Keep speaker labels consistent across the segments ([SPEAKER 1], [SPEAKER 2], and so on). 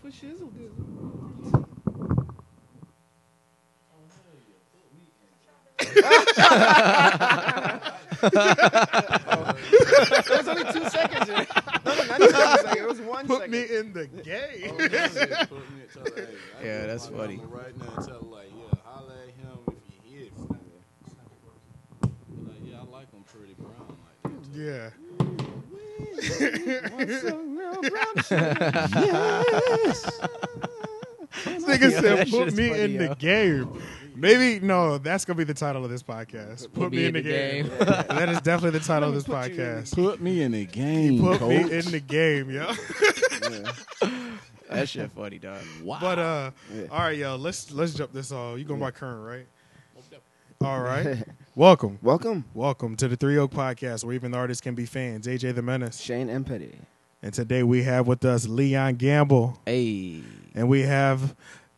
[SPEAKER 1] Put shizzle dizzle. There was only two seconds. in it. No, no, not two seconds. It was one
[SPEAKER 2] Put
[SPEAKER 1] second.
[SPEAKER 2] me in the gay.
[SPEAKER 3] Oh, that's it. Put me and tell her, hey, I
[SPEAKER 4] Yeah,
[SPEAKER 3] got
[SPEAKER 4] that's
[SPEAKER 3] my
[SPEAKER 4] funny.
[SPEAKER 3] number Right now, and tell her like, yeah, holla at him if you hear from me. Be Like, yeah, I like him pretty brown like that.
[SPEAKER 2] yeah. Nigga
[SPEAKER 4] Yo,
[SPEAKER 2] said,
[SPEAKER 4] that shit
[SPEAKER 2] "Put
[SPEAKER 4] is
[SPEAKER 2] me
[SPEAKER 4] funny,
[SPEAKER 2] in
[SPEAKER 4] yo.
[SPEAKER 2] the game." Maybe no, that's gonna be the title of this podcast. Put, me, in the, game. that is definitely the title of this
[SPEAKER 1] Put you in the
[SPEAKER 2] podcast.
[SPEAKER 3] Put me in the game,
[SPEAKER 2] Put me in the game, yo.
[SPEAKER 4] that shit funny, dog.
[SPEAKER 3] Wow.
[SPEAKER 2] But uh,
[SPEAKER 5] Yeah.
[SPEAKER 2] all right, yo, let's let's jump this all. You going by current, right?
[SPEAKER 3] Okay.
[SPEAKER 2] All right. Welcome,
[SPEAKER 5] Welcome,
[SPEAKER 2] welcome to the Three Oak Podcast, where even the artists can be fans. AJ the Menace,
[SPEAKER 5] Shane and Petty.
[SPEAKER 2] and today we have with us Leon Gamble,
[SPEAKER 4] Hey,
[SPEAKER 2] and we have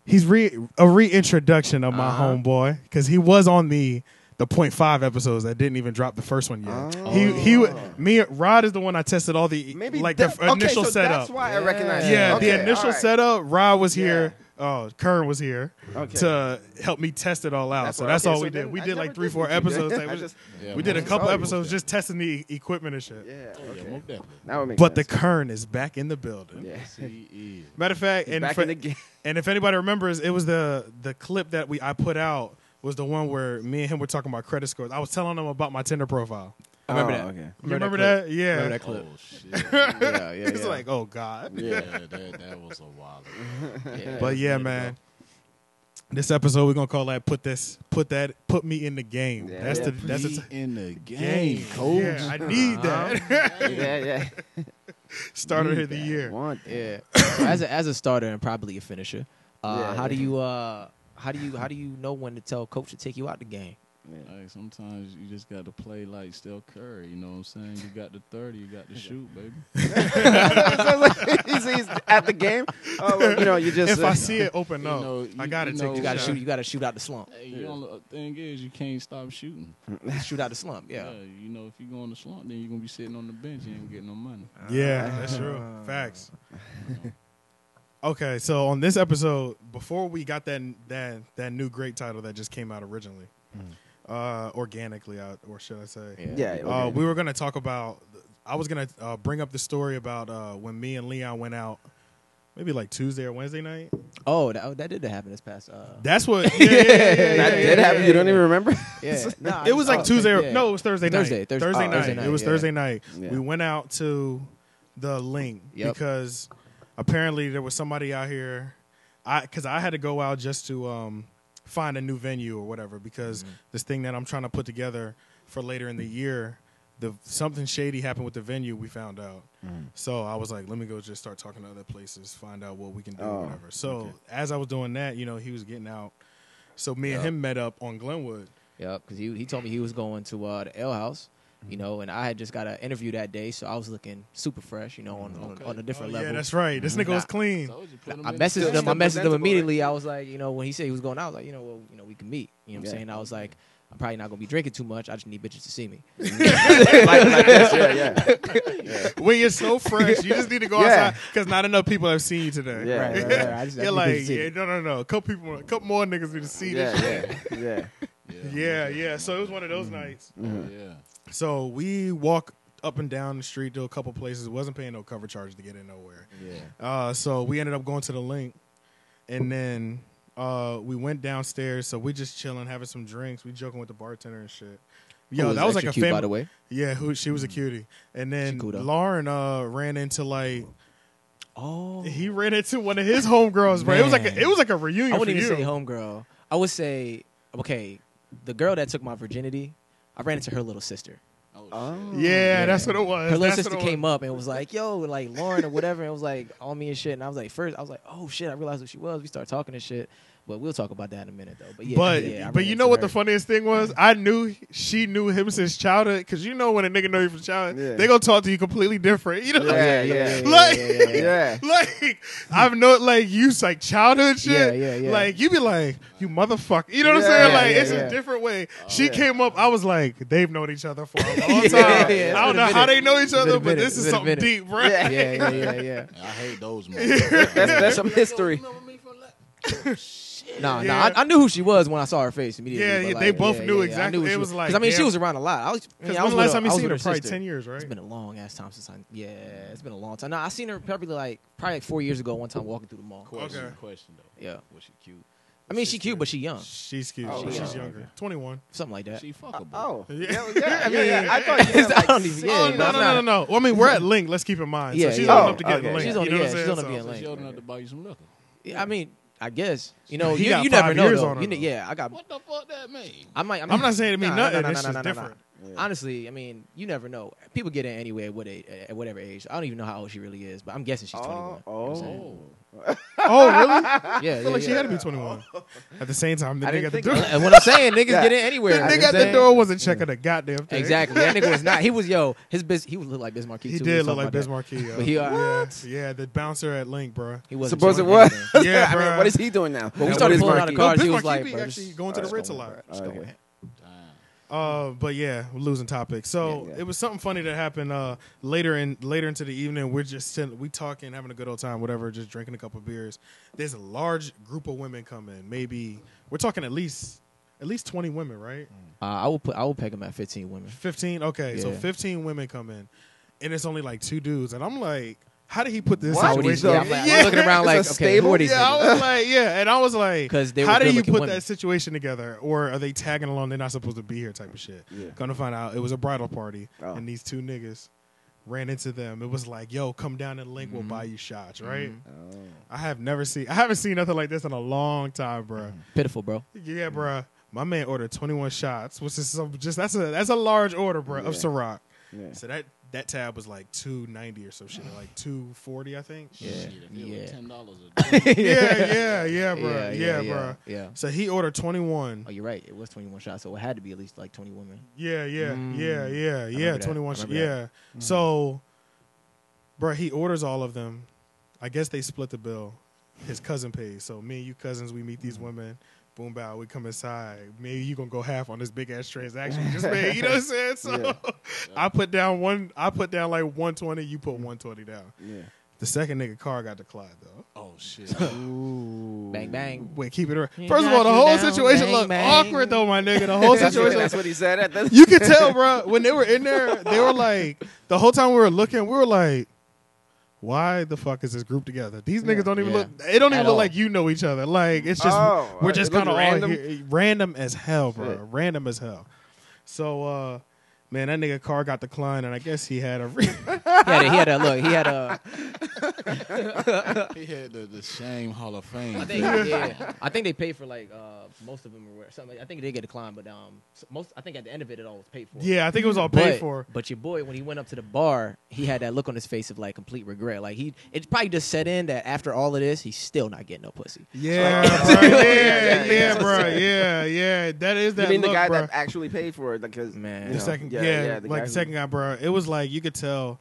[SPEAKER 2] he's re a reintroduction of my
[SPEAKER 4] Uh-huh.
[SPEAKER 2] homeboy because he was on the the point five episodes that didn't even drop the first one yet.
[SPEAKER 5] Oh.
[SPEAKER 2] He he w- me Rod is the one I tested all the
[SPEAKER 5] Maybe
[SPEAKER 2] like
[SPEAKER 5] that-
[SPEAKER 2] the f- initial
[SPEAKER 5] okay, so
[SPEAKER 2] setup.
[SPEAKER 5] That's why I recognize.
[SPEAKER 2] yeah,
[SPEAKER 5] it. Okay,
[SPEAKER 2] the initial
[SPEAKER 5] all right.
[SPEAKER 2] setup. Rod was
[SPEAKER 5] Yeah.
[SPEAKER 2] here. Oh, Kern was here
[SPEAKER 5] Okay.
[SPEAKER 2] to help me test it all out.
[SPEAKER 5] That's
[SPEAKER 2] so
[SPEAKER 5] right.
[SPEAKER 2] that's
[SPEAKER 5] Okay,
[SPEAKER 2] all
[SPEAKER 5] so
[SPEAKER 2] we
[SPEAKER 5] then
[SPEAKER 2] did. We
[SPEAKER 5] I
[SPEAKER 2] did
[SPEAKER 5] never
[SPEAKER 2] like three,
[SPEAKER 5] did
[SPEAKER 2] four
[SPEAKER 5] what you did.
[SPEAKER 2] episodes. Like,
[SPEAKER 5] I
[SPEAKER 2] we
[SPEAKER 5] just-
[SPEAKER 3] Yeah,
[SPEAKER 2] we did a
[SPEAKER 3] most
[SPEAKER 2] couple
[SPEAKER 5] sorry.
[SPEAKER 2] episodes just testing the equipment and shit.
[SPEAKER 5] Yeah.
[SPEAKER 3] definitely. Yeah,
[SPEAKER 5] Okay.
[SPEAKER 3] most definitely.
[SPEAKER 5] Now it makes
[SPEAKER 2] But the
[SPEAKER 5] sense.
[SPEAKER 2] Kern is back in the building.
[SPEAKER 5] Yeah.
[SPEAKER 3] CE.
[SPEAKER 2] Matter of fact,
[SPEAKER 5] He's
[SPEAKER 2] and
[SPEAKER 5] back
[SPEAKER 2] for-
[SPEAKER 5] in the game.
[SPEAKER 2] and if anybody remembers, it was the the clip that we I put out was the one where me and him were talking about credit scores. I was telling him about my Tinder profile.
[SPEAKER 4] remember
[SPEAKER 5] Oh,
[SPEAKER 4] that.
[SPEAKER 5] Okay.
[SPEAKER 2] You remember
[SPEAKER 4] clip?
[SPEAKER 2] that? Yeah.
[SPEAKER 4] Remember that clip?
[SPEAKER 3] Oh shit.
[SPEAKER 4] yeah, yeah,
[SPEAKER 2] He's
[SPEAKER 4] yeah.
[SPEAKER 2] like, oh god.
[SPEAKER 3] Yeah, that, that was a while ago.
[SPEAKER 4] Yeah.
[SPEAKER 2] But yeah, man. This episode we're gonna call that put this put that put me in the game.
[SPEAKER 5] Yeah.
[SPEAKER 2] that's the
[SPEAKER 3] Put
[SPEAKER 2] that's the
[SPEAKER 3] me
[SPEAKER 2] t-
[SPEAKER 3] in the game,
[SPEAKER 2] game.
[SPEAKER 3] coach.
[SPEAKER 2] Yeah, I need that.
[SPEAKER 5] Yeah, yeah.
[SPEAKER 2] Starter of the
[SPEAKER 5] That
[SPEAKER 2] year.
[SPEAKER 5] one.
[SPEAKER 4] yeah. So as a, as a starter and probably a finisher, uh,
[SPEAKER 5] Yeah,
[SPEAKER 4] how do
[SPEAKER 5] yeah.
[SPEAKER 4] you uh how do you how do you know when to tell coach to take you out the game?
[SPEAKER 5] Yeah.
[SPEAKER 3] Like sometimes you just got to play like Steph Curry. You know what I'm saying? You got the thirty, you got to shoot, baby.
[SPEAKER 5] he's, he's at the game. Oh, well, you know, you just.
[SPEAKER 2] If I see it open
[SPEAKER 3] you
[SPEAKER 2] up,
[SPEAKER 3] know,
[SPEAKER 2] I
[SPEAKER 3] you-
[SPEAKER 2] gotta
[SPEAKER 3] you
[SPEAKER 2] take
[SPEAKER 3] know-
[SPEAKER 2] the
[SPEAKER 4] You gotta
[SPEAKER 2] shot.
[SPEAKER 4] shoot. You gotta shoot out the slump.
[SPEAKER 3] Hey, you don't, the thing is, you can't stop shooting.
[SPEAKER 4] Shoot out the slump. Yeah.
[SPEAKER 3] you know, if you go on the slump, then you're gonna be sitting on the bench. You ain't getting no money.
[SPEAKER 2] Yeah, that's true. Facts. Okay, so on this episode, before we got that that that new great title that just came out originally, uh, organically, I, or should I say?
[SPEAKER 5] Yeah.
[SPEAKER 2] Uh,
[SPEAKER 5] okay.
[SPEAKER 2] we were gonna talk about. I was gonna uh, bring up the story about uh, when me and Leon went out, maybe like Tuesday or Wednesday night.
[SPEAKER 4] Oh, that, oh, that did happen this past. Uh,
[SPEAKER 2] That's what. Yeah, yeah, yeah, yeah,
[SPEAKER 5] that
[SPEAKER 2] yeah,
[SPEAKER 5] did
[SPEAKER 2] yeah,
[SPEAKER 5] happen.
[SPEAKER 2] yeah,
[SPEAKER 5] you don't
[SPEAKER 2] yeah.
[SPEAKER 5] even remember.
[SPEAKER 4] yeah. Nah, I
[SPEAKER 2] It was
[SPEAKER 4] just-
[SPEAKER 2] like
[SPEAKER 4] oh,
[SPEAKER 2] Tuesday. Or,
[SPEAKER 4] yeah.
[SPEAKER 2] No, it was Thursday night.
[SPEAKER 4] Thursday, Thurs-
[SPEAKER 2] Thursday
[SPEAKER 4] oh,
[SPEAKER 2] night.
[SPEAKER 4] Thursday night,
[SPEAKER 2] It was
[SPEAKER 4] yeah.
[SPEAKER 2] Thursday night.
[SPEAKER 5] Yeah.
[SPEAKER 2] We went out to the Ling
[SPEAKER 4] Yep.
[SPEAKER 2] because apparently there was somebody out here. I because I had to go out just to um, find a new venue or whatever because
[SPEAKER 4] Mm-hmm.
[SPEAKER 2] this thing that I'm trying to put together for later in the year, the something shady happened with the venue. We found out.
[SPEAKER 4] Mm.
[SPEAKER 2] So I was like, let me go just start talking to other places, find out what we can do, or
[SPEAKER 5] Oh,
[SPEAKER 2] whatever. So as I was doing that, you know, he was getting out. So me and him met up on Glenwood.
[SPEAKER 4] Yep, because he he told me he was going to uh, the L House,
[SPEAKER 2] Mm-hmm.
[SPEAKER 4] you know, and I had just got an interview that day, so I was looking super fresh, you know, on on, on a different
[SPEAKER 2] Oh,
[SPEAKER 4] level.
[SPEAKER 2] Yeah, that's right. This nigga was
[SPEAKER 4] Nah.
[SPEAKER 2] clean.
[SPEAKER 3] Told you, put 'em
[SPEAKER 4] I
[SPEAKER 3] in
[SPEAKER 4] messaged
[SPEAKER 3] the
[SPEAKER 4] him. I
[SPEAKER 5] still
[SPEAKER 4] messaged him
[SPEAKER 5] presentable,
[SPEAKER 4] immediately. I was like, you know, when he said he was going out, I was like, you know, well, you know, we can meet. You know what I'm
[SPEAKER 5] Yeah.
[SPEAKER 4] saying? I was like, I'm probably not gonna be drinking too much. I just need bitches to see me.
[SPEAKER 5] like, like this. Yeah, yeah.
[SPEAKER 2] when you're so fresh, you just need to go
[SPEAKER 5] Yeah.
[SPEAKER 2] outside because not enough people have seen you today.
[SPEAKER 5] Yeah.
[SPEAKER 4] Right, right, right. I just, I
[SPEAKER 2] You're
[SPEAKER 4] need bitches to
[SPEAKER 2] like,
[SPEAKER 4] see me.
[SPEAKER 2] yeah, no, no, no. A couple people, a couple more niggas need to see this. shit.
[SPEAKER 5] Yeah, yeah, yeah.
[SPEAKER 2] Yeah, yeah. So it was one of those nights.
[SPEAKER 3] Yeah.
[SPEAKER 2] So we walk up and down the street to a couple places. wasn't paying no cover charge to get in nowhere.
[SPEAKER 3] Yeah.
[SPEAKER 2] Uh, so we ended up going to the link, and then uh, we went downstairs. So we just chilling, having some drinks. We joking with the bartender and shit. Yo,
[SPEAKER 4] Who was
[SPEAKER 2] that was like
[SPEAKER 4] extra
[SPEAKER 2] a
[SPEAKER 4] cute, by
[SPEAKER 2] family.
[SPEAKER 4] the way.
[SPEAKER 2] Yeah, who she was
[SPEAKER 4] Mm.
[SPEAKER 2] a cutie, and then
[SPEAKER 4] She cuta.
[SPEAKER 2] Lauren uh, ran into like
[SPEAKER 4] Oh,
[SPEAKER 2] he ran into one of his homegirls, bro. It was like a,
[SPEAKER 4] Man.
[SPEAKER 2] it was like a reunion
[SPEAKER 4] I
[SPEAKER 2] for
[SPEAKER 4] wouldn't even
[SPEAKER 2] you.
[SPEAKER 4] say homegirl. I would say, okay, the girl that took my virginity, I ran into her little sister.
[SPEAKER 3] Oh,
[SPEAKER 5] Oh.
[SPEAKER 2] yeah, that's what it was.
[SPEAKER 4] Her little
[SPEAKER 2] Uh, That's
[SPEAKER 4] sister
[SPEAKER 2] what it was.
[SPEAKER 4] came up and was like, "Yo, like Lauren or whatever," and was like on me and shit. And I was like, first, I was like, "Oh shit!" I realized who she was. We started talking and shit. But we'll talk about that in a minute, though. But yeah,
[SPEAKER 2] but
[SPEAKER 4] yeah, I
[SPEAKER 2] but
[SPEAKER 4] relate
[SPEAKER 2] you know
[SPEAKER 4] to
[SPEAKER 2] what
[SPEAKER 4] her. Mm.
[SPEAKER 2] the funniest thing was? I knew she knew him since childhood. Because you know when a nigga know you from childhood,
[SPEAKER 5] Yeah.
[SPEAKER 2] they gonna talk to you completely different. You know,
[SPEAKER 5] Yeah, yeah,
[SPEAKER 4] yeah,
[SPEAKER 2] like
[SPEAKER 4] yeah, yeah,
[SPEAKER 5] yeah.
[SPEAKER 2] like I've know like you it's like childhood shit.
[SPEAKER 4] Yeah, yeah, yeah.
[SPEAKER 2] Like you be like you motherfucker. You know what I'm
[SPEAKER 5] Yeah,
[SPEAKER 2] saying?
[SPEAKER 5] yeah,
[SPEAKER 2] like
[SPEAKER 5] yeah,
[SPEAKER 2] it's
[SPEAKER 4] yeah. Oh,
[SPEAKER 2] a different way. she
[SPEAKER 5] yeah.
[SPEAKER 2] came up. I was like they've known each other for a long time.
[SPEAKER 4] yeah, it's
[SPEAKER 2] I don't
[SPEAKER 4] been a
[SPEAKER 2] know how
[SPEAKER 4] minute.
[SPEAKER 2] they know each
[SPEAKER 4] been a
[SPEAKER 2] other, but
[SPEAKER 4] minute,
[SPEAKER 2] this
[SPEAKER 4] it's
[SPEAKER 2] is
[SPEAKER 4] been a
[SPEAKER 2] something
[SPEAKER 4] minute.
[SPEAKER 2] deep, right?
[SPEAKER 5] Yeah.
[SPEAKER 4] yeah, yeah, yeah, yeah.
[SPEAKER 3] I hate those motherfuckers.
[SPEAKER 5] That's that's some history.
[SPEAKER 3] You remember me from la- Oh, shit.
[SPEAKER 4] Nah,
[SPEAKER 2] Yeah.
[SPEAKER 4] nah. I, I knew who she was when I saw her face immediately.
[SPEAKER 2] Yeah,
[SPEAKER 4] but,
[SPEAKER 2] yeah,
[SPEAKER 4] like,
[SPEAKER 2] they both knew
[SPEAKER 4] I
[SPEAKER 2] exactly.
[SPEAKER 4] who
[SPEAKER 2] It
[SPEAKER 4] she
[SPEAKER 2] was like,
[SPEAKER 4] because I mean, she
[SPEAKER 2] damn.
[SPEAKER 4] was around a lot. I was. I mean,
[SPEAKER 2] Because
[SPEAKER 4] I
[SPEAKER 2] when
[SPEAKER 4] was
[SPEAKER 2] the
[SPEAKER 4] with
[SPEAKER 2] last
[SPEAKER 4] her-
[SPEAKER 2] time
[SPEAKER 4] I
[SPEAKER 2] you
[SPEAKER 4] was
[SPEAKER 2] seen
[SPEAKER 4] with
[SPEAKER 2] her,
[SPEAKER 4] her
[SPEAKER 2] probably
[SPEAKER 4] sister.
[SPEAKER 2] ten years, right?
[SPEAKER 4] It's been a long ass time since I. Yeah, it's been a long time. No, I seen her probably like probably like four years ago. One time walking through the mall.
[SPEAKER 3] Question,
[SPEAKER 2] Okay.
[SPEAKER 3] question though.
[SPEAKER 4] Yeah,
[SPEAKER 3] Was she cute?
[SPEAKER 4] I mean she cute, but she young,
[SPEAKER 2] She's cute.
[SPEAKER 5] Oh,
[SPEAKER 2] She's
[SPEAKER 5] yeah.
[SPEAKER 2] younger. Twenty one.
[SPEAKER 4] something like that.
[SPEAKER 3] She fuckable.
[SPEAKER 5] Oh,
[SPEAKER 2] Yeah.
[SPEAKER 5] yeah, yeah, I mean,
[SPEAKER 2] Yeah, yeah,
[SPEAKER 5] I thought you
[SPEAKER 4] yeah.
[SPEAKER 5] had like
[SPEAKER 4] I don't even-
[SPEAKER 5] six-
[SPEAKER 4] yeah,
[SPEAKER 2] Oh
[SPEAKER 4] no,
[SPEAKER 2] no no
[SPEAKER 4] I'm
[SPEAKER 2] no no!
[SPEAKER 4] not-
[SPEAKER 2] Well, I mean, we're at Link. Let's keep in mind.
[SPEAKER 4] Yeah,
[SPEAKER 2] so she's
[SPEAKER 4] yeah.
[SPEAKER 2] old enough to
[SPEAKER 5] Oh,
[SPEAKER 2] get
[SPEAKER 5] okay.
[SPEAKER 2] Link.
[SPEAKER 5] She's
[SPEAKER 2] you
[SPEAKER 4] only-
[SPEAKER 2] know what
[SPEAKER 4] yeah,
[SPEAKER 2] I'm
[SPEAKER 4] she's
[SPEAKER 2] saying?
[SPEAKER 4] only being
[SPEAKER 2] So-
[SPEAKER 4] Link.
[SPEAKER 3] She old enough to buy you some liquor.
[SPEAKER 4] Yeah, I mean, I guess you know
[SPEAKER 2] He
[SPEAKER 4] you,
[SPEAKER 2] got
[SPEAKER 4] you never
[SPEAKER 2] five
[SPEAKER 4] know
[SPEAKER 2] years
[SPEAKER 4] though.
[SPEAKER 2] on her,
[SPEAKER 4] You kn-
[SPEAKER 2] though.
[SPEAKER 4] yeah, I got.
[SPEAKER 3] What the fuck that mean?
[SPEAKER 4] I might. I
[SPEAKER 2] I'm not saying it mean
[SPEAKER 4] nah,
[SPEAKER 2] nothing.
[SPEAKER 4] Nah, nah,
[SPEAKER 2] It's
[SPEAKER 4] nah,
[SPEAKER 2] just
[SPEAKER 4] nah, nah,
[SPEAKER 2] different.
[SPEAKER 4] nah. Honestly, I mean, you never know. People get in anyway at what age, at whatever age. I don't even know how old she really is, but I'm guessing she's
[SPEAKER 5] Oh,
[SPEAKER 4] 21. you know what I'm saying?
[SPEAKER 3] Oh,
[SPEAKER 2] Oh really? I
[SPEAKER 4] yeah, yeah,
[SPEAKER 2] feel like she
[SPEAKER 4] yeah.
[SPEAKER 2] had to be 21. At the same time, the
[SPEAKER 5] I
[SPEAKER 2] nigga at
[SPEAKER 5] didn't
[SPEAKER 2] the
[SPEAKER 5] think
[SPEAKER 2] door.
[SPEAKER 5] about
[SPEAKER 4] And what I'm saying, niggas
[SPEAKER 5] Yeah.
[SPEAKER 4] get in anywhere.
[SPEAKER 2] The
[SPEAKER 4] you know what
[SPEAKER 2] nigga
[SPEAKER 4] I'm
[SPEAKER 2] at the
[SPEAKER 4] saying?
[SPEAKER 2] door wasn't checking a goddamn thing.
[SPEAKER 4] Exactly. That nigga was not. He was yo. His biz, he looked like Biz Marquis.
[SPEAKER 2] He
[SPEAKER 4] too.
[SPEAKER 2] did
[SPEAKER 4] was
[SPEAKER 2] look
[SPEAKER 4] talking
[SPEAKER 2] like
[SPEAKER 4] about
[SPEAKER 2] Biz
[SPEAKER 4] that.
[SPEAKER 2] Marquis. yo.
[SPEAKER 4] But he, uh,
[SPEAKER 2] yeah, yeah, the bouncer at Link, bro.
[SPEAKER 4] He was.
[SPEAKER 5] Suppose it was.
[SPEAKER 2] Yeah,
[SPEAKER 5] I mean,
[SPEAKER 2] bruh.
[SPEAKER 5] what is he doing now?
[SPEAKER 4] But we
[SPEAKER 2] That
[SPEAKER 4] started
[SPEAKER 2] was
[SPEAKER 4] pulling out the
[SPEAKER 5] Marquis.
[SPEAKER 4] cards.
[SPEAKER 2] Biz
[SPEAKER 4] He was
[SPEAKER 2] Markie
[SPEAKER 4] like,
[SPEAKER 2] be
[SPEAKER 4] bro,
[SPEAKER 2] actually
[SPEAKER 4] just-
[SPEAKER 2] going to the
[SPEAKER 4] just
[SPEAKER 2] Ritz a
[SPEAKER 4] go
[SPEAKER 2] lot.
[SPEAKER 4] with it.
[SPEAKER 5] Just go with it.
[SPEAKER 3] damn.
[SPEAKER 2] Uh, but yeah, we're losing topic. So
[SPEAKER 5] Yeah, yeah.
[SPEAKER 2] it was something funny that happened uh, later in later into the evening. We're just sitting, we talking, having a good old time, whatever, just drinking a couple beers. There's a large group of women coming. Maybe we're talking at least at least twenty women, right?
[SPEAKER 4] Uh, I will put. I will peg him at 15 women.
[SPEAKER 2] Fifteen. Okay, so
[SPEAKER 4] Yeah.
[SPEAKER 2] fifteen women come in, and it's only like two dudes, and I'm like, how did he put this
[SPEAKER 5] What?
[SPEAKER 4] Saudis,
[SPEAKER 2] situation?
[SPEAKER 4] yeah, I'm, like,
[SPEAKER 5] Yeah.
[SPEAKER 4] I'm looking around
[SPEAKER 5] It's
[SPEAKER 4] like,
[SPEAKER 5] a
[SPEAKER 4] okay,
[SPEAKER 5] stable?
[SPEAKER 4] who are these
[SPEAKER 2] Yeah,
[SPEAKER 4] niggas?
[SPEAKER 2] I was like, yeah, and I was like,
[SPEAKER 4] 'Cause they were
[SPEAKER 2] how do you
[SPEAKER 4] good-looking
[SPEAKER 2] put
[SPEAKER 4] women.
[SPEAKER 2] that situation together, or are they tagging along? They're not supposed to be here, type of shit.
[SPEAKER 5] Yeah.
[SPEAKER 2] Going to find out, it was a bridal party,
[SPEAKER 5] Oh.
[SPEAKER 2] and these two niggas ran into them. It was like, yo, come down and link, we'll
[SPEAKER 4] Mm-hmm.
[SPEAKER 2] buy you shots, right?
[SPEAKER 4] Oh.
[SPEAKER 2] I have never seen, I haven't seen nothing like this in a long time, bruh.
[SPEAKER 4] Pitiful, bro.
[SPEAKER 2] Yeah, bruh. My man ordered 21 shots, which is some, just that's a that's a large order, bruh, of
[SPEAKER 5] Yeah.
[SPEAKER 2] Ciroc.
[SPEAKER 5] Yeah.
[SPEAKER 2] So that that tab was like 290 or some shit, like 240, I think.
[SPEAKER 4] Yeah,
[SPEAKER 3] Shit, if it
[SPEAKER 4] yeah.
[SPEAKER 3] was ten dollars a day.
[SPEAKER 2] yeah, yeah, yeah, bro. Yeah,
[SPEAKER 4] yeah,
[SPEAKER 2] bro.
[SPEAKER 4] yeah.
[SPEAKER 2] So he ordered 21.
[SPEAKER 4] Oh, you're right. It was 21 shots, so it had to be at least like 20 women.
[SPEAKER 2] Yeah, yeah,
[SPEAKER 4] Mm.
[SPEAKER 2] yeah, yeah,
[SPEAKER 4] remember
[SPEAKER 2] yeah.
[SPEAKER 4] that. Mm.
[SPEAKER 2] 21.
[SPEAKER 4] I remember
[SPEAKER 2] Yeah. So, bro, he orders all of them. I guess they split the bill. His cousin pays. So me and you cousins, we meet
[SPEAKER 4] Mm.
[SPEAKER 2] these women. Boom, bow. We come inside. Maybe you gonna go half on this big ass transaction. we Just made. You know what I'm saying? So I put down one. I put down like 120. You put
[SPEAKER 4] Mm.
[SPEAKER 2] 120 down.
[SPEAKER 5] Yeah.
[SPEAKER 2] The second nigga car got declined though.
[SPEAKER 3] Oh shit.
[SPEAKER 4] Bang, bang.
[SPEAKER 2] Wait, keep it real.
[SPEAKER 4] You
[SPEAKER 2] First of
[SPEAKER 4] got
[SPEAKER 2] all, the
[SPEAKER 4] you
[SPEAKER 2] whole
[SPEAKER 4] down,
[SPEAKER 2] situation
[SPEAKER 4] bang,
[SPEAKER 2] looked
[SPEAKER 4] bang.
[SPEAKER 2] awkward though, my nigga. The whole
[SPEAKER 5] That's, what,
[SPEAKER 2] situation.
[SPEAKER 5] that's what he said. That- that's-
[SPEAKER 2] you could tell, bro. When they were in there, they were like the whole time we were looking, we were like, "Why the fuck is this group together? These niggas don't even
[SPEAKER 4] Yeah.
[SPEAKER 2] look. It don't even
[SPEAKER 4] At
[SPEAKER 2] look
[SPEAKER 4] all.
[SPEAKER 2] like you know each other. Like it's just
[SPEAKER 5] Oh,
[SPEAKER 2] we're
[SPEAKER 5] it
[SPEAKER 2] just
[SPEAKER 5] looked
[SPEAKER 2] kind of
[SPEAKER 5] random.
[SPEAKER 2] random as hell, bro.
[SPEAKER 5] Shit.
[SPEAKER 2] Random as hell. So, uh, man, that nigga car got declined, and I guess he had a.
[SPEAKER 4] He had a, he had a look. He had a.
[SPEAKER 3] he had the, the shame Hall of Fame.
[SPEAKER 4] I think, yeah, I think they paid for like uh, most of them or something. I think they get declined, but um, s- most I think at the end of it, it all was paid for.
[SPEAKER 2] yeah, I think it was all
[SPEAKER 4] But,
[SPEAKER 2] paid for.
[SPEAKER 4] but your boy, when he went up to the bar, he had that look on his face of like complete regret. Like he, it probably just set in that after all of this, he's still not getting no pussy.
[SPEAKER 2] Yeah,
[SPEAKER 5] Oh,
[SPEAKER 2] bro.
[SPEAKER 5] yeah,
[SPEAKER 2] yeah,
[SPEAKER 5] yeah,
[SPEAKER 2] yeah,
[SPEAKER 5] yeah.
[SPEAKER 2] bro. Yeah, yeah. That is that.
[SPEAKER 5] you mean the
[SPEAKER 2] look,
[SPEAKER 5] guy
[SPEAKER 2] bro.
[SPEAKER 5] that actually paid for it? Because
[SPEAKER 4] Man.
[SPEAKER 5] you
[SPEAKER 2] the
[SPEAKER 5] know,
[SPEAKER 2] second, yeah,
[SPEAKER 5] the
[SPEAKER 2] like
[SPEAKER 5] guy
[SPEAKER 2] the
[SPEAKER 5] who-
[SPEAKER 2] second guy, bro. It was like you could tell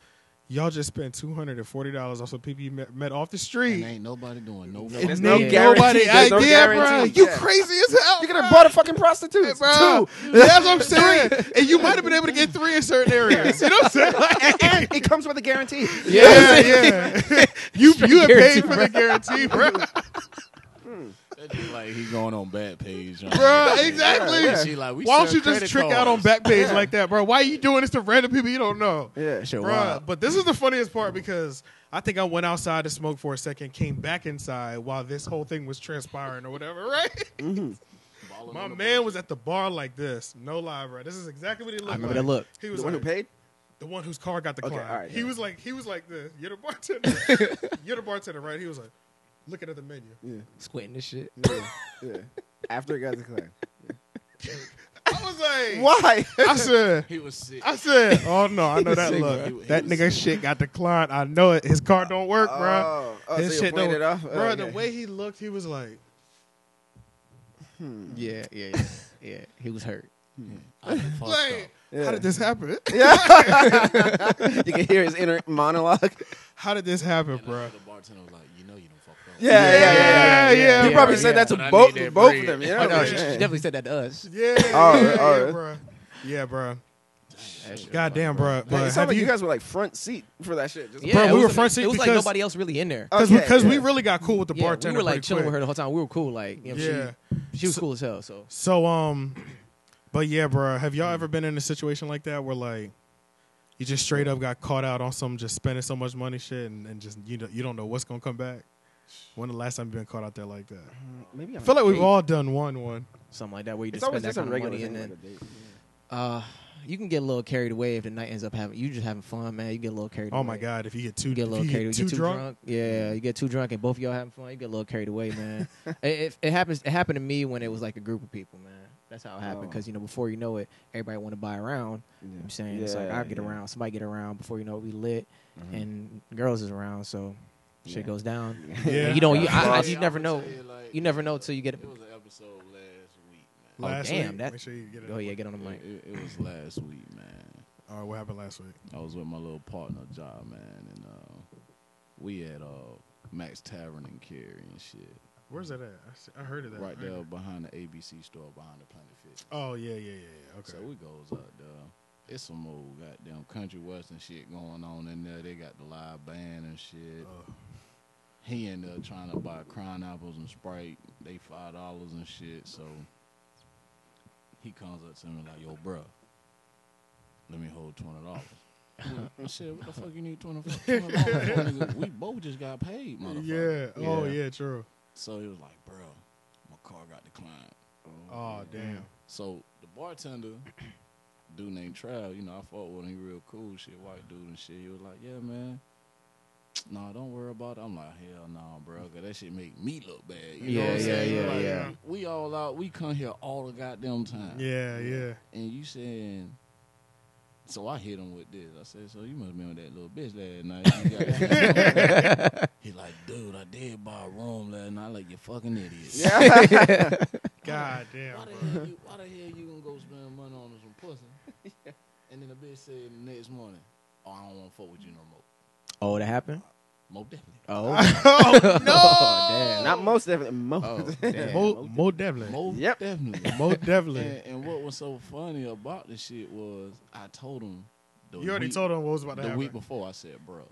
[SPEAKER 2] y'all just spent two hundred and forty dollars on some people you met, met off the
[SPEAKER 3] And
[SPEAKER 2] street.
[SPEAKER 3] ain't nobody doing no.
[SPEAKER 2] And
[SPEAKER 5] There's no
[SPEAKER 2] ain't
[SPEAKER 5] guarantee.
[SPEAKER 2] nobody-
[SPEAKER 5] There's no
[SPEAKER 2] yeah,
[SPEAKER 5] guarantee.
[SPEAKER 2] bro. You
[SPEAKER 5] Yeah.
[SPEAKER 2] crazy as hell.
[SPEAKER 5] You could have
[SPEAKER 2] bro.
[SPEAKER 5] brought a fucking prostitute.
[SPEAKER 2] Bro,
[SPEAKER 5] Two.
[SPEAKER 2] that's what I'm saying. And you might have been able to get three in certain areas. You know what I'm saying? Like,
[SPEAKER 5] And it comes with a guarantee.
[SPEAKER 2] yeah, yeah. you you have
[SPEAKER 4] guarantee,
[SPEAKER 2] paid for the guarantee, bro.
[SPEAKER 3] That's just like he going on bad page. you know?
[SPEAKER 2] Bro, exactly.
[SPEAKER 3] Yeah, she like, we
[SPEAKER 2] Why don't
[SPEAKER 3] sell
[SPEAKER 2] you just
[SPEAKER 3] credit
[SPEAKER 2] trick out on
[SPEAKER 3] cards.
[SPEAKER 2] Backpage like that, bro? Why are you doing this to random people you don't know?
[SPEAKER 5] Yeah.
[SPEAKER 4] Shit,
[SPEAKER 2] Bruh,
[SPEAKER 4] wild.
[SPEAKER 2] but this is the funniest part because I think I went outside to smoke for a second, came back inside while this whole thing was transpiring or whatever, right?
[SPEAKER 5] Mm-hmm.
[SPEAKER 3] Balling
[SPEAKER 2] My
[SPEAKER 3] on the
[SPEAKER 2] man was at the bar like this. No lie, bro. This is exactly what he looked
[SPEAKER 4] I remember
[SPEAKER 2] like.
[SPEAKER 4] that look.
[SPEAKER 2] He was
[SPEAKER 5] The one who
[SPEAKER 2] like,
[SPEAKER 5] paid?
[SPEAKER 2] the one whose car got declined.
[SPEAKER 5] all right,
[SPEAKER 2] he
[SPEAKER 5] yeah.
[SPEAKER 2] was like, he was like this. You're the bartender. You're the bartender, right? He was like, looking at the menu.
[SPEAKER 5] Yeah.
[SPEAKER 4] Squinting this shit.
[SPEAKER 5] Yeah. yeah. After it got declined.
[SPEAKER 2] I was like,
[SPEAKER 5] Why?
[SPEAKER 2] I said,
[SPEAKER 3] He was sick.
[SPEAKER 2] I said, oh no, I know that
[SPEAKER 3] sick,
[SPEAKER 2] look.
[SPEAKER 3] bro. He- he
[SPEAKER 2] that
[SPEAKER 3] was
[SPEAKER 2] nigga shit got declined. I know it. His car don't work, bro.
[SPEAKER 5] Oh, oh, so you pointed
[SPEAKER 2] don't-
[SPEAKER 5] it off?
[SPEAKER 2] Bro, the
[SPEAKER 5] Okay.
[SPEAKER 2] way he looked, he was like,
[SPEAKER 4] Yeah, yeah, yeah. yeah. He was hurt.
[SPEAKER 6] I fucked
[SPEAKER 2] Like,
[SPEAKER 5] Yeah.
[SPEAKER 2] how did this happen?
[SPEAKER 5] you can hear his inner monologue.
[SPEAKER 2] how did this happen,
[SPEAKER 6] up.
[SPEAKER 2] bro?
[SPEAKER 6] And the bartender was like, you know you done fucked up.
[SPEAKER 5] Yeah, yeah, yeah. yeah,
[SPEAKER 2] yeah, yeah,
[SPEAKER 5] He
[SPEAKER 2] yeah,
[SPEAKER 5] probably
[SPEAKER 2] yeah.
[SPEAKER 5] said that to
[SPEAKER 6] But I
[SPEAKER 5] both,
[SPEAKER 6] need that
[SPEAKER 5] both of
[SPEAKER 6] bread.
[SPEAKER 5] them. You
[SPEAKER 4] I
[SPEAKER 2] Oh,
[SPEAKER 5] know?
[SPEAKER 4] know.
[SPEAKER 5] what
[SPEAKER 4] She
[SPEAKER 5] I'm
[SPEAKER 4] she
[SPEAKER 5] saying?
[SPEAKER 4] definitely said that to us.
[SPEAKER 2] Yeah,
[SPEAKER 5] All right,
[SPEAKER 2] yeah,
[SPEAKER 5] all
[SPEAKER 2] yeah,
[SPEAKER 5] right.
[SPEAKER 2] bro. Yeah, bro.
[SPEAKER 6] That shit
[SPEAKER 2] Goddamn,
[SPEAKER 6] was funny,
[SPEAKER 2] bro.
[SPEAKER 5] Like, it
[SPEAKER 2] But
[SPEAKER 5] sounded
[SPEAKER 2] have
[SPEAKER 5] like you,
[SPEAKER 2] you
[SPEAKER 5] guys were like front seat for that shit. Just
[SPEAKER 4] Yeah,
[SPEAKER 2] Bro,
[SPEAKER 4] it
[SPEAKER 2] we
[SPEAKER 4] was
[SPEAKER 2] were
[SPEAKER 4] like-
[SPEAKER 2] front seat
[SPEAKER 4] It was like
[SPEAKER 2] because-
[SPEAKER 4] nobody else really in there.
[SPEAKER 2] because
[SPEAKER 5] Okay,
[SPEAKER 2] because we
[SPEAKER 5] yeah.
[SPEAKER 2] really got cool with the
[SPEAKER 4] Yeah, we
[SPEAKER 2] bartender.
[SPEAKER 4] were like
[SPEAKER 2] pretty
[SPEAKER 4] chilling
[SPEAKER 2] quick.
[SPEAKER 4] with her the whole time. We were cool. Like, you know,
[SPEAKER 2] Yeah.
[SPEAKER 4] she, she was cool as hell. So
[SPEAKER 2] So um, but yeah, bro. Have y'all ever been in a situation like that where like you just straight up got caught out on some just spending so much money shit and, and just you know you don't know what's gonna come back? When the last time you been caught out there like that?
[SPEAKER 5] Maybe
[SPEAKER 2] I
[SPEAKER 5] I'm
[SPEAKER 2] feel like we've
[SPEAKER 5] date.
[SPEAKER 2] all done one one.
[SPEAKER 4] something like that where you
[SPEAKER 5] It's
[SPEAKER 4] just spend
[SPEAKER 5] always
[SPEAKER 4] that
[SPEAKER 5] just a
[SPEAKER 4] kind of
[SPEAKER 5] regular
[SPEAKER 4] money
[SPEAKER 5] thing.
[SPEAKER 4] and
[SPEAKER 5] Like a
[SPEAKER 4] then
[SPEAKER 5] date.
[SPEAKER 4] uh, you can get a little carried away if the night ends up having you just having fun, man. You get a little carried.
[SPEAKER 2] Oh
[SPEAKER 4] away.
[SPEAKER 2] my god, if you get too
[SPEAKER 4] You get a
[SPEAKER 2] if
[SPEAKER 4] little
[SPEAKER 2] you
[SPEAKER 4] carried.
[SPEAKER 2] get
[SPEAKER 4] away.
[SPEAKER 2] too, drunk,
[SPEAKER 4] Yeah, you get too drunk, and both of y'all having fun. You get a little carried away, man. it, it, it happens. It happened to me when it was like a group of people, man. That's how it happened.
[SPEAKER 5] Oh.
[SPEAKER 4] Because you know, before you know it, everybody want to buy around.
[SPEAKER 5] Yeah.
[SPEAKER 4] I'm saying it's like
[SPEAKER 5] Yeah,
[SPEAKER 4] I get
[SPEAKER 5] yeah.
[SPEAKER 4] around, somebody get around. Before you know it, we lit,
[SPEAKER 2] Mm-hmm.
[SPEAKER 5] Mhm.
[SPEAKER 4] and girls is around, so shit
[SPEAKER 5] Yeah.
[SPEAKER 4] goes down.
[SPEAKER 2] Yeah.
[SPEAKER 4] And you don't. You, I, I,
[SPEAKER 3] Yeah,
[SPEAKER 4] you never
[SPEAKER 3] I'ma
[SPEAKER 4] know.
[SPEAKER 3] tell like,
[SPEAKER 4] You never know till you get.
[SPEAKER 3] It was an episode last week, man.
[SPEAKER 2] last
[SPEAKER 4] oh, damn,
[SPEAKER 2] week,
[SPEAKER 4] that-
[SPEAKER 2] make sure you get it.
[SPEAKER 4] Oh yeah, get on the
[SPEAKER 3] It,
[SPEAKER 4] mic.
[SPEAKER 3] it- it was last week, man.
[SPEAKER 2] All right, what happened last week?
[SPEAKER 3] I was with my little partner, job man, and uh, we at uh, Max Tavern and Carrie and shit.
[SPEAKER 2] Where's that at? I s- I, heard of that.
[SPEAKER 3] Right there behind the ABC store, behind the Planet Fitness.
[SPEAKER 2] Oh yeah, yeah, yeah, yeah. Okay.
[SPEAKER 3] So we goes out there. It's some old goddamn country western shit going on in there. They got the live band and shit.
[SPEAKER 2] Oh.
[SPEAKER 3] He ended up trying to buy crown apples and Sprite. They five dollars and shit. So he comes up to me like, "Yo, bruh, let me hold twenty dollars." I said, "What the fuck you need twenty dollars? We both just got paid,
[SPEAKER 2] yeah.
[SPEAKER 3] motherfucker."
[SPEAKER 2] Oh yeah, true.
[SPEAKER 3] So he was like, "Bruh, my car got declined."
[SPEAKER 2] Oh
[SPEAKER 4] Mm.
[SPEAKER 2] damn.
[SPEAKER 3] So the bartender, dude named Trav, you know, I fought with him. He real cool, shit, white dude and shit. He was like, "Yeah, man, nah, don't worry about it." I'm like, "Hell no, bro, 'cause that shit make me look bad." You know
[SPEAKER 4] Yeah,
[SPEAKER 3] what I'm
[SPEAKER 4] yeah,
[SPEAKER 3] saying?
[SPEAKER 4] yeah,
[SPEAKER 3] Like,
[SPEAKER 4] yeah.
[SPEAKER 3] We all out. We come here all the goddamn time.
[SPEAKER 2] Yeah, yeah.
[SPEAKER 3] And you saying. So I hit him with this. I said, "So you must be on that little bitch last night." You got- he like, "Dude, I did buy a room last night." Like you fucking idiot.
[SPEAKER 5] Yeah.
[SPEAKER 2] God damn.
[SPEAKER 3] Why the,
[SPEAKER 2] bro.
[SPEAKER 3] hell you, why the hell you gonna go spend money on some pussy? And then the bitch said the next morning, "Oh, I don't want to fuck with you no more."
[SPEAKER 4] Oh, that happened.
[SPEAKER 3] Mo definitely.
[SPEAKER 4] Oh,
[SPEAKER 2] no.
[SPEAKER 4] damn.
[SPEAKER 5] Not most definitely. Most.
[SPEAKER 4] Oh, damn.
[SPEAKER 2] Mo, Mo Devlin. Mo,
[SPEAKER 3] Mo
[SPEAKER 5] Yep.
[SPEAKER 3] definitely.
[SPEAKER 2] Devlin.
[SPEAKER 3] and, and what was so funny about this shit was I told him. The
[SPEAKER 2] You already
[SPEAKER 3] week,
[SPEAKER 2] told him what was about to
[SPEAKER 3] the
[SPEAKER 2] happen.
[SPEAKER 3] week before. I said, "Bro,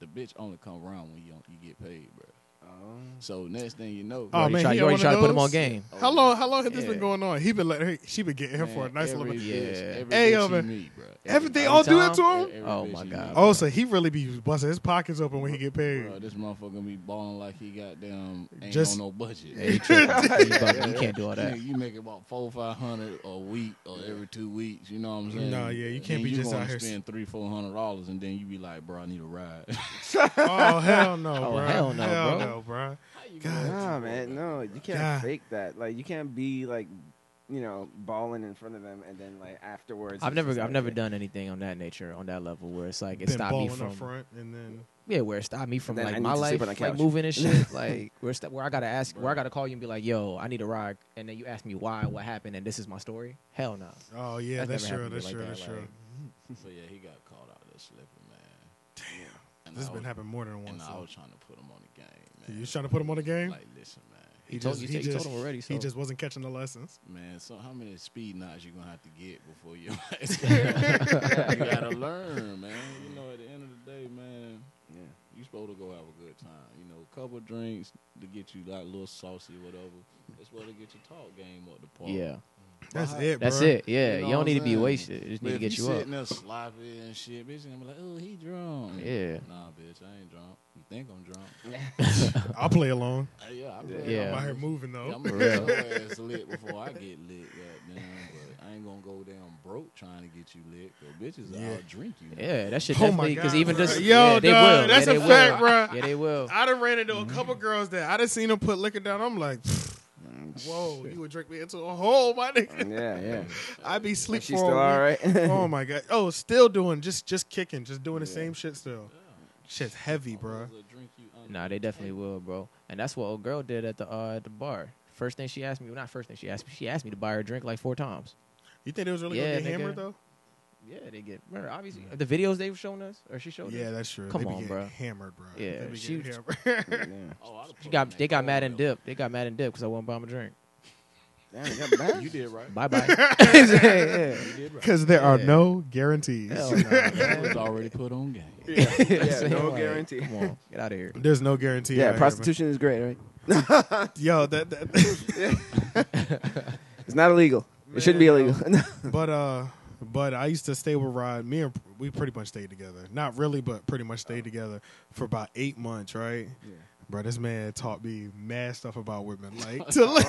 [SPEAKER 3] the bitch only come around when you don't- you get paid, bro."
[SPEAKER 5] Oh.
[SPEAKER 3] So next thing you know,
[SPEAKER 2] Oh,
[SPEAKER 4] You already
[SPEAKER 2] man,
[SPEAKER 4] try-
[SPEAKER 2] he
[SPEAKER 4] you already
[SPEAKER 2] had
[SPEAKER 4] try to
[SPEAKER 2] one
[SPEAKER 4] put
[SPEAKER 2] of
[SPEAKER 4] him on
[SPEAKER 2] those?
[SPEAKER 4] game.
[SPEAKER 2] How long? How long has this
[SPEAKER 4] Yeah.
[SPEAKER 2] been going on? He been letting her. She been getting him
[SPEAKER 3] man,
[SPEAKER 2] for a nice
[SPEAKER 3] every
[SPEAKER 2] little.
[SPEAKER 3] bitch,
[SPEAKER 4] Yeah.
[SPEAKER 3] Every
[SPEAKER 2] Hey,
[SPEAKER 3] bitch
[SPEAKER 2] yo,
[SPEAKER 3] he
[SPEAKER 2] man.
[SPEAKER 3] meet, bro.
[SPEAKER 2] Every- They
[SPEAKER 4] Every
[SPEAKER 2] all do that to
[SPEAKER 4] time?
[SPEAKER 2] him.
[SPEAKER 3] e, Every
[SPEAKER 4] Oh,
[SPEAKER 3] bitch
[SPEAKER 4] my
[SPEAKER 3] he
[SPEAKER 4] God.
[SPEAKER 3] meet.
[SPEAKER 2] Oh, so he really be busting his pockets open when he get paid.
[SPEAKER 3] Bro, this motherfucker be balling like he goddamn ain't
[SPEAKER 2] Just-
[SPEAKER 3] on no budget.
[SPEAKER 4] Yeah, you tripping. You bugging. You can't do all that.
[SPEAKER 3] Nigga, you make about four five hundred a week or every two weeks. You know what I'm saying?
[SPEAKER 2] Nah, yeah, you can't
[SPEAKER 3] Then
[SPEAKER 2] be
[SPEAKER 3] you
[SPEAKER 2] just
[SPEAKER 3] gonna
[SPEAKER 2] out here-
[SPEAKER 3] spend three four hundred dollars and then you be like, bro, I need a ride.
[SPEAKER 2] Oh hell no, bro.
[SPEAKER 4] Oh, hell no,
[SPEAKER 2] hell
[SPEAKER 4] bro.
[SPEAKER 2] no, bro.
[SPEAKER 5] Nah, man, no, you can't
[SPEAKER 2] God.
[SPEAKER 5] fake that. Like, you can't be like, you know, balling in front of them and then like afterwards.
[SPEAKER 4] I've
[SPEAKER 5] it's
[SPEAKER 4] never,
[SPEAKER 5] just
[SPEAKER 4] I've
[SPEAKER 5] like-
[SPEAKER 4] never done anything on that nature, on that level, where it's like it
[SPEAKER 2] Been
[SPEAKER 4] stopped me
[SPEAKER 2] balling up
[SPEAKER 4] from,
[SPEAKER 2] front and then
[SPEAKER 4] yeah, where it stopped me from
[SPEAKER 5] then I
[SPEAKER 4] like
[SPEAKER 5] need
[SPEAKER 4] my
[SPEAKER 5] to sleep
[SPEAKER 4] life,
[SPEAKER 5] on the
[SPEAKER 4] like
[SPEAKER 5] couch.
[SPEAKER 4] moving and shit, like where st- where I gotta ask, where I gotta call you and be like, yo, I need a ride, and then you ask me why, what happened, and this is my story. Hell no.
[SPEAKER 2] oh yeah,
[SPEAKER 4] That's
[SPEAKER 2] that's
[SPEAKER 4] never
[SPEAKER 2] true.
[SPEAKER 4] happened
[SPEAKER 2] That's
[SPEAKER 4] to me
[SPEAKER 2] true.
[SPEAKER 4] like
[SPEAKER 2] that's
[SPEAKER 4] that,
[SPEAKER 2] true.
[SPEAKER 4] like-
[SPEAKER 3] so yeah, he got caught out there slipping, man. Damn,
[SPEAKER 2] this has been happening more than
[SPEAKER 3] And
[SPEAKER 2] once.
[SPEAKER 3] I
[SPEAKER 2] so.
[SPEAKER 3] was trying to put him on the game, man.
[SPEAKER 2] You trying to put him on the game?
[SPEAKER 3] Like, listen, man,
[SPEAKER 4] He told you- he told him already,
[SPEAKER 2] He
[SPEAKER 4] so.
[SPEAKER 2] just wasn't catching the lessons.
[SPEAKER 3] man. So how many speed knots you gonna have to get before you? you gotta learn, man. You know, at the end of the day, man.
[SPEAKER 5] Yeah.
[SPEAKER 3] you supposed to go have a good time. You know, a couple drinks to get you like a little saucy, whatever. It's supposed to get your talk game up the par.
[SPEAKER 4] Yeah,
[SPEAKER 2] That's
[SPEAKER 3] Wow.
[SPEAKER 2] it. Bro.
[SPEAKER 4] that's it. Yeah,
[SPEAKER 3] know
[SPEAKER 4] you, don't
[SPEAKER 3] what
[SPEAKER 4] need
[SPEAKER 3] I'm
[SPEAKER 4] to be
[SPEAKER 3] saying?
[SPEAKER 4] wasted. It just
[SPEAKER 3] But
[SPEAKER 4] need to
[SPEAKER 3] if
[SPEAKER 4] get you
[SPEAKER 3] sitting
[SPEAKER 4] up.
[SPEAKER 3] there sloppy and shit, bitch, I'm like, oh, he drunk.
[SPEAKER 4] Yeah.
[SPEAKER 3] Nah, bitch, I ain't drunk. You think I'm drunk?
[SPEAKER 2] I'll play along.
[SPEAKER 3] Uh, yeah, I'm drunk.
[SPEAKER 4] Yeah.
[SPEAKER 2] I'm out here
[SPEAKER 3] I'm,
[SPEAKER 2] moving though.
[SPEAKER 3] I'm
[SPEAKER 4] For
[SPEAKER 3] gonna
[SPEAKER 4] real.
[SPEAKER 3] get your ass lit before I get lit, goddamn. But I ain't gonna go down broke trying to get you lit. 'cause bitches,
[SPEAKER 2] Yeah.
[SPEAKER 3] I'll drink you.
[SPEAKER 4] Yeah, that shit
[SPEAKER 2] Oh my
[SPEAKER 4] definitely because
[SPEAKER 2] God,
[SPEAKER 4] even
[SPEAKER 2] bro.
[SPEAKER 4] just
[SPEAKER 2] Yo,
[SPEAKER 4] yeah, they
[SPEAKER 2] dog,
[SPEAKER 4] will.
[SPEAKER 2] that's
[SPEAKER 4] yeah,
[SPEAKER 2] a
[SPEAKER 4] they
[SPEAKER 2] fact,
[SPEAKER 4] will.
[SPEAKER 2] bro.
[SPEAKER 4] Yeah, they will.
[SPEAKER 2] I done ran into a couple girls that I done seen them put liquor down. I'm like, whoa, you would drink me into a hole, my nigga.
[SPEAKER 5] Mm, Yeah, yeah.
[SPEAKER 2] I be sleep
[SPEAKER 5] She's
[SPEAKER 2] for
[SPEAKER 5] still
[SPEAKER 2] a
[SPEAKER 5] all
[SPEAKER 2] week.
[SPEAKER 5] right.
[SPEAKER 2] Oh my god. Oh, still doing just just kicking, just doing the same shit still. Shit's heavy, bro.
[SPEAKER 3] Drink you under
[SPEAKER 4] Nah, they definitely will, bro. And that's what old girl did at the uh, at the bar. First thing she asked me, well, not first thing she asked me, she asked me to buy her a drink like four times.
[SPEAKER 2] You think it was really
[SPEAKER 4] Yeah,
[SPEAKER 2] gonna get
[SPEAKER 4] nigga.
[SPEAKER 2] hammered though?
[SPEAKER 4] Yeah, they get. Remember, obviously, the videos they were showing us, or she showed
[SPEAKER 2] Yeah,
[SPEAKER 4] us.
[SPEAKER 2] that's true.
[SPEAKER 4] Come
[SPEAKER 2] they be
[SPEAKER 4] on,
[SPEAKER 2] getting
[SPEAKER 4] bruh.
[SPEAKER 2] Hammered, bro.
[SPEAKER 4] Yeah,
[SPEAKER 2] they be
[SPEAKER 4] she
[SPEAKER 2] getting hammered.
[SPEAKER 5] Yeah.
[SPEAKER 6] Oh, I'd have
[SPEAKER 4] She
[SPEAKER 6] put
[SPEAKER 4] got.
[SPEAKER 6] them in
[SPEAKER 4] They got mad
[SPEAKER 6] cold
[SPEAKER 4] and dip. They got mad and dip because I wouldn't buy them a drink.
[SPEAKER 5] Damn, you got
[SPEAKER 6] milk.
[SPEAKER 5] back?
[SPEAKER 6] You did right.
[SPEAKER 4] Bye bye. yeah.
[SPEAKER 6] You did right.
[SPEAKER 2] Because there are
[SPEAKER 4] Yeah.
[SPEAKER 2] no guarantees.
[SPEAKER 4] Hell no, man.
[SPEAKER 3] It was already put on game.
[SPEAKER 4] That's
[SPEAKER 5] Yeah,
[SPEAKER 4] it.
[SPEAKER 5] no
[SPEAKER 4] Like,
[SPEAKER 5] guarantee.
[SPEAKER 4] Come on, get out of here.
[SPEAKER 2] There's no guarantee. out
[SPEAKER 5] Yeah,
[SPEAKER 2] here,
[SPEAKER 5] prostitution is great, right?
[SPEAKER 2] man. Yo, that, that
[SPEAKER 5] It's not illegal. it shouldn't be illegal.
[SPEAKER 2] but uh, but I used to stay with Rod. Me and we pretty much stayed together. Not really, but pretty much stayed together for about eight months, right? Yeah. Bro, this man taught me mad stuff about women. Like, to, like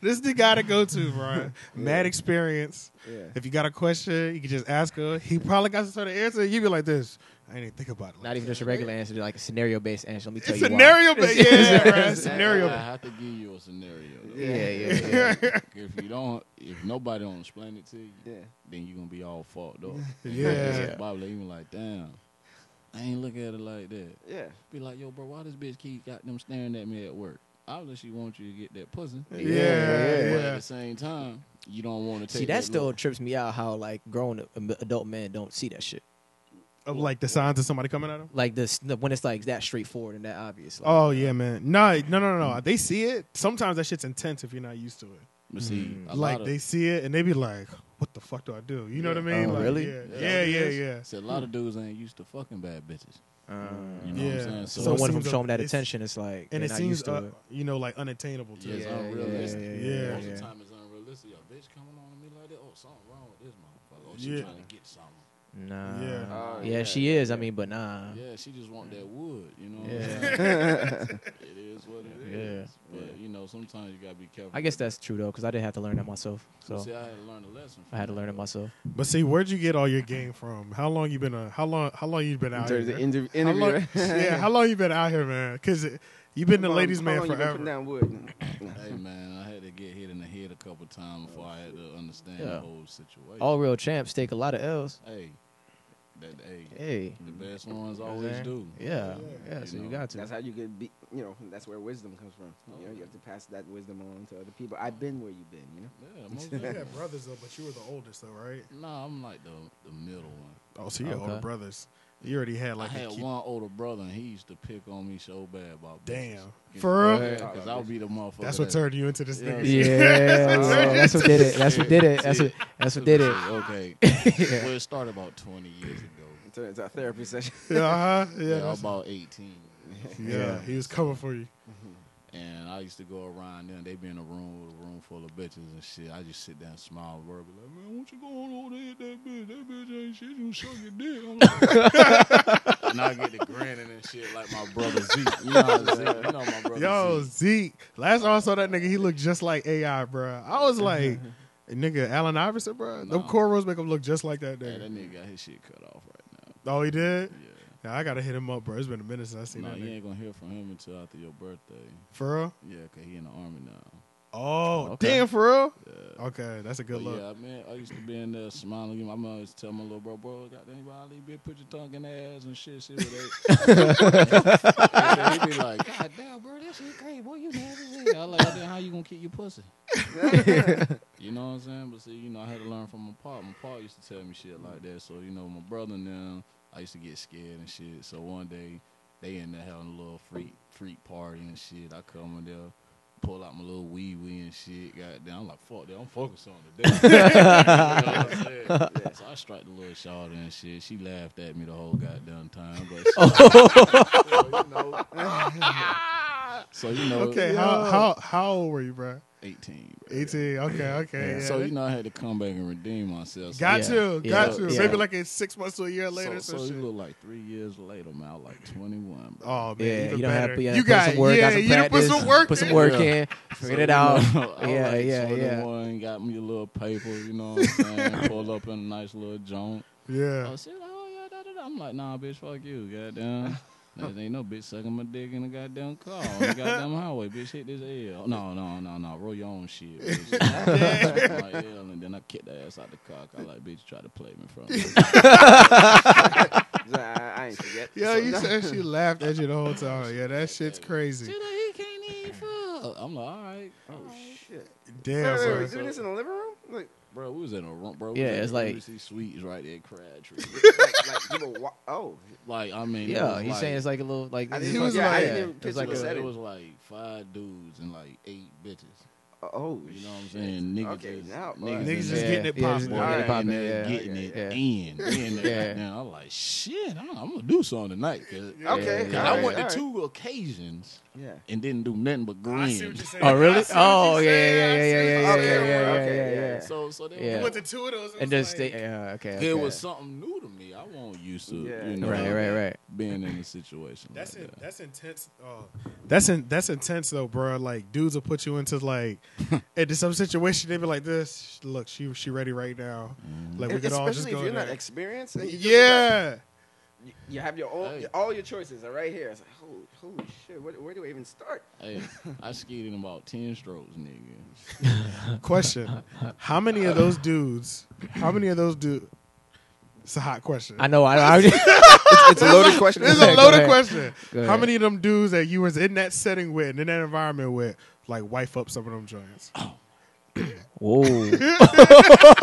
[SPEAKER 2] this is the guy to go to, bro. Mad experience.
[SPEAKER 5] yeah.
[SPEAKER 2] If you got a question, you can just ask her. He probably got some sort of answer. You'd be like this. I didn't even think about it.
[SPEAKER 4] Not even just a regular answer, like a scenario based answer. Let me tell
[SPEAKER 2] It's
[SPEAKER 4] you
[SPEAKER 2] scenario,
[SPEAKER 4] why.
[SPEAKER 2] but yeah, bruh,
[SPEAKER 3] I
[SPEAKER 2] scenario.
[SPEAKER 3] have to give you a scenario. though.
[SPEAKER 4] Yeah, yeah, yeah.
[SPEAKER 3] if you don't, if nobody don't explain it to you,
[SPEAKER 5] Yeah.
[SPEAKER 3] then you're gonna be all fucked up.
[SPEAKER 2] Yeah.
[SPEAKER 3] It's Probably even like, damn, I ain't look at it like that.
[SPEAKER 5] Yeah.
[SPEAKER 3] Be like, yo, bro, why this bitch keep got them staring at me at work? Obviously, she wants you to get that pussy.
[SPEAKER 2] Yeah,
[SPEAKER 3] But
[SPEAKER 2] yeah.
[SPEAKER 3] at the same time, you don't want to take.
[SPEAKER 4] See, that
[SPEAKER 3] look.
[SPEAKER 4] still trips me out how like grown a- adult men don't see that shit.
[SPEAKER 2] Of like the signs of somebody coming at him.
[SPEAKER 4] Like this the- when it's like that straightforward and that obvious. Like,
[SPEAKER 2] Oh yeah, man. No, no, no, no. They see it. Sometimes that shit's intense if you're not used to it.
[SPEAKER 3] But see,
[SPEAKER 4] Mm.
[SPEAKER 3] a lot
[SPEAKER 2] Like
[SPEAKER 3] of,
[SPEAKER 2] they see it and they be like, "What the fuck do I do?" You know what I mean?
[SPEAKER 4] Oh,
[SPEAKER 2] Like,
[SPEAKER 4] really?
[SPEAKER 2] Yeah, yeah, yeah. yeah.
[SPEAKER 3] See, a lot of dudes ain't used to fucking bad bitches.
[SPEAKER 4] Uh,
[SPEAKER 3] You know
[SPEAKER 2] Yeah.
[SPEAKER 3] what I'm saying? So,
[SPEAKER 4] so
[SPEAKER 2] it
[SPEAKER 4] when I'm
[SPEAKER 2] seems
[SPEAKER 4] showing that
[SPEAKER 2] it's-
[SPEAKER 4] attention, it's like
[SPEAKER 2] And
[SPEAKER 4] they're
[SPEAKER 2] it
[SPEAKER 4] not
[SPEAKER 2] seems,
[SPEAKER 4] used to
[SPEAKER 2] uh,
[SPEAKER 4] it.
[SPEAKER 2] you know, like unattainable to
[SPEAKER 3] yeah, it's
[SPEAKER 4] Yeah,
[SPEAKER 3] unrealistic.
[SPEAKER 4] yeah,
[SPEAKER 2] yeah,
[SPEAKER 3] Most
[SPEAKER 4] yeah.
[SPEAKER 3] of the time, it's unrealistic. Yo, bitch coming on me like that. Oh, something wrong with this motherfucker. Oh, she
[SPEAKER 2] Yeah.
[SPEAKER 3] trying to get something.
[SPEAKER 4] Nah.
[SPEAKER 2] Yeah.
[SPEAKER 4] Yeah.
[SPEAKER 5] Oh,
[SPEAKER 4] she is. I mean, but nah.
[SPEAKER 3] Yeah, she just want that wood. You know. What I'm saying?
[SPEAKER 4] Yeah.
[SPEAKER 3] It is what it
[SPEAKER 4] Yeah.
[SPEAKER 3] is. But you know, sometimes you gotta be careful.
[SPEAKER 4] I guess
[SPEAKER 3] with
[SPEAKER 4] that's true though, because I did have to learn that myself.
[SPEAKER 3] it.
[SPEAKER 4] So
[SPEAKER 3] see, I had to learn a lesson.
[SPEAKER 4] I had to learn it myself.
[SPEAKER 2] But see, where'd you get all your game from? How long you been? A, how long? How long you been
[SPEAKER 5] In
[SPEAKER 2] out
[SPEAKER 5] terms
[SPEAKER 2] here?
[SPEAKER 5] of inter-
[SPEAKER 2] how
[SPEAKER 5] interview,
[SPEAKER 2] long,
[SPEAKER 5] right?
[SPEAKER 2] yeah, how long you been out here, man? Because you've been the
[SPEAKER 5] How long-
[SPEAKER 2] ladies'
[SPEAKER 5] how
[SPEAKER 2] man
[SPEAKER 5] long you been
[SPEAKER 2] forever.
[SPEAKER 5] putting down wood?
[SPEAKER 3] Hey man, I had to get hit in the head a couple times before I had to understand
[SPEAKER 4] Yeah.
[SPEAKER 3] the whole situation.
[SPEAKER 4] All real champs take a lot of L's.
[SPEAKER 3] hey, that hey,
[SPEAKER 4] Hey.
[SPEAKER 3] the best ones
[SPEAKER 4] You know what I'm
[SPEAKER 3] always
[SPEAKER 4] saying?
[SPEAKER 3] do.
[SPEAKER 4] Yeah. Yeah.
[SPEAKER 3] You
[SPEAKER 4] so you
[SPEAKER 3] know,
[SPEAKER 4] got to.
[SPEAKER 5] That's how you could be, you know, that's where wisdom comes from. You know, you have to pass that wisdom on to other people. I've been where you've been, you know?
[SPEAKER 3] Yeah, most
[SPEAKER 2] You
[SPEAKER 3] definitely.
[SPEAKER 2] had brothers though, but you were the oldest though, right?
[SPEAKER 3] Nah, I'm like the the middle one.
[SPEAKER 2] Oh, so you had
[SPEAKER 4] Okay.
[SPEAKER 2] older brothers. You already had like
[SPEAKER 3] I had
[SPEAKER 2] a kid.
[SPEAKER 3] one older brother, and he used to pick on me so bad about
[SPEAKER 2] Damn,
[SPEAKER 3] bitches.
[SPEAKER 2] for real.
[SPEAKER 3] because I would be the motherfucker.
[SPEAKER 2] That's what
[SPEAKER 3] that-
[SPEAKER 2] turned you into this
[SPEAKER 3] Yeah.
[SPEAKER 2] nigga.
[SPEAKER 4] Yeah, bro, that's what did it. That's what did it. That's what. That's what did it.
[SPEAKER 3] Okay, well, it started about 20 years ago.
[SPEAKER 5] It's a, it's a therapy session.
[SPEAKER 2] Uh-huh. Yeah,
[SPEAKER 3] Yeah, I
[SPEAKER 2] that's-
[SPEAKER 3] was about 18,
[SPEAKER 2] yeah, He was coming for you.
[SPEAKER 3] and I used to go around there. and They be in a room with a room full of bitches and shit. I just sit there and smile, bro. Be like, man, what you going over there? with That bitch, that bitch ain't shit. You suck your dick. I'm like, and I get to grinning and shit like my brother Zeke. You know what I'm saying? You know my brother
[SPEAKER 2] Yo,
[SPEAKER 3] Zeke.
[SPEAKER 2] Zeke. Last time I saw that nigga, he looked just like AI, bro. I was like, nigga, Allen Iverson, bro. Them
[SPEAKER 3] Nah.
[SPEAKER 2] cornrows make him look just like that
[SPEAKER 3] Yeah,
[SPEAKER 2] nigga.
[SPEAKER 3] that nigga got his shit cut off right now.
[SPEAKER 2] Oh, he did.
[SPEAKER 3] Yeah.
[SPEAKER 2] Yeah, I gotta hit him up, bro. It's been a minute since I seen
[SPEAKER 3] No,
[SPEAKER 2] that
[SPEAKER 3] you
[SPEAKER 2] nigga.
[SPEAKER 3] ain't gonna hear from him until after your birthday.
[SPEAKER 2] For real?
[SPEAKER 3] Yeah, cause he in the army now.
[SPEAKER 2] Oh,
[SPEAKER 4] Okay.
[SPEAKER 2] damn, for real?
[SPEAKER 3] Yeah.
[SPEAKER 2] Okay, that's a good
[SPEAKER 3] But
[SPEAKER 2] look.
[SPEAKER 3] yeah, man, I used to be in there smiling. You know, My mom used to tell my little bro, bro, goddamn, Ali, bitch, put your tongue in the ass and shit, shit with that. He'd be like, God damn, bro, that shit crazy, boy, you mad as hell. I like, then how you gonna keep your pussy? you know what I'm saying? But see, you know, I had to learn from my pop. My pop used to tell me shit like that. So you know, my brother and them, I used to get scared and shit. So one day, they in there having a little freak freak party and shit. I come in there. Pull out my little wee wee and shit. Goddamn, I'm like, fuck that. I'm focused on the day. You know what I'm saying? So I strike the little shawty and shit. She laughed at me the whole goddamn time. But
[SPEAKER 4] Oh.
[SPEAKER 3] so, you know, so you know,
[SPEAKER 2] Okay, how, how how old were you, bro?
[SPEAKER 3] 18. bro.
[SPEAKER 2] 18. Okay, okay.
[SPEAKER 3] Yeah,
[SPEAKER 2] Yeah.
[SPEAKER 3] so you know, I had to come back and redeem myself. So-
[SPEAKER 2] got
[SPEAKER 4] Yeah,
[SPEAKER 2] you,
[SPEAKER 4] yeah,
[SPEAKER 2] got you.
[SPEAKER 4] yeah.
[SPEAKER 2] Maybe like it's six months to a year later.
[SPEAKER 3] So,
[SPEAKER 2] So,
[SPEAKER 3] so
[SPEAKER 2] shit.
[SPEAKER 3] you look like three years later, man. I was like 21. Bro.
[SPEAKER 2] Oh man,
[SPEAKER 4] Yeah,
[SPEAKER 2] even
[SPEAKER 4] you don't
[SPEAKER 2] better.
[SPEAKER 4] have to yeah,
[SPEAKER 2] you
[SPEAKER 4] put
[SPEAKER 2] got
[SPEAKER 4] some work,
[SPEAKER 2] yeah,
[SPEAKER 4] got some
[SPEAKER 2] you done
[SPEAKER 4] practice,
[SPEAKER 2] put some work,
[SPEAKER 4] put some
[SPEAKER 2] in.
[SPEAKER 4] work
[SPEAKER 3] Yeah.
[SPEAKER 4] in,
[SPEAKER 3] So,
[SPEAKER 4] figured it
[SPEAKER 3] you
[SPEAKER 4] out.
[SPEAKER 3] know, I was
[SPEAKER 4] Yeah,
[SPEAKER 3] like
[SPEAKER 4] yeah, yeah.
[SPEAKER 3] 21, Got me a little paper, you know what I'm saying? Pulled up in a nice little joint.
[SPEAKER 2] Yeah,
[SPEAKER 3] Oh, she like, oh yeah, da, da, da. I'm like, nah, bitch, fuck you, goddamn. There ain't no bitch sucking my dick in the goddamn car on the goddamn highway, bitch. Hit this L. No, no, no, no. Roll your own shit. Bitch. Suck my L, and then I kicked the ass out the car. 'cause I like, bitch, try to play me from.
[SPEAKER 5] So I, I ain't forget.
[SPEAKER 2] yo,
[SPEAKER 5] So
[SPEAKER 2] you
[SPEAKER 5] no-
[SPEAKER 2] said she laughed at you the whole time. Yeah, that shit's crazy.
[SPEAKER 3] he can't eat food. up. I'm like, all right,
[SPEAKER 5] Oh shit!
[SPEAKER 2] Damn,
[SPEAKER 5] wait, wait, wait,
[SPEAKER 2] bro.
[SPEAKER 5] you doing this in the living room? Like,
[SPEAKER 3] bro. We was in a room, bro.
[SPEAKER 4] Yeah, it's like-
[SPEAKER 3] see sweets right there, Crabtree.
[SPEAKER 5] like, like you were wa- oh,
[SPEAKER 3] like I mean, it
[SPEAKER 4] Yeah,
[SPEAKER 3] was
[SPEAKER 4] he's
[SPEAKER 3] like,
[SPEAKER 4] saying it's like a little like
[SPEAKER 5] I
[SPEAKER 4] it's
[SPEAKER 5] didn't-
[SPEAKER 2] was
[SPEAKER 5] yeah, I
[SPEAKER 2] like-
[SPEAKER 5] didn't
[SPEAKER 4] yeah,
[SPEAKER 5] even
[SPEAKER 4] it's
[SPEAKER 5] picture
[SPEAKER 4] like
[SPEAKER 5] the
[SPEAKER 3] it, was,
[SPEAKER 5] setting.
[SPEAKER 3] it was like five dudes and like eight bitches.
[SPEAKER 5] oh,
[SPEAKER 3] You know what I'm
[SPEAKER 5] shit.
[SPEAKER 3] saying? Niggas
[SPEAKER 5] Okay,
[SPEAKER 3] just
[SPEAKER 5] now-
[SPEAKER 3] niggas,
[SPEAKER 2] Niggas
[SPEAKER 3] in
[SPEAKER 2] just
[SPEAKER 3] there.
[SPEAKER 4] yeah,
[SPEAKER 2] getting it
[SPEAKER 4] yeah,
[SPEAKER 2] popping.
[SPEAKER 4] just
[SPEAKER 3] Boy,
[SPEAKER 4] getting it
[SPEAKER 5] Alright,
[SPEAKER 3] and
[SPEAKER 4] popping, yeah.
[SPEAKER 3] they're getting it
[SPEAKER 4] yeah.
[SPEAKER 3] in. in
[SPEAKER 4] Yeah.
[SPEAKER 3] yeah. I'm like, shit, I'm, I'm gonna do something tonight. Cause,
[SPEAKER 5] Okay,
[SPEAKER 4] Yeah,
[SPEAKER 3] 'cause
[SPEAKER 4] yeah,
[SPEAKER 3] I
[SPEAKER 5] alright,
[SPEAKER 3] went to
[SPEAKER 5] alright.
[SPEAKER 3] two occasions
[SPEAKER 5] Yeah.
[SPEAKER 3] and didn't do nothing but
[SPEAKER 2] I see what
[SPEAKER 3] grin.
[SPEAKER 2] you're saying.
[SPEAKER 4] Oh
[SPEAKER 2] I
[SPEAKER 4] really?
[SPEAKER 2] see what
[SPEAKER 4] Oh
[SPEAKER 2] you're
[SPEAKER 4] yeah, yeah,
[SPEAKER 2] saying.
[SPEAKER 4] yeah, yeah, yeah, yeah,
[SPEAKER 5] Okay,
[SPEAKER 4] yeah, yeah,
[SPEAKER 5] okay,
[SPEAKER 4] yeah,
[SPEAKER 5] yeah.
[SPEAKER 4] yeah.
[SPEAKER 3] So, so they
[SPEAKER 4] Yeah.
[SPEAKER 2] You went to two of those. it
[SPEAKER 4] And
[SPEAKER 2] was
[SPEAKER 4] just
[SPEAKER 2] like-
[SPEAKER 4] stay. Yeah, okay.
[SPEAKER 3] It
[SPEAKER 4] okay.
[SPEAKER 3] was something new to me. I wasn't used to
[SPEAKER 5] Yeah.
[SPEAKER 3] you know,
[SPEAKER 4] Right, right, right.
[SPEAKER 3] being in a situation
[SPEAKER 2] That's
[SPEAKER 3] like
[SPEAKER 2] in,
[SPEAKER 3] that.
[SPEAKER 2] that's intense. Oh, that's in, that's intense though, bro. Like dudes will put you into like into some situation. They be like, "This look, she she ready right now." Like we could all just
[SPEAKER 5] E, Especially
[SPEAKER 2] go
[SPEAKER 5] if you're
[SPEAKER 2] in there.
[SPEAKER 5] not experienced. And you just got-
[SPEAKER 2] yeah,
[SPEAKER 5] you- you have your all,
[SPEAKER 3] Hey.
[SPEAKER 5] your- all your choices are right here. It's like, holy, holy shit, where, where do I even start?
[SPEAKER 3] Hey, I skied in about ten strokes, nigga.
[SPEAKER 2] question: How many of those dudes? How many of those dudes? It's a hot question.
[SPEAKER 4] I know. I, I yeah,
[SPEAKER 5] It's a loaded question.
[SPEAKER 2] This is
[SPEAKER 4] Go
[SPEAKER 2] a
[SPEAKER 4] ahead,
[SPEAKER 2] loaded
[SPEAKER 4] go ahead.
[SPEAKER 2] question.
[SPEAKER 4] Go
[SPEAKER 2] How
[SPEAKER 4] ahead.
[SPEAKER 2] many of them dudes that you was in that setting with and in that environment with, like wife up some of them joints?
[SPEAKER 3] Oh,
[SPEAKER 4] Whoa.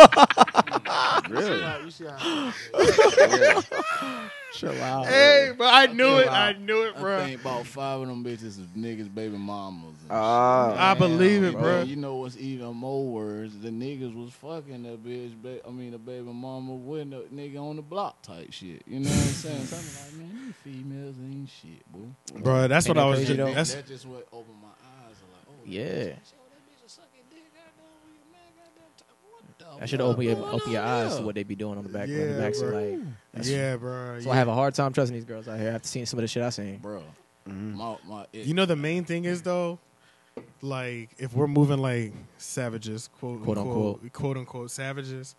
[SPEAKER 5] Really?
[SPEAKER 6] You see how
[SPEAKER 4] wow.
[SPEAKER 2] Hey, but I knew
[SPEAKER 3] think
[SPEAKER 2] it. I
[SPEAKER 3] about-
[SPEAKER 2] knew it,
[SPEAKER 3] I
[SPEAKER 2] bro.
[SPEAKER 3] think about five of them bitches is niggas' baby mamas. And
[SPEAKER 4] Oh,
[SPEAKER 5] Ah,
[SPEAKER 2] I believe
[SPEAKER 3] shit.
[SPEAKER 2] it, bro.
[SPEAKER 3] You know what's even more worse? The niggas was fucking the bitch. Ba- I mean, the baby mama with the nigga on the block type shit. You know what I'm saying? So I'm like, man, these females ain't shit, boy.
[SPEAKER 2] Bro, that's
[SPEAKER 4] Ain't
[SPEAKER 2] what I
[SPEAKER 4] no
[SPEAKER 2] was.
[SPEAKER 4] crazy
[SPEAKER 2] Just,
[SPEAKER 4] though.
[SPEAKER 2] that's
[SPEAKER 3] That's just what opened my eyes. I'm like, oh,
[SPEAKER 4] Yeah.
[SPEAKER 3] that bitch- oh, that bitch is sucking dick, goddamn, with your man, goddamn, t- what the
[SPEAKER 4] I should
[SPEAKER 3] fuck
[SPEAKER 4] open your
[SPEAKER 3] going
[SPEAKER 4] open your
[SPEAKER 3] on
[SPEAKER 4] eyes to
[SPEAKER 3] here?
[SPEAKER 4] what they be doing on the back on
[SPEAKER 2] Yeah,
[SPEAKER 4] the back. So
[SPEAKER 2] bro.
[SPEAKER 4] like, that's-
[SPEAKER 2] yeah, bro.
[SPEAKER 4] so
[SPEAKER 2] yeah.
[SPEAKER 4] I have a hard time trusting these girls out here after seeing some of the shit I seen.
[SPEAKER 3] bro.
[SPEAKER 5] Mm-hmm.
[SPEAKER 3] My, my, it,
[SPEAKER 2] You know the main thing is though, like if we're moving like savages, quote,
[SPEAKER 4] Quote,
[SPEAKER 2] unquote, quote unquote savages,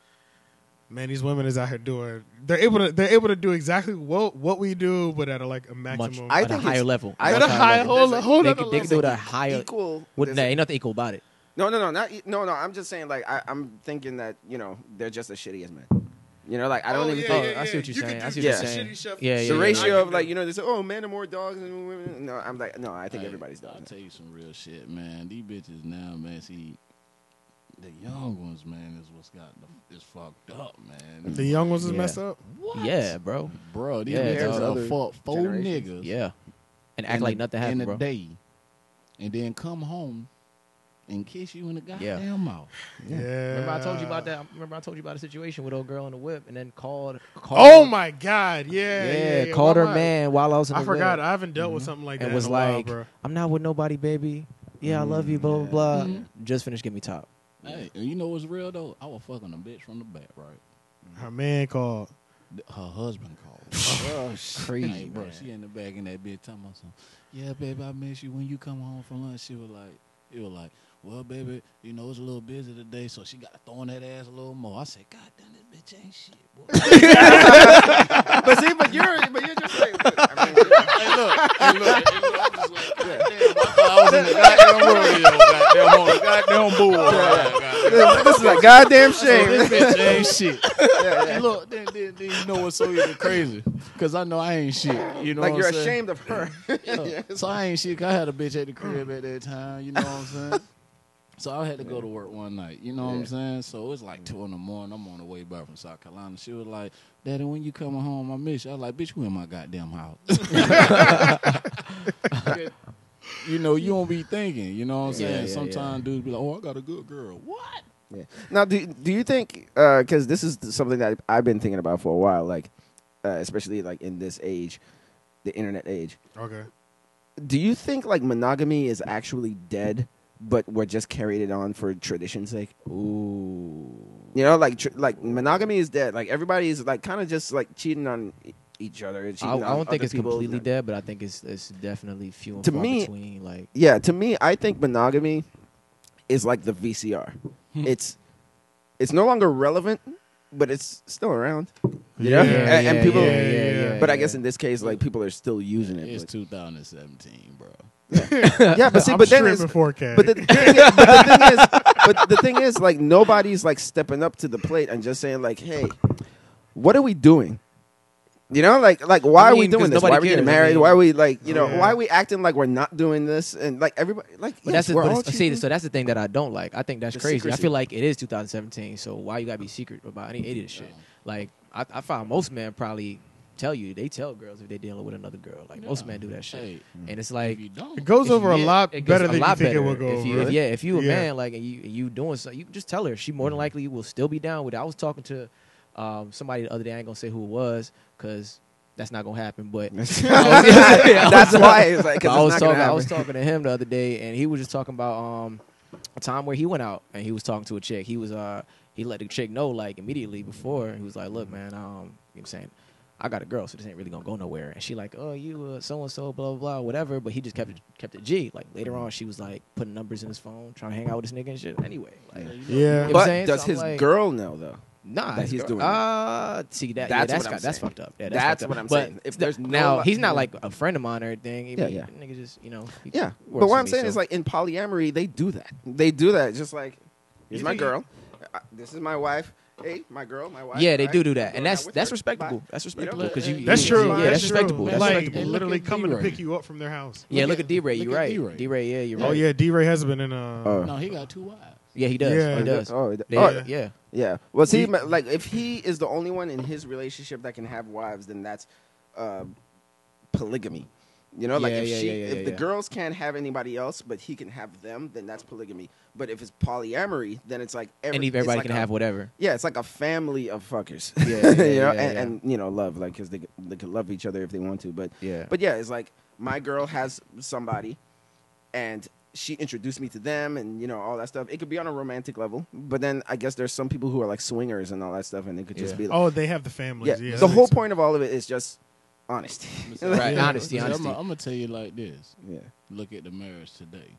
[SPEAKER 2] man, these women is out here doing. They're able to they're able to do exactly what what we do, but at a, like a maximum.
[SPEAKER 5] I
[SPEAKER 4] at
[SPEAKER 5] think
[SPEAKER 4] a higher
[SPEAKER 5] it's-
[SPEAKER 4] level.
[SPEAKER 5] I-
[SPEAKER 4] Much
[SPEAKER 2] at a
[SPEAKER 5] There's
[SPEAKER 2] high
[SPEAKER 4] level.
[SPEAKER 2] whole
[SPEAKER 5] like-
[SPEAKER 2] whole
[SPEAKER 4] They
[SPEAKER 2] other
[SPEAKER 4] could, they
[SPEAKER 2] level.
[SPEAKER 4] could do it at a higher.
[SPEAKER 5] equal.
[SPEAKER 4] What,
[SPEAKER 5] there's
[SPEAKER 4] nah,
[SPEAKER 5] a-
[SPEAKER 4] ain't nothing equal about it.
[SPEAKER 5] No, no, no, not e- no, no. I'm just saying, like, I, I'm thinking that you know they're just as shitty as men. You know, like I don't
[SPEAKER 2] Oh,
[SPEAKER 5] even
[SPEAKER 2] yeah,
[SPEAKER 5] think
[SPEAKER 4] Oh, I see what
[SPEAKER 2] yeah. You
[SPEAKER 4] you're
[SPEAKER 2] could
[SPEAKER 4] saying. I
[SPEAKER 2] do
[SPEAKER 4] see what you're
[SPEAKER 5] shitty
[SPEAKER 4] saying.
[SPEAKER 2] shuffle.
[SPEAKER 4] Yeah,
[SPEAKER 5] the
[SPEAKER 4] yeah, yeah.
[SPEAKER 5] ratio of
[SPEAKER 2] I-
[SPEAKER 5] like you know they say, oh, men are more dogs than women. No, I'm like, no, I think
[SPEAKER 3] Hey,
[SPEAKER 5] everybody's
[SPEAKER 3] I'll
[SPEAKER 5] dogs.
[SPEAKER 3] tell you some real shit, man. These bitches now, man. See, the young ones, man, is what's got the, is fucked up, man.
[SPEAKER 2] The young ones is
[SPEAKER 4] Yeah.
[SPEAKER 2] messed up.
[SPEAKER 3] what?
[SPEAKER 4] Yeah, bro.
[SPEAKER 3] bro. These
[SPEAKER 4] Yeah,
[SPEAKER 3] bitches
[SPEAKER 5] dog.
[SPEAKER 3] are fuck four
[SPEAKER 5] generations.
[SPEAKER 3] niggas.
[SPEAKER 4] Yeah, and act
[SPEAKER 3] in
[SPEAKER 4] like
[SPEAKER 3] a-
[SPEAKER 4] nothing
[SPEAKER 3] in
[SPEAKER 4] happened,
[SPEAKER 3] a
[SPEAKER 4] bro.
[SPEAKER 3] day, and then come home and kiss you in the
[SPEAKER 4] Yeah.
[SPEAKER 3] goddamn mouth.
[SPEAKER 2] Yeah.
[SPEAKER 4] Remember I told you about that. Remember I told you about a situation with old girl in the whip, and then called. called
[SPEAKER 2] Oh my god! Yeah,
[SPEAKER 4] Yeah,
[SPEAKER 2] yeah. yeah.
[SPEAKER 4] called her
[SPEAKER 2] My-
[SPEAKER 4] man while I was in the
[SPEAKER 2] I forgot.
[SPEAKER 4] whip,
[SPEAKER 2] I haven't dealt with something like that.
[SPEAKER 4] and Mm-hmm. was
[SPEAKER 2] in a while,
[SPEAKER 4] like,
[SPEAKER 2] bro.
[SPEAKER 4] "I'm not with nobody, baby. Yeah, I love you. Blah blah blah. Just finished giving me top.
[SPEAKER 3] Hey, and you know what's real though? I was fucking a bitch from the back, right?
[SPEAKER 2] her man called.
[SPEAKER 3] Th- Her husband called.
[SPEAKER 5] Oh,
[SPEAKER 3] Hey, bro, she in the back in that bitch talking about something. Yeah, baby, I miss you. When you come home from lunch, she was like, it was like, well, baby, you know it's a little busy today, so she got to throw in that ass a little more. I said, God damn, this bitch ain't shit, boy.
[SPEAKER 5] but see, but you're, but you're just like, I mean, yeah.
[SPEAKER 6] Hey, look. Hey, look. Hey, look. I'm just like, goddamn, I thought I was in the goddamn rodeo. Goddamn, on the goddamn bull. Goddamn.
[SPEAKER 5] this, this is a goddamn shame.
[SPEAKER 3] this bitch eh? ain't shit. And look, then, then, then you know what's so even crazy, because I know I ain't shit. You know,
[SPEAKER 5] Like
[SPEAKER 3] what
[SPEAKER 5] you're
[SPEAKER 3] I'm saying?
[SPEAKER 5] ashamed of her.
[SPEAKER 3] Yeah. So I ain't shit. 'cause I had a bitch at the crib at that time. You know what I'm saying? So I had to go to work one night. You know what I'm
[SPEAKER 5] Yeah.
[SPEAKER 3] saying? So it's like two in the morning. I'm on the way back from South Carolina. She was like, "Daddy, when you coming home, I miss you." I was like, "Bitch, you in my goddamn house." you know, you don't be thinking. You know what I'm
[SPEAKER 4] Yeah,
[SPEAKER 3] saying?
[SPEAKER 4] yeah,
[SPEAKER 3] Sometimes dudes be like, "Oh, I got a good girl." What?
[SPEAKER 5] Yeah. Now, do do you think? Because this is something that I've been thinking about for a while. Like, uh, especially like in this age, the internet age.
[SPEAKER 2] Okay.
[SPEAKER 5] Do you think like monogamy is actually dead, but we're just carried it on for tradition's sake?
[SPEAKER 4] Ooh.
[SPEAKER 5] You know, like tr- like monogamy is dead. Like everybody is like kind of just like cheating on e- each other. and
[SPEAKER 4] I,
[SPEAKER 5] cheating
[SPEAKER 4] I
[SPEAKER 5] on
[SPEAKER 4] don't think
[SPEAKER 5] other
[SPEAKER 4] it's
[SPEAKER 5] people.
[SPEAKER 4] completely dead, but I think it's it's definitely few and
[SPEAKER 5] To
[SPEAKER 4] far
[SPEAKER 5] me-
[SPEAKER 4] between. Like,
[SPEAKER 5] yeah, to me, I think monogamy is like the VCR.
[SPEAKER 4] Hmm.
[SPEAKER 5] it's it's no longer relevant, but it's still around. You
[SPEAKER 2] Yeah,
[SPEAKER 5] know? A- and,
[SPEAKER 4] yeah,
[SPEAKER 5] people,
[SPEAKER 2] yeah, yeah,
[SPEAKER 5] but I guess in this case, like people are still using it.
[SPEAKER 3] It's
[SPEAKER 5] but-
[SPEAKER 3] 2017, bro.
[SPEAKER 5] yeah, but see,
[SPEAKER 2] I'm
[SPEAKER 5] but then
[SPEAKER 2] streaming
[SPEAKER 5] it's-
[SPEAKER 2] 4K.
[SPEAKER 5] but the, thing is, but the thing is, but the thing is, like nobody's like stepping up to the plate and just saying like, hey, what are we doing? You know, like like why
[SPEAKER 4] I
[SPEAKER 5] are we
[SPEAKER 4] mean,
[SPEAKER 5] doing
[SPEAKER 4] 'cause
[SPEAKER 5] this? Why
[SPEAKER 4] nobody
[SPEAKER 5] are we getting
[SPEAKER 4] cares. I
[SPEAKER 5] married?
[SPEAKER 4] mean-
[SPEAKER 5] why are we like you know?
[SPEAKER 2] Yeah.
[SPEAKER 5] Why are we acting like we're not doing this? And like everybody, like
[SPEAKER 4] But
[SPEAKER 5] yes,
[SPEAKER 4] that's the,
[SPEAKER 5] we're
[SPEAKER 4] but
[SPEAKER 5] all
[SPEAKER 4] it's- see,
[SPEAKER 5] cheating.
[SPEAKER 4] so that's the thing that I don't like. I think that's
[SPEAKER 5] The
[SPEAKER 4] crazy. I
[SPEAKER 5] secrecy.
[SPEAKER 4] feel like it is 2017, so why you gotta be secret about any idiot shit? Like I, I find most men probably tell you they tell girls if they're dealing with another girl. Like most
[SPEAKER 3] Yeah.
[SPEAKER 4] men do that shit,
[SPEAKER 3] Hey,
[SPEAKER 4] and it's
[SPEAKER 3] if
[SPEAKER 4] like
[SPEAKER 3] you don't,
[SPEAKER 2] It goes
[SPEAKER 4] if
[SPEAKER 2] over a
[SPEAKER 4] you-
[SPEAKER 2] lot
[SPEAKER 4] it goes
[SPEAKER 2] better
[SPEAKER 4] a
[SPEAKER 2] than you
[SPEAKER 4] lot
[SPEAKER 2] think it
[SPEAKER 4] better.
[SPEAKER 2] will go
[SPEAKER 4] If you,
[SPEAKER 2] over.
[SPEAKER 4] if- yeah, if you a
[SPEAKER 2] Yeah. Mm-hmm.
[SPEAKER 4] man like and you and you doing something, you can just tell her. She more than likely will still be down with it. I was talking to um, somebody the other day. I ain't gonna say who it was because that's not gonna happen. But
[SPEAKER 5] that's why it's like 'cause
[SPEAKER 4] I was
[SPEAKER 5] it's not gonna
[SPEAKER 4] talking. I
[SPEAKER 5] happen.
[SPEAKER 4] was talking to him the other day, and he was just talking about um, a time where he went out and he was talking to a chick. He was uh, he let the chick know like immediately before. He was like, "Look, man, um, you know what I'm saying." I got a girl, so this ain't really gonna go nowhere. And she like, oh, you uh, so and so, blah blah blah, whatever. But he just kept it, kept it G. Like later on, she was like putting numbers in his phone, trying to hang out with this nigga and shit. Anyway, like,
[SPEAKER 2] Yeah.
[SPEAKER 4] I'm
[SPEAKER 5] but
[SPEAKER 4] saying?
[SPEAKER 5] does
[SPEAKER 4] So I'm
[SPEAKER 5] his
[SPEAKER 4] like-
[SPEAKER 5] girl know though?
[SPEAKER 4] Nah,
[SPEAKER 5] that
[SPEAKER 4] his
[SPEAKER 5] he's
[SPEAKER 4] girl-
[SPEAKER 5] doing it.
[SPEAKER 4] Uh, see that?
[SPEAKER 5] That's
[SPEAKER 4] yeah, that's
[SPEAKER 5] what I'm
[SPEAKER 4] got- that's
[SPEAKER 5] saying.
[SPEAKER 4] fucked up. Yeah,
[SPEAKER 5] That's
[SPEAKER 4] fucked
[SPEAKER 5] what
[SPEAKER 4] up.
[SPEAKER 5] I'm
[SPEAKER 4] But
[SPEAKER 5] saying. If there's no
[SPEAKER 4] now,
[SPEAKER 5] lo-
[SPEAKER 4] he's not like a friend of mine or anything.
[SPEAKER 5] Yeah, yeah.
[SPEAKER 4] Nigga just you know. he
[SPEAKER 5] Yeah,
[SPEAKER 4] works
[SPEAKER 5] but
[SPEAKER 4] for
[SPEAKER 5] what I'm
[SPEAKER 4] me,
[SPEAKER 5] saying
[SPEAKER 4] so-
[SPEAKER 5] is like in polyamory, they do that. They do that. Just like here's my girl, Uh, this is my wife. Hey, my girl, my wife.
[SPEAKER 4] yeah, they
[SPEAKER 5] right?
[SPEAKER 4] do do that,
[SPEAKER 5] I'm going
[SPEAKER 4] and that's
[SPEAKER 5] out with
[SPEAKER 4] that's
[SPEAKER 5] her.
[SPEAKER 4] respectable.
[SPEAKER 5] Bye.
[SPEAKER 4] That's
[SPEAKER 5] You know,
[SPEAKER 4] respectable because you.
[SPEAKER 2] That's
[SPEAKER 4] you-
[SPEAKER 2] true.
[SPEAKER 4] Yeah,
[SPEAKER 2] that's,
[SPEAKER 4] that's
[SPEAKER 2] true.
[SPEAKER 4] respectable. That's
[SPEAKER 2] like
[SPEAKER 4] respectable.
[SPEAKER 3] Look
[SPEAKER 2] literally
[SPEAKER 3] at
[SPEAKER 2] coming to
[SPEAKER 3] D-Ray.
[SPEAKER 2] pick you up from their house.
[SPEAKER 4] Yeah, look at D-Ray.
[SPEAKER 3] look
[SPEAKER 4] You're
[SPEAKER 3] at
[SPEAKER 4] right.
[SPEAKER 3] D-Ray.
[SPEAKER 4] D-Ray. Yeah, you're right.
[SPEAKER 2] Oh yeah, D Ray has been in uh
[SPEAKER 5] Oh.
[SPEAKER 3] no, he got two wives.
[SPEAKER 4] Yeah, he does.
[SPEAKER 2] Yeah.
[SPEAKER 4] He does.
[SPEAKER 5] Oh, it-
[SPEAKER 4] They-
[SPEAKER 5] oh,
[SPEAKER 2] yeah.
[SPEAKER 4] yeah.
[SPEAKER 5] Yeah. Well, see,
[SPEAKER 2] He-
[SPEAKER 5] ma- like if he is the only one in his relationship that can have wives, then that's uh, polygamy. You know, like
[SPEAKER 4] Yeah,
[SPEAKER 5] if
[SPEAKER 4] yeah,
[SPEAKER 5] she,
[SPEAKER 4] yeah, yeah,
[SPEAKER 5] if the
[SPEAKER 4] yeah.
[SPEAKER 5] girls can't have anybody else, but he can have them, then that's polygamy. But if it's polyamory, then it's like every,
[SPEAKER 4] And
[SPEAKER 5] it's
[SPEAKER 4] everybody
[SPEAKER 5] like
[SPEAKER 4] can
[SPEAKER 5] a-
[SPEAKER 4] have whatever.
[SPEAKER 5] Yeah, it's like a family of fuckers.
[SPEAKER 4] Yeah, yeah,
[SPEAKER 5] you know,
[SPEAKER 4] yeah,
[SPEAKER 5] and,
[SPEAKER 4] yeah.
[SPEAKER 5] and you know, love, like because they they can love each other if they want to. But
[SPEAKER 4] Yeah.
[SPEAKER 5] but yeah, it's like my girl has somebody, and she introduced me to them, and you know all that stuff. It could be on a romantic level, but then I guess there's some people who are like swingers and all that stuff, and it could just be
[SPEAKER 4] Yeah.
[SPEAKER 5] like,
[SPEAKER 2] Oh, they have the families. Yeah.
[SPEAKER 5] the
[SPEAKER 2] that
[SPEAKER 5] whole
[SPEAKER 2] makes
[SPEAKER 5] point of all of it is just honesty.
[SPEAKER 4] Right. Honesty, honesty.
[SPEAKER 3] I'm gonna tell you like this.
[SPEAKER 5] yeah,
[SPEAKER 3] Look at the marriage today.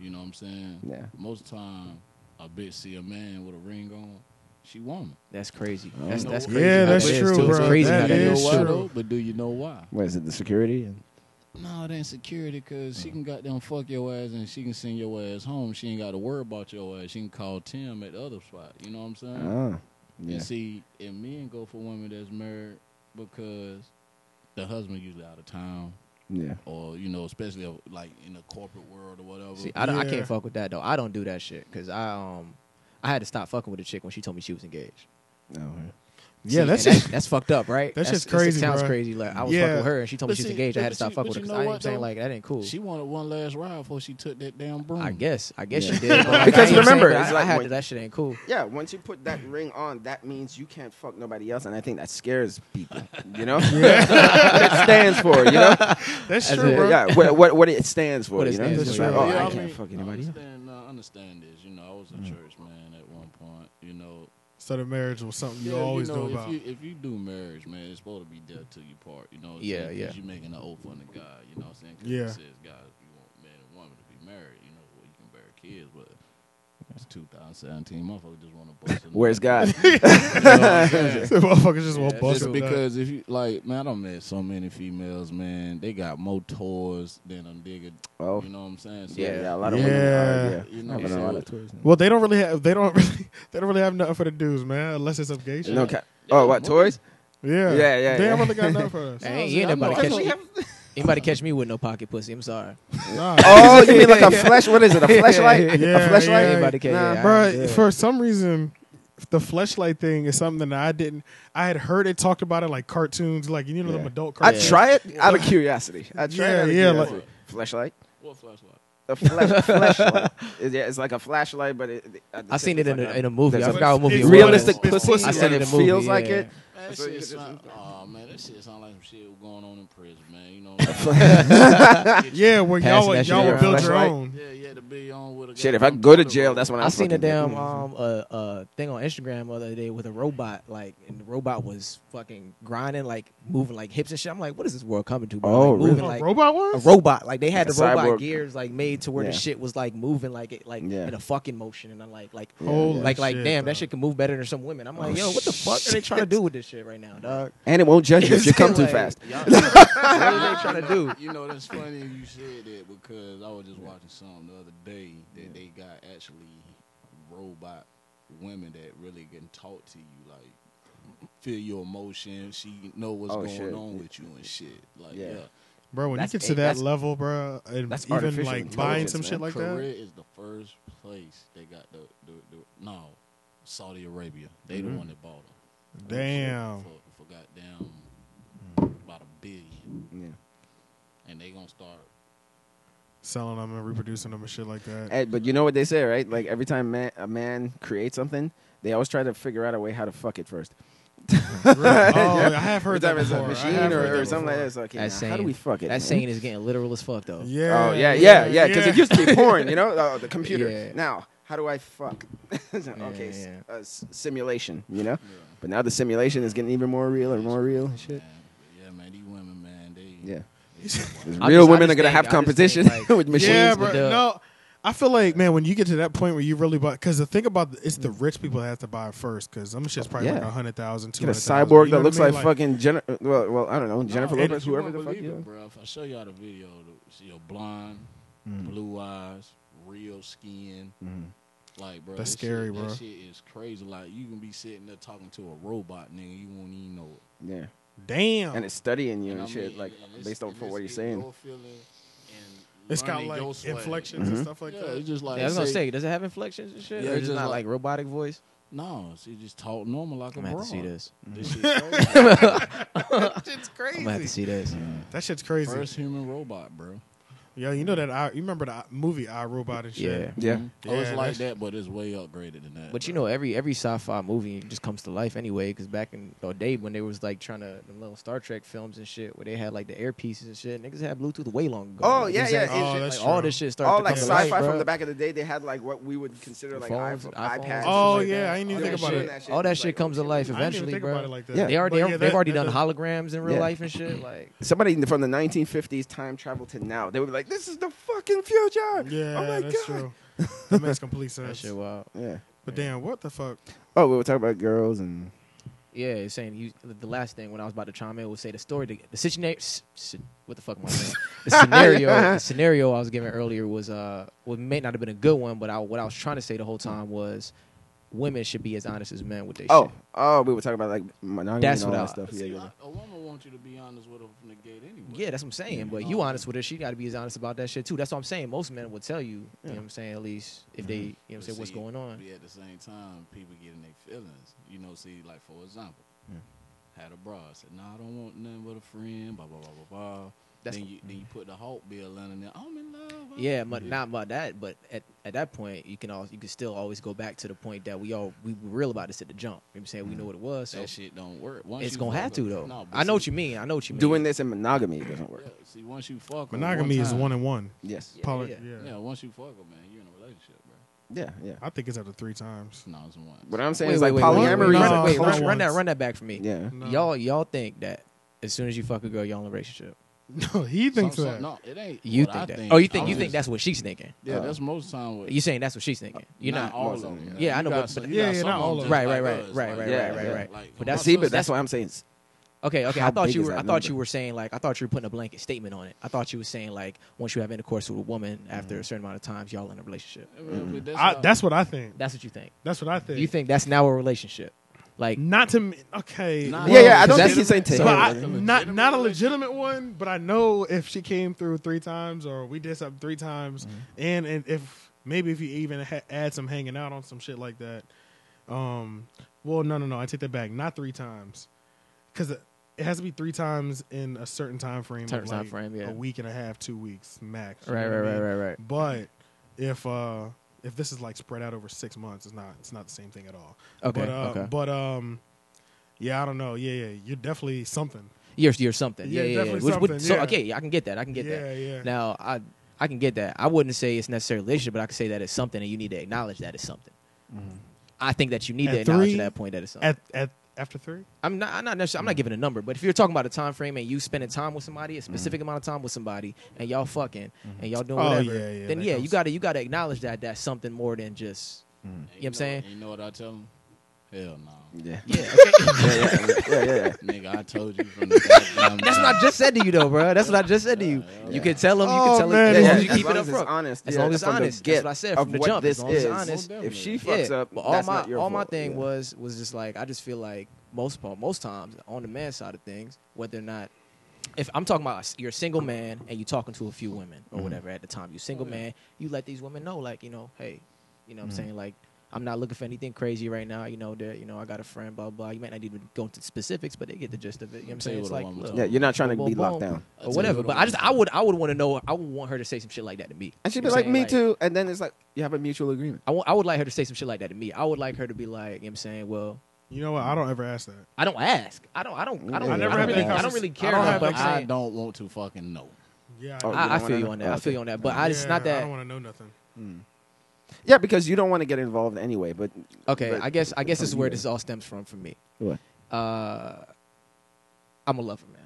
[SPEAKER 3] You know what I'm saying?
[SPEAKER 5] Yeah.
[SPEAKER 3] Most time, a bitch see a man with a ring on, she woman.
[SPEAKER 4] That's crazy.
[SPEAKER 5] Oh.
[SPEAKER 4] That's
[SPEAKER 3] No
[SPEAKER 4] that's
[SPEAKER 3] way.
[SPEAKER 4] crazy.
[SPEAKER 2] Yeah,
[SPEAKER 4] how
[SPEAKER 2] that's
[SPEAKER 4] it is,
[SPEAKER 2] true,
[SPEAKER 4] too. It's
[SPEAKER 2] bro.
[SPEAKER 4] crazy
[SPEAKER 2] That
[SPEAKER 4] how
[SPEAKER 3] you know
[SPEAKER 2] is
[SPEAKER 4] is.
[SPEAKER 3] why
[SPEAKER 2] true.
[SPEAKER 3] though? But do you know why?
[SPEAKER 5] what is it? The security? And-
[SPEAKER 3] No, it ain't security because she can goddamn fuck your ass and she can send your ass home. She ain't got to worry about your ass. She can call Tim at the other spot. You know what I'm
[SPEAKER 2] Uh,
[SPEAKER 3] saying?
[SPEAKER 5] oh, yeah.
[SPEAKER 3] And see, and men go for women that's married because the husband usually out of town
[SPEAKER 5] yeah.
[SPEAKER 3] or, you know, especially uh, like in the corporate world or whatever.
[SPEAKER 4] See, I, don't, I
[SPEAKER 2] Yeah.
[SPEAKER 4] can't fuck with that though. I don't do that shit because I um I had to stop fucking with a chick when she told me she was engaged.
[SPEAKER 5] Oh,
[SPEAKER 2] Yeah,
[SPEAKER 4] See,
[SPEAKER 2] that's
[SPEAKER 4] and
[SPEAKER 2] just-
[SPEAKER 4] that- that's fucked up, right?
[SPEAKER 2] That's
[SPEAKER 4] That's-
[SPEAKER 2] just
[SPEAKER 4] it
[SPEAKER 2] crazy,
[SPEAKER 4] Sounds
[SPEAKER 2] bro.
[SPEAKER 4] crazy. Like I was
[SPEAKER 2] Yeah.
[SPEAKER 4] fucking with her and she told me
[SPEAKER 3] But
[SPEAKER 4] she was
[SPEAKER 3] see,
[SPEAKER 4] engaged. I
[SPEAKER 3] but
[SPEAKER 4] had to stop
[SPEAKER 3] you- but
[SPEAKER 4] fucking with her
[SPEAKER 3] you
[SPEAKER 4] because
[SPEAKER 3] know
[SPEAKER 4] I
[SPEAKER 3] what,
[SPEAKER 4] ain't saying
[SPEAKER 3] though?
[SPEAKER 4] like that ain't cool.
[SPEAKER 3] She wanted one last ride before she took that damn broom.
[SPEAKER 4] I guess. I guess
[SPEAKER 5] Yeah.
[SPEAKER 4] she did. But like,
[SPEAKER 5] Because
[SPEAKER 4] I ain't
[SPEAKER 5] remember,
[SPEAKER 4] saying,
[SPEAKER 5] it's
[SPEAKER 4] I,
[SPEAKER 5] like
[SPEAKER 4] I had
[SPEAKER 5] when-
[SPEAKER 4] to, that shit ain't cool.
[SPEAKER 5] Yeah, once you put that ring on, that means you can't fuck nobody else, and I think that scares people. You know, what it stands for. You know,
[SPEAKER 2] That's
[SPEAKER 4] That's
[SPEAKER 2] true,
[SPEAKER 4] it.
[SPEAKER 2] bro.
[SPEAKER 5] yeah, what, what what it stands for.
[SPEAKER 4] What it
[SPEAKER 5] you know,
[SPEAKER 4] stands
[SPEAKER 2] for,
[SPEAKER 5] It's just like,
[SPEAKER 2] yeah.
[SPEAKER 5] oh,
[SPEAKER 2] Yeah,
[SPEAKER 5] I,
[SPEAKER 2] I
[SPEAKER 5] can't
[SPEAKER 3] mean,
[SPEAKER 5] fuck
[SPEAKER 3] I
[SPEAKER 5] anybody else. Mm.
[SPEAKER 3] understand, I understand this. You know, I was a church man at one point. You know,
[SPEAKER 2] So the marriage was something you
[SPEAKER 3] Yeah,
[SPEAKER 2] always
[SPEAKER 3] know,
[SPEAKER 2] know
[SPEAKER 3] if
[SPEAKER 2] about.
[SPEAKER 3] You, if you do marriage, man, it's supposed to be death till you part. You know, what I'm
[SPEAKER 4] Yeah,
[SPEAKER 3] saying? 'Cause
[SPEAKER 4] yeah.
[SPEAKER 3] You making an oath under God. You know what I'm saying? 'Cause
[SPEAKER 2] Yeah.
[SPEAKER 3] It says God, you want man and woman to be married. You know, well, you can bear kids, but it's 2017. Motherfucker just want to bust. a nut.
[SPEAKER 5] Where's God?
[SPEAKER 3] You know what I'm saying?
[SPEAKER 2] The motherfuckers just want
[SPEAKER 4] Yeah,
[SPEAKER 2] bust
[SPEAKER 3] Just
[SPEAKER 2] with that.
[SPEAKER 3] because if you like, man, I met so many females, man. They got more toys than a nigga.
[SPEAKER 5] Oh,
[SPEAKER 3] You know what I'm saying? So,
[SPEAKER 5] yeah, yeah, a lot of
[SPEAKER 2] Yeah.
[SPEAKER 5] women. Are, yeah,
[SPEAKER 3] You know,
[SPEAKER 5] Having a
[SPEAKER 3] so-
[SPEAKER 5] lot of toys.
[SPEAKER 2] Well, they don't really have. They don't really. They don't really have nothing for the dudes, man. Unless it's up gay shit.
[SPEAKER 5] No, ca- oh, what toys?
[SPEAKER 2] Yeah.
[SPEAKER 5] Yeah, yeah,
[SPEAKER 2] They
[SPEAKER 5] yeah.
[SPEAKER 2] don't really got nothing for us.
[SPEAKER 4] Hey, ain't- you ain't
[SPEAKER 3] I know-
[SPEAKER 4] nobody
[SPEAKER 3] I know-
[SPEAKER 4] catch anybody catch me with no pocket pussy. I'm sorry.
[SPEAKER 2] Nah.
[SPEAKER 5] Oh, you mean like a flesh? What is it? A flashlight?
[SPEAKER 2] Yeah,
[SPEAKER 5] a flashlight?
[SPEAKER 2] yeah.
[SPEAKER 4] Anybody catch
[SPEAKER 5] Nah,
[SPEAKER 4] yeah,
[SPEAKER 2] bro.
[SPEAKER 4] I'm good.
[SPEAKER 2] For some reason, the fleshlight thing is something that I didn't. I had heard it talked about it like cartoons, like you know
[SPEAKER 5] Yeah.
[SPEAKER 2] them adult
[SPEAKER 5] I
[SPEAKER 2] cartoons.
[SPEAKER 5] try it out of curiosity. I try it
[SPEAKER 2] Yeah,
[SPEAKER 5] out of
[SPEAKER 2] yeah, like-
[SPEAKER 5] curiosity. flashlight.
[SPEAKER 3] What flashlight?
[SPEAKER 5] A flash, flashlight. It's- Yeah, it's like a flashlight, but it, it- at the
[SPEAKER 4] I seen
[SPEAKER 5] tip,
[SPEAKER 4] it in
[SPEAKER 5] it's
[SPEAKER 4] a,
[SPEAKER 5] like
[SPEAKER 4] in a movie.
[SPEAKER 5] there's
[SPEAKER 4] I
[SPEAKER 5] a-
[SPEAKER 4] forgot what movie. it
[SPEAKER 2] it's
[SPEAKER 4] was.
[SPEAKER 5] realistic
[SPEAKER 2] It's
[SPEAKER 5] pussy.
[SPEAKER 2] pussy,
[SPEAKER 5] I
[SPEAKER 2] I
[SPEAKER 5] said
[SPEAKER 2] said
[SPEAKER 4] in
[SPEAKER 5] it
[SPEAKER 4] the movie,
[SPEAKER 5] feels like
[SPEAKER 4] yeah.
[SPEAKER 5] it.
[SPEAKER 3] Man, that
[SPEAKER 5] So you
[SPEAKER 3] shit
[SPEAKER 5] just-
[SPEAKER 3] sound, oh man, that shit sound like some shit going on in prison, man. You know, what I'm saying?
[SPEAKER 2] Yeah, where
[SPEAKER 4] Passing
[SPEAKER 2] y'all
[SPEAKER 4] that
[SPEAKER 2] y'all
[SPEAKER 4] shit
[SPEAKER 2] would
[SPEAKER 4] around.
[SPEAKER 2] build
[SPEAKER 5] That's
[SPEAKER 2] your
[SPEAKER 5] right.
[SPEAKER 2] own.
[SPEAKER 3] yeah, you had to be on with a.
[SPEAKER 5] Shit, if I
[SPEAKER 3] goddamn
[SPEAKER 5] go to
[SPEAKER 3] toilet
[SPEAKER 5] jail,
[SPEAKER 3] bowl.
[SPEAKER 5] that's when I
[SPEAKER 4] I seen a
[SPEAKER 5] fucking do.
[SPEAKER 4] damn um uh, uh thing on Instagram the other day with a robot like and the robot was fucking grinding like moving like hips and shit. I'm like, what is this world coming to? Bro?
[SPEAKER 5] Oh,
[SPEAKER 4] like,
[SPEAKER 5] really?
[SPEAKER 4] moving
[SPEAKER 2] Oh,
[SPEAKER 4] like
[SPEAKER 2] robot
[SPEAKER 4] a
[SPEAKER 2] ones.
[SPEAKER 4] robot. Like they had
[SPEAKER 5] Like
[SPEAKER 4] the
[SPEAKER 5] a
[SPEAKER 4] robot
[SPEAKER 5] cyborg.
[SPEAKER 4] gears like made to where
[SPEAKER 5] Yeah.
[SPEAKER 4] the shit was like moving like it like
[SPEAKER 5] Yeah.
[SPEAKER 4] in a fucking motion and I'm like like
[SPEAKER 2] Holy
[SPEAKER 4] like like
[SPEAKER 2] shit,
[SPEAKER 4] damn
[SPEAKER 2] bro.
[SPEAKER 4] that shit can move better than some women. I'm like,
[SPEAKER 5] Oh,
[SPEAKER 4] yo, what the fuck are they trying to do with this shit right now, dog?
[SPEAKER 5] And it won't judge you if you come too
[SPEAKER 4] Like,
[SPEAKER 5] fast.
[SPEAKER 3] Y'all-
[SPEAKER 4] What are they trying to do?
[SPEAKER 3] You know, that's funny you said that because I was just watching something the other day that they got actually robot women that really can talk to you, like feel your emotions. She know what's
[SPEAKER 5] Oh,
[SPEAKER 3] going
[SPEAKER 5] shit.
[SPEAKER 3] on with you and shit. Like
[SPEAKER 5] Yeah.
[SPEAKER 3] yeah,
[SPEAKER 2] bro. When
[SPEAKER 5] That's
[SPEAKER 2] you get
[SPEAKER 5] a-
[SPEAKER 2] to that
[SPEAKER 5] that's-
[SPEAKER 2] level, bro, and
[SPEAKER 5] that's
[SPEAKER 2] even
[SPEAKER 5] artificial
[SPEAKER 2] like buying some
[SPEAKER 5] intelligence,
[SPEAKER 2] shit
[SPEAKER 5] man.
[SPEAKER 2] like
[SPEAKER 3] Korea
[SPEAKER 2] that,
[SPEAKER 3] is the first place they got the the, the no Saudi Arabia. They the one that bought them.
[SPEAKER 2] Mm-hmm. damn.
[SPEAKER 3] For, for goddamn
[SPEAKER 4] Mm.
[SPEAKER 3] about a billion,
[SPEAKER 5] Yeah.
[SPEAKER 3] and they gonna start.
[SPEAKER 2] Selling them and reproducing them and shit like that.
[SPEAKER 5] Ed, but you know what they say, right? Like every time man, a man creates something, they always try to figure out a way how to fuck it first.
[SPEAKER 2] oh, I have heard that
[SPEAKER 5] Every time
[SPEAKER 2] before.
[SPEAKER 5] it's
[SPEAKER 2] I have
[SPEAKER 5] a machine
[SPEAKER 2] heard
[SPEAKER 5] or,
[SPEAKER 2] that
[SPEAKER 5] or
[SPEAKER 2] before.
[SPEAKER 5] something like that. It's like, okay,
[SPEAKER 4] That's
[SPEAKER 5] now, how do
[SPEAKER 4] saying-
[SPEAKER 5] we fuck it?
[SPEAKER 4] That
[SPEAKER 5] man?
[SPEAKER 4] saying is getting literal as fuck though.
[SPEAKER 2] Yeah.
[SPEAKER 5] Oh yeah, yeah, yeah. Because it used to be porn, you know, oh, the computer.
[SPEAKER 4] Yeah.
[SPEAKER 5] Now, how do I fuck? okay, s
[SPEAKER 4] yeah.
[SPEAKER 5] uh, s- simulation, you know. But now the simulation is getting even more real and more real and shit.
[SPEAKER 3] Man, yeah, man, these women, man, they
[SPEAKER 5] Yeah.
[SPEAKER 4] I
[SPEAKER 5] real
[SPEAKER 4] just- I
[SPEAKER 5] women are
[SPEAKER 4] just
[SPEAKER 5] gonna
[SPEAKER 4] think-
[SPEAKER 5] have
[SPEAKER 4] I just
[SPEAKER 5] competition
[SPEAKER 4] think, like,
[SPEAKER 5] with machines.
[SPEAKER 2] Yeah,
[SPEAKER 4] machines
[SPEAKER 2] bro.
[SPEAKER 4] with the-
[SPEAKER 2] No, I feel like man, when you get to that point where you really buy, because the thing about it's the rich people that have to buy it first, because I'm shit's probably like
[SPEAKER 5] Yeah.
[SPEAKER 2] a hundred thousand, two
[SPEAKER 5] Get a
[SPEAKER 2] hundred thousand.
[SPEAKER 5] cyborg that looks like, fucking Jennifer. Well, well, I don't know Jennifer
[SPEAKER 2] it-
[SPEAKER 5] Lopez,
[SPEAKER 3] You
[SPEAKER 5] whoever
[SPEAKER 3] won't
[SPEAKER 5] the fuck
[SPEAKER 3] believe
[SPEAKER 5] you
[SPEAKER 3] it,
[SPEAKER 5] are.
[SPEAKER 3] bro. If I show y'all the video, she a blonde,
[SPEAKER 5] Mm.
[SPEAKER 3] blue eyes, real skin.
[SPEAKER 5] Mm-hmm.
[SPEAKER 3] Like, bro,
[SPEAKER 2] That's
[SPEAKER 3] that
[SPEAKER 2] scary,
[SPEAKER 3] shit,
[SPEAKER 2] bro.
[SPEAKER 3] That shit is crazy. Like, you can be sitting there talking to a robot, nigga. You won't even know it.
[SPEAKER 5] Yeah,
[SPEAKER 2] Damn.
[SPEAKER 5] and it's studying you
[SPEAKER 3] I
[SPEAKER 5] and
[SPEAKER 3] mean,
[SPEAKER 5] shit, like
[SPEAKER 3] and it's-
[SPEAKER 5] based off
[SPEAKER 3] and
[SPEAKER 5] for
[SPEAKER 3] it's
[SPEAKER 5] what you're
[SPEAKER 3] getting
[SPEAKER 5] saying.
[SPEAKER 3] your feeling and
[SPEAKER 2] it's got
[SPEAKER 3] learning
[SPEAKER 2] like
[SPEAKER 3] your swag.
[SPEAKER 2] inflections and stuff like
[SPEAKER 3] yeah,
[SPEAKER 2] that.
[SPEAKER 3] it's just like
[SPEAKER 4] Yeah, I was gonna say, does it have inflections and shit?
[SPEAKER 3] Yeah,
[SPEAKER 4] or
[SPEAKER 3] it's
[SPEAKER 4] just
[SPEAKER 3] just
[SPEAKER 4] not like,
[SPEAKER 3] like-
[SPEAKER 4] robotic voice?
[SPEAKER 3] no. She just talk normal like
[SPEAKER 4] I'm
[SPEAKER 3] a
[SPEAKER 4] gonna
[SPEAKER 3] bro.
[SPEAKER 4] have to see this.
[SPEAKER 3] This shit crazy.
[SPEAKER 2] It's
[SPEAKER 4] I'm gonna have to
[SPEAKER 2] crazy.
[SPEAKER 4] see this.
[SPEAKER 2] That shit's crazy.
[SPEAKER 3] First human robot, bro.
[SPEAKER 2] Yo, you know that I you remember the movie I Robot and shit.
[SPEAKER 4] Yeah.
[SPEAKER 5] Yeah,
[SPEAKER 3] Oh, it's
[SPEAKER 2] Yeah,
[SPEAKER 3] like
[SPEAKER 2] that's-
[SPEAKER 3] that, but it's way upgraded than that.
[SPEAKER 4] But you
[SPEAKER 3] bro.
[SPEAKER 4] know, every every sci-fi movie just comes to life anyway. Because back in the day when they was like trying to the little Star Trek films and shit, where they had like the air pieces and shit, niggas had Bluetooth way long ago.
[SPEAKER 5] Oh,
[SPEAKER 4] Like,
[SPEAKER 5] yeah,
[SPEAKER 4] it's
[SPEAKER 5] yeah,
[SPEAKER 4] like-
[SPEAKER 5] it's-
[SPEAKER 2] Oh,
[SPEAKER 4] like,
[SPEAKER 2] that's
[SPEAKER 4] all
[SPEAKER 2] true.
[SPEAKER 4] this shit started.
[SPEAKER 5] all
[SPEAKER 4] to
[SPEAKER 5] like
[SPEAKER 4] come
[SPEAKER 5] sci-fi
[SPEAKER 4] to life,
[SPEAKER 5] from
[SPEAKER 4] bruh.
[SPEAKER 5] the back of the day, they had like what we would consider like
[SPEAKER 4] Phones,
[SPEAKER 5] iPhone,
[SPEAKER 4] iPhones,
[SPEAKER 5] iPads.
[SPEAKER 2] Oh
[SPEAKER 4] like
[SPEAKER 2] yeah,
[SPEAKER 4] that.
[SPEAKER 2] I didn't
[SPEAKER 5] All
[SPEAKER 2] even
[SPEAKER 5] that
[SPEAKER 2] think about
[SPEAKER 5] shit.
[SPEAKER 2] it.
[SPEAKER 5] shit
[SPEAKER 4] all that
[SPEAKER 5] was
[SPEAKER 4] shit
[SPEAKER 5] like,
[SPEAKER 4] comes to
[SPEAKER 5] okay,
[SPEAKER 4] life
[SPEAKER 2] I didn't even
[SPEAKER 4] eventually,
[SPEAKER 2] think
[SPEAKER 4] bro.
[SPEAKER 2] about it like that.
[SPEAKER 5] Yeah.
[SPEAKER 4] They already
[SPEAKER 2] But yeah,
[SPEAKER 4] they've
[SPEAKER 2] that-
[SPEAKER 4] already
[SPEAKER 2] that-
[SPEAKER 4] done holograms in real
[SPEAKER 5] Yeah.
[SPEAKER 4] life and shit. Like
[SPEAKER 5] Somebody from the 1950s time travel to now. They would be like, "This is the fucking future."
[SPEAKER 2] Yeah,
[SPEAKER 5] oh my
[SPEAKER 2] that's
[SPEAKER 5] god.
[SPEAKER 2] true. That makes complete
[SPEAKER 4] that
[SPEAKER 2] sense.
[SPEAKER 4] shit wild.
[SPEAKER 5] Yeah.
[SPEAKER 2] But damn, what the fuck?
[SPEAKER 5] Oh, we were talking about girls and
[SPEAKER 4] Yeah, it's saying he, the last thing when I was about to chime in was say the story, the, the situation, what the fuck am I saying? The scenario, the scenario I was giving earlier was uh, what may not have been a good one, but I, what I was trying to say the whole time was, women should be as honest as men with their
[SPEAKER 5] oh,
[SPEAKER 4] shit.
[SPEAKER 5] oh, we were talking about like monogamy
[SPEAKER 4] That's
[SPEAKER 5] and all
[SPEAKER 4] what
[SPEAKER 5] that
[SPEAKER 4] I-
[SPEAKER 5] stuff.
[SPEAKER 3] But
[SPEAKER 5] Yeah,
[SPEAKER 3] see,
[SPEAKER 5] yeah.
[SPEAKER 3] I- a woman wants you to be honest with her from the gate anyway.
[SPEAKER 4] Yeah, that's what I'm saying. But you honest with her, she got to be as honest about that shit too. That's what I'm saying. Most men would tell you, you know what I'm saying, at least if they, you know what I'm
[SPEAKER 3] But
[SPEAKER 4] saying, what's
[SPEAKER 3] see,
[SPEAKER 4] going on.
[SPEAKER 3] But at the same time, people getting their feelings. You know, see, like for example, had a broad said, "No, I don't want nothing but a friend." Blah blah blah blah blah.
[SPEAKER 4] That's- Mm-hmm.
[SPEAKER 3] then you then you put the Hulk bill in there. I'm in love. I'm
[SPEAKER 4] Yeah, but not about that. But at, at that point, you can all you can still always go back to the point that we all we were real about this at the jump. You know what I'm saying? We know what it was. So
[SPEAKER 3] That shit don't work. Once
[SPEAKER 4] it's
[SPEAKER 3] you
[SPEAKER 4] gonna
[SPEAKER 3] fuck
[SPEAKER 4] have
[SPEAKER 3] her-
[SPEAKER 4] to though.
[SPEAKER 3] No, but
[SPEAKER 4] I know
[SPEAKER 3] see-
[SPEAKER 4] what you mean. I know what you mean.
[SPEAKER 5] Doing this in monogamy doesn't work.
[SPEAKER 3] Yeah, see, once you fuck her
[SPEAKER 2] Monogamy
[SPEAKER 3] one
[SPEAKER 2] is
[SPEAKER 3] time-
[SPEAKER 2] one and one.
[SPEAKER 5] Yes.
[SPEAKER 4] Yeah,
[SPEAKER 2] Poly-
[SPEAKER 4] yeah.
[SPEAKER 2] yeah.
[SPEAKER 3] Yeah, once you fuck her, man, you're in a relationship, bro.
[SPEAKER 5] Yeah, yeah.
[SPEAKER 2] I think it's after three times.
[SPEAKER 3] No, it's one.
[SPEAKER 5] What I'm saying
[SPEAKER 4] Wait,
[SPEAKER 5] is
[SPEAKER 4] wait,
[SPEAKER 5] like
[SPEAKER 4] wait,
[SPEAKER 5] polyamory.
[SPEAKER 4] Wait,
[SPEAKER 5] is
[SPEAKER 4] wait,
[SPEAKER 5] a
[SPEAKER 2] No,
[SPEAKER 4] wait,
[SPEAKER 2] no,
[SPEAKER 5] culture-
[SPEAKER 4] run, run that
[SPEAKER 2] once.
[SPEAKER 4] run that back for me.
[SPEAKER 5] Yeah.
[SPEAKER 2] No.
[SPEAKER 4] Y'all y'all think that as soon as you fuck a girl, y'all in a relationship.
[SPEAKER 2] No, he thinks
[SPEAKER 3] Some-
[SPEAKER 2] that.
[SPEAKER 3] some- No, it ain't.
[SPEAKER 4] You
[SPEAKER 3] what
[SPEAKER 4] think
[SPEAKER 3] I
[SPEAKER 4] that? Oh, you think
[SPEAKER 3] I'm
[SPEAKER 4] you think
[SPEAKER 3] just-
[SPEAKER 4] that's what she's thinking?
[SPEAKER 3] Yeah, that's most time. What
[SPEAKER 4] You saying that's what she's thinking? You're not.
[SPEAKER 3] all
[SPEAKER 5] most
[SPEAKER 3] of
[SPEAKER 5] of
[SPEAKER 3] them.
[SPEAKER 5] them.
[SPEAKER 4] Yeah, I
[SPEAKER 3] You
[SPEAKER 4] know,
[SPEAKER 3] got
[SPEAKER 4] but-
[SPEAKER 3] some-
[SPEAKER 4] but-
[SPEAKER 3] you got
[SPEAKER 2] Yeah,
[SPEAKER 3] some
[SPEAKER 2] not all
[SPEAKER 3] just
[SPEAKER 2] of
[SPEAKER 4] Right,
[SPEAKER 3] like
[SPEAKER 4] right,
[SPEAKER 3] us,
[SPEAKER 4] right,
[SPEAKER 3] like,
[SPEAKER 4] right,
[SPEAKER 5] right, right,
[SPEAKER 3] yeah,
[SPEAKER 4] right.
[SPEAKER 3] like, come
[SPEAKER 4] But that's-
[SPEAKER 3] on.
[SPEAKER 5] See, but
[SPEAKER 4] that's-
[SPEAKER 5] that's what I'm saying.
[SPEAKER 4] Okay, okay.
[SPEAKER 5] How
[SPEAKER 4] I thought
[SPEAKER 5] big
[SPEAKER 4] you
[SPEAKER 5] is
[SPEAKER 4] were. I
[SPEAKER 5] that
[SPEAKER 4] thought
[SPEAKER 5] number?
[SPEAKER 4] you were saying like I thought you were putting a blanket statement on it. I thought you were saying like once you have intercourse with a woman after
[SPEAKER 5] Mm-hmm.
[SPEAKER 4] a certain amount of times, y'all in a relationship.
[SPEAKER 3] But that's
[SPEAKER 2] I,
[SPEAKER 3] how-
[SPEAKER 2] that's what I think.
[SPEAKER 4] Mm. That's what you think.
[SPEAKER 2] That's what I think.
[SPEAKER 4] You think that's now a relationship? Like
[SPEAKER 2] not to me? Okay.
[SPEAKER 3] Nah.
[SPEAKER 5] Yeah, yeah. I
[SPEAKER 4] Well,
[SPEAKER 5] don't
[SPEAKER 4] that's-
[SPEAKER 5] think he's saying to
[SPEAKER 4] so
[SPEAKER 5] him.
[SPEAKER 2] But I,
[SPEAKER 5] whether-
[SPEAKER 2] not not a legitimate one, but I know if she came through three times or we did something three times,
[SPEAKER 4] Mm-hmm.
[SPEAKER 2] and, and if maybe if you even ha- add some hanging out on some shit like that, um, well, no, no, no, I take that back. Not three times, because it, it has to be three times in a certain time frame, of
[SPEAKER 4] Certain time
[SPEAKER 2] like
[SPEAKER 4] frame, yeah.
[SPEAKER 2] a week and a half, two weeks max. you
[SPEAKER 4] right,
[SPEAKER 2] know what I
[SPEAKER 4] right, right,
[SPEAKER 2] mean?
[SPEAKER 4] right, right.
[SPEAKER 2] But if uh if this is like spread out over six months, it's not it's not the same thing at all.
[SPEAKER 4] Okay,
[SPEAKER 2] But, uh,
[SPEAKER 4] okay.
[SPEAKER 2] But um, yeah, I don't know. Yeah, yeah, you're definitely something.
[SPEAKER 4] You're you're something.
[SPEAKER 2] Yeah,
[SPEAKER 4] Yeah, yeah, yeah.
[SPEAKER 2] definitely
[SPEAKER 4] Which- which-
[SPEAKER 2] something,
[SPEAKER 4] so
[SPEAKER 2] yeah.
[SPEAKER 4] okay, I can get that. I can get that.
[SPEAKER 2] Yeah, yeah.
[SPEAKER 4] Now I I can get that. I wouldn't say it's necessarily a relationship, but I can say that it's something, and you need to acknowledge that it's something. I think that you need
[SPEAKER 2] At
[SPEAKER 4] to acknowledge
[SPEAKER 2] Mm-hmm. three-
[SPEAKER 4] at that point that it's something.
[SPEAKER 2] At Mm-hmm. at after three,
[SPEAKER 4] I'm not, I'm not necessarily, I'm not giving a number, but if you're talking about a time frame and you spending time with somebody, a specific amount of time with somebody, and y'all fucking and y'all doing
[SPEAKER 2] Mm-hmm. Oh,
[SPEAKER 4] whatever,
[SPEAKER 2] yeah, yeah,
[SPEAKER 4] then
[SPEAKER 2] that
[SPEAKER 4] yeah, you
[SPEAKER 2] comes-
[SPEAKER 4] gotta you gotta acknowledge that that's something more than just
[SPEAKER 3] And
[SPEAKER 4] You know what I'm saying?
[SPEAKER 3] and You know what I tell them? Hell no.
[SPEAKER 5] Yeah.
[SPEAKER 4] yeah. Okay.
[SPEAKER 5] Yeah, yeah, yeah, yeah, yeah.
[SPEAKER 3] Nigga, I told you from the goddamn
[SPEAKER 4] that's what I just said to you though, bro. That's what I just said to you. You can tell them, you can
[SPEAKER 2] Oh,
[SPEAKER 4] tell
[SPEAKER 2] man.
[SPEAKER 4] them,
[SPEAKER 2] Yeah,
[SPEAKER 4] you
[SPEAKER 5] as
[SPEAKER 4] keep
[SPEAKER 5] long
[SPEAKER 4] it up
[SPEAKER 5] as it's
[SPEAKER 4] front.
[SPEAKER 5] honest.
[SPEAKER 4] As
[SPEAKER 5] yeah,
[SPEAKER 4] long as it's
[SPEAKER 5] from the
[SPEAKER 4] honest. That's
[SPEAKER 5] get
[SPEAKER 4] what I said
[SPEAKER 5] of
[SPEAKER 4] from the
[SPEAKER 5] what
[SPEAKER 4] jump. As
[SPEAKER 5] This
[SPEAKER 4] long as it's
[SPEAKER 5] is
[SPEAKER 4] honest.
[SPEAKER 5] if she
[SPEAKER 3] Yeah,
[SPEAKER 5] fucks up,
[SPEAKER 4] but all
[SPEAKER 5] that's
[SPEAKER 4] my
[SPEAKER 5] not your
[SPEAKER 4] all my
[SPEAKER 5] fault.
[SPEAKER 4] thing
[SPEAKER 5] Yeah.
[SPEAKER 4] was was just like I just feel like most part, most times on the man side of things, whether or not if I'm talking about s- you're a single man and you're talking to a few women
[SPEAKER 5] Mm-hmm.
[SPEAKER 4] or whatever at the time, you single man, you let these women know, like, you know, hey, you
[SPEAKER 5] Mm-hmm.
[SPEAKER 4] know what I'm saying? Like, I'm not looking for anything crazy right now. You know, that you know, I got a friend, blah, blah. You might not even go into specifics, but they get the gist of it. You know what I'm
[SPEAKER 3] Tell
[SPEAKER 4] saying?
[SPEAKER 3] you
[SPEAKER 4] It's
[SPEAKER 3] what I
[SPEAKER 4] like,
[SPEAKER 3] want to
[SPEAKER 4] look,
[SPEAKER 3] talk
[SPEAKER 5] Yeah, you're not trying to
[SPEAKER 4] boom,
[SPEAKER 5] be
[SPEAKER 4] boom,
[SPEAKER 5] locked
[SPEAKER 4] boom,
[SPEAKER 5] down.
[SPEAKER 3] I'll tell
[SPEAKER 4] Or
[SPEAKER 3] you
[SPEAKER 4] whatever.
[SPEAKER 3] what I
[SPEAKER 4] But I
[SPEAKER 3] want
[SPEAKER 4] just,
[SPEAKER 3] to
[SPEAKER 4] I would, I would want to know, I would want her to say some shit like that to me.
[SPEAKER 5] And she'd
[SPEAKER 4] You
[SPEAKER 5] be
[SPEAKER 4] know what
[SPEAKER 5] like,
[SPEAKER 4] I'm
[SPEAKER 5] "Me
[SPEAKER 4] saying?
[SPEAKER 5] too," and then it's like you have a mutual agreement.
[SPEAKER 4] I want, I would like her to say some shit like that to me. I would like her to be like, you know what I'm saying, well,
[SPEAKER 2] You know what? I don't ever ask that.
[SPEAKER 4] I don't ask. I don't. I don't. I don't.
[SPEAKER 5] I
[SPEAKER 4] I,
[SPEAKER 5] never
[SPEAKER 4] don't
[SPEAKER 5] had
[SPEAKER 4] really,
[SPEAKER 5] that
[SPEAKER 4] I don't really
[SPEAKER 2] conversation.
[SPEAKER 4] care.
[SPEAKER 2] I don't
[SPEAKER 4] about
[SPEAKER 2] have
[SPEAKER 4] what
[SPEAKER 2] that
[SPEAKER 4] I'm
[SPEAKER 3] I
[SPEAKER 4] saying.
[SPEAKER 3] don't want to fucking know.
[SPEAKER 2] Yeah.
[SPEAKER 5] Oh,
[SPEAKER 4] I, I
[SPEAKER 5] You don't
[SPEAKER 4] feel
[SPEAKER 5] wanna
[SPEAKER 4] you
[SPEAKER 5] know?
[SPEAKER 4] on
[SPEAKER 5] Oh,
[SPEAKER 4] that. I
[SPEAKER 5] okay.
[SPEAKER 4] feel you on that. But I just not
[SPEAKER 2] I don't
[SPEAKER 4] that.
[SPEAKER 2] want to know nothing.
[SPEAKER 5] Yeah, because you don't want to get involved anyway. But
[SPEAKER 4] Okay.
[SPEAKER 5] but-
[SPEAKER 4] I guess. I guess this is
[SPEAKER 5] from
[SPEAKER 4] where
[SPEAKER 5] you.
[SPEAKER 4] this all stems from for me.
[SPEAKER 5] What?
[SPEAKER 4] Uh, I'm a lover, man.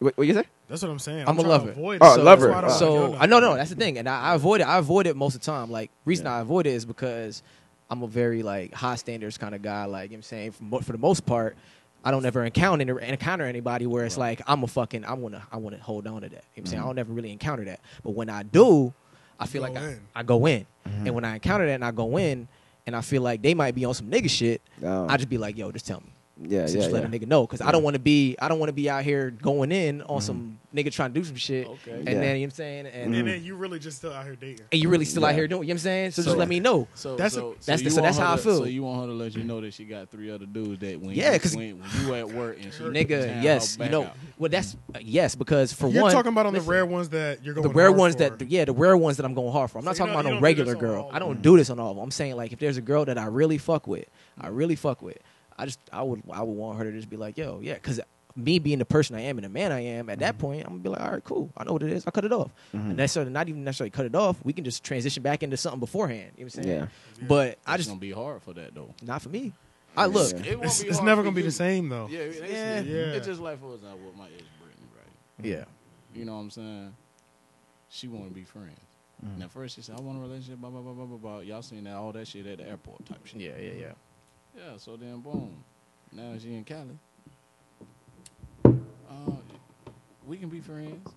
[SPEAKER 5] Wait, what you say?
[SPEAKER 2] That's what I'm saying.
[SPEAKER 4] I'm a
[SPEAKER 2] trying to
[SPEAKER 4] lover.
[SPEAKER 2] avoid it.
[SPEAKER 5] Oh,
[SPEAKER 2] So
[SPEAKER 5] lover.
[SPEAKER 2] that's why I don't wanna
[SPEAKER 4] So
[SPEAKER 2] know
[SPEAKER 4] I no
[SPEAKER 2] nothing.
[SPEAKER 4] no that's the thing, and I, I avoid it. I avoid it most of the time. Like reason I avoid it is because I'm a very like high standards kind of guy. Like you know what I'm saying, for, mo- for the most part, I don't ever encounter encounter anybody where it's like I'm a fucking I wanna I wanna hold on to that. You know what I'm
[SPEAKER 5] Mm-hmm.
[SPEAKER 4] saying I don't ever really encounter that, but when I do, I feel
[SPEAKER 2] go
[SPEAKER 4] like I,
[SPEAKER 2] in.
[SPEAKER 4] I go in,
[SPEAKER 5] Mm-hmm.
[SPEAKER 4] and when I encounter that and I go in, and I feel like they might be on some nigga shit,
[SPEAKER 5] Oh.
[SPEAKER 4] I just be like, yo, just tell me.
[SPEAKER 5] Yeah,
[SPEAKER 4] So
[SPEAKER 5] yeah,
[SPEAKER 4] just let
[SPEAKER 5] yeah. Mm-hmm.
[SPEAKER 4] a nigga know, cause I don't want to be, I don't want to be out here going in on some nigga trying to do some shit,
[SPEAKER 3] Okay.
[SPEAKER 4] and
[SPEAKER 5] Yeah. Mm-hmm.
[SPEAKER 4] then you know what I'm saying, and,
[SPEAKER 2] And then you really just still out here dating.
[SPEAKER 4] and you really still out
[SPEAKER 5] Yeah.
[SPEAKER 4] here doing, you know what I'm saying? So,
[SPEAKER 3] So-
[SPEAKER 4] just let me know.
[SPEAKER 3] So
[SPEAKER 2] That's
[SPEAKER 3] so,
[SPEAKER 2] a-
[SPEAKER 4] that's the-
[SPEAKER 3] you
[SPEAKER 4] so
[SPEAKER 3] want
[SPEAKER 4] that's
[SPEAKER 3] her
[SPEAKER 4] how I
[SPEAKER 3] to-
[SPEAKER 4] feel.
[SPEAKER 3] So you want her to let you know that she got three other dudes that when
[SPEAKER 4] Yeah,
[SPEAKER 3] you,
[SPEAKER 4] 'cause-
[SPEAKER 3] when, when you at work and she
[SPEAKER 4] Nigga,
[SPEAKER 3] down,
[SPEAKER 4] yes,
[SPEAKER 3] back
[SPEAKER 4] you know.
[SPEAKER 3] out.
[SPEAKER 4] Well, that's uh, yes because for
[SPEAKER 2] You're
[SPEAKER 4] one,
[SPEAKER 2] talking about on the
[SPEAKER 4] listen,
[SPEAKER 2] rare ones that you're going
[SPEAKER 4] the rare
[SPEAKER 2] hard
[SPEAKER 4] ones
[SPEAKER 2] for.
[SPEAKER 4] that, yeah, the rare ones that I'm going hard for. I'm
[SPEAKER 2] So
[SPEAKER 4] not
[SPEAKER 2] you
[SPEAKER 4] talking
[SPEAKER 2] don't-
[SPEAKER 4] about
[SPEAKER 2] you
[SPEAKER 4] no
[SPEAKER 2] don't do
[SPEAKER 4] regular
[SPEAKER 2] this on
[SPEAKER 4] girl.
[SPEAKER 2] all
[SPEAKER 4] I
[SPEAKER 2] of
[SPEAKER 4] don't
[SPEAKER 2] them.
[SPEAKER 4] do this on all of them. I'm saying like if there's a girl that I really fuck with, I really fuck with, I just I would I would want her to just be like, yo, yeah, because me being the person I am and the man I am at
[SPEAKER 5] Mm-hmm.
[SPEAKER 4] that point, I'm gonna be like, all right, cool, I know what it is. I cut it off. And necessarily not even necessarily cut it off. We can just transition back into something beforehand. You know what I'm saying?
[SPEAKER 5] Yeah.
[SPEAKER 4] But I
[SPEAKER 3] It's
[SPEAKER 4] just
[SPEAKER 3] gonna be hard for that though.
[SPEAKER 4] not for me. I look.
[SPEAKER 5] Yeah.
[SPEAKER 3] It won't
[SPEAKER 2] It's,
[SPEAKER 3] be
[SPEAKER 2] it's
[SPEAKER 3] hard
[SPEAKER 2] never
[SPEAKER 3] for
[SPEAKER 2] going to be
[SPEAKER 3] you.
[SPEAKER 2] the same, though.
[SPEAKER 3] Yeah, it's,
[SPEAKER 4] Yeah.
[SPEAKER 2] Yeah.
[SPEAKER 3] It's just like for example with my ex Brittany, right?
[SPEAKER 4] Yeah.
[SPEAKER 3] You know what I'm saying? She want to be friends.
[SPEAKER 4] Mm-hmm.
[SPEAKER 3] Now first she said, "I want a relationship." Blah blah blah blah blah. blah. Y'all seen that all that shit at the airport type shit.
[SPEAKER 4] Yeah, yeah, yeah.
[SPEAKER 3] Yeah, so then boom. Now she in Cali. Uh, we can be friends.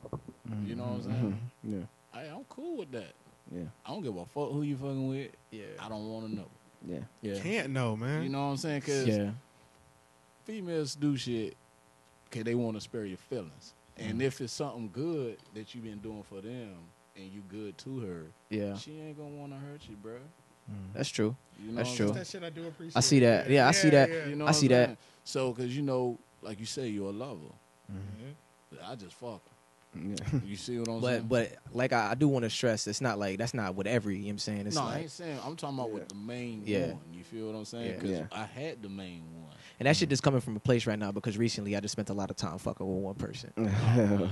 [SPEAKER 3] You know what I'm saying?
[SPEAKER 4] Mm-hmm.
[SPEAKER 5] Yeah,
[SPEAKER 3] I, I'm cool with that.
[SPEAKER 5] yeah,
[SPEAKER 3] I don't give a fuck who you fucking with.
[SPEAKER 4] Yeah.
[SPEAKER 3] I don't want to know.
[SPEAKER 5] yeah.
[SPEAKER 4] Yeah.
[SPEAKER 2] Can't know, man.
[SPEAKER 3] You know what I'm saying? Cause
[SPEAKER 4] Yeah.
[SPEAKER 3] females do shit because they want to spare your feelings.
[SPEAKER 4] Mm.
[SPEAKER 3] And if it's something good that you've been doing for them and you good to her,
[SPEAKER 4] Yeah.
[SPEAKER 3] she ain't gonna want to hurt you, bro.
[SPEAKER 4] That's true.
[SPEAKER 3] You know
[SPEAKER 4] That's
[SPEAKER 3] what
[SPEAKER 4] true.
[SPEAKER 3] I'm
[SPEAKER 2] That's
[SPEAKER 3] saying?
[SPEAKER 2] that shit I do appreciate.
[SPEAKER 4] I see that. Yeah, I see that.
[SPEAKER 2] yeah.
[SPEAKER 3] You know
[SPEAKER 4] I
[SPEAKER 3] what
[SPEAKER 4] see
[SPEAKER 3] I'm
[SPEAKER 4] that.
[SPEAKER 3] saying? So, cause you know, like you say, you're a lover.
[SPEAKER 2] Mm-hmm.
[SPEAKER 3] I just fuck. Her. You see what I'm saying?
[SPEAKER 4] But but like I, I do want to stress, it's not like that's not what every. You know what I'm saying it's
[SPEAKER 3] no, I
[SPEAKER 4] like,
[SPEAKER 3] ain't saying. I'm talking about with the main
[SPEAKER 4] Yeah.
[SPEAKER 3] one. You feel what I'm saying?
[SPEAKER 4] Yeah.
[SPEAKER 3] Because
[SPEAKER 5] Yeah.
[SPEAKER 3] I had the main one.
[SPEAKER 4] and that
[SPEAKER 3] Mm.
[SPEAKER 4] shit just coming from a place right now because recently I just spent a lot of time fucking with one person.
[SPEAKER 3] Kick out of my-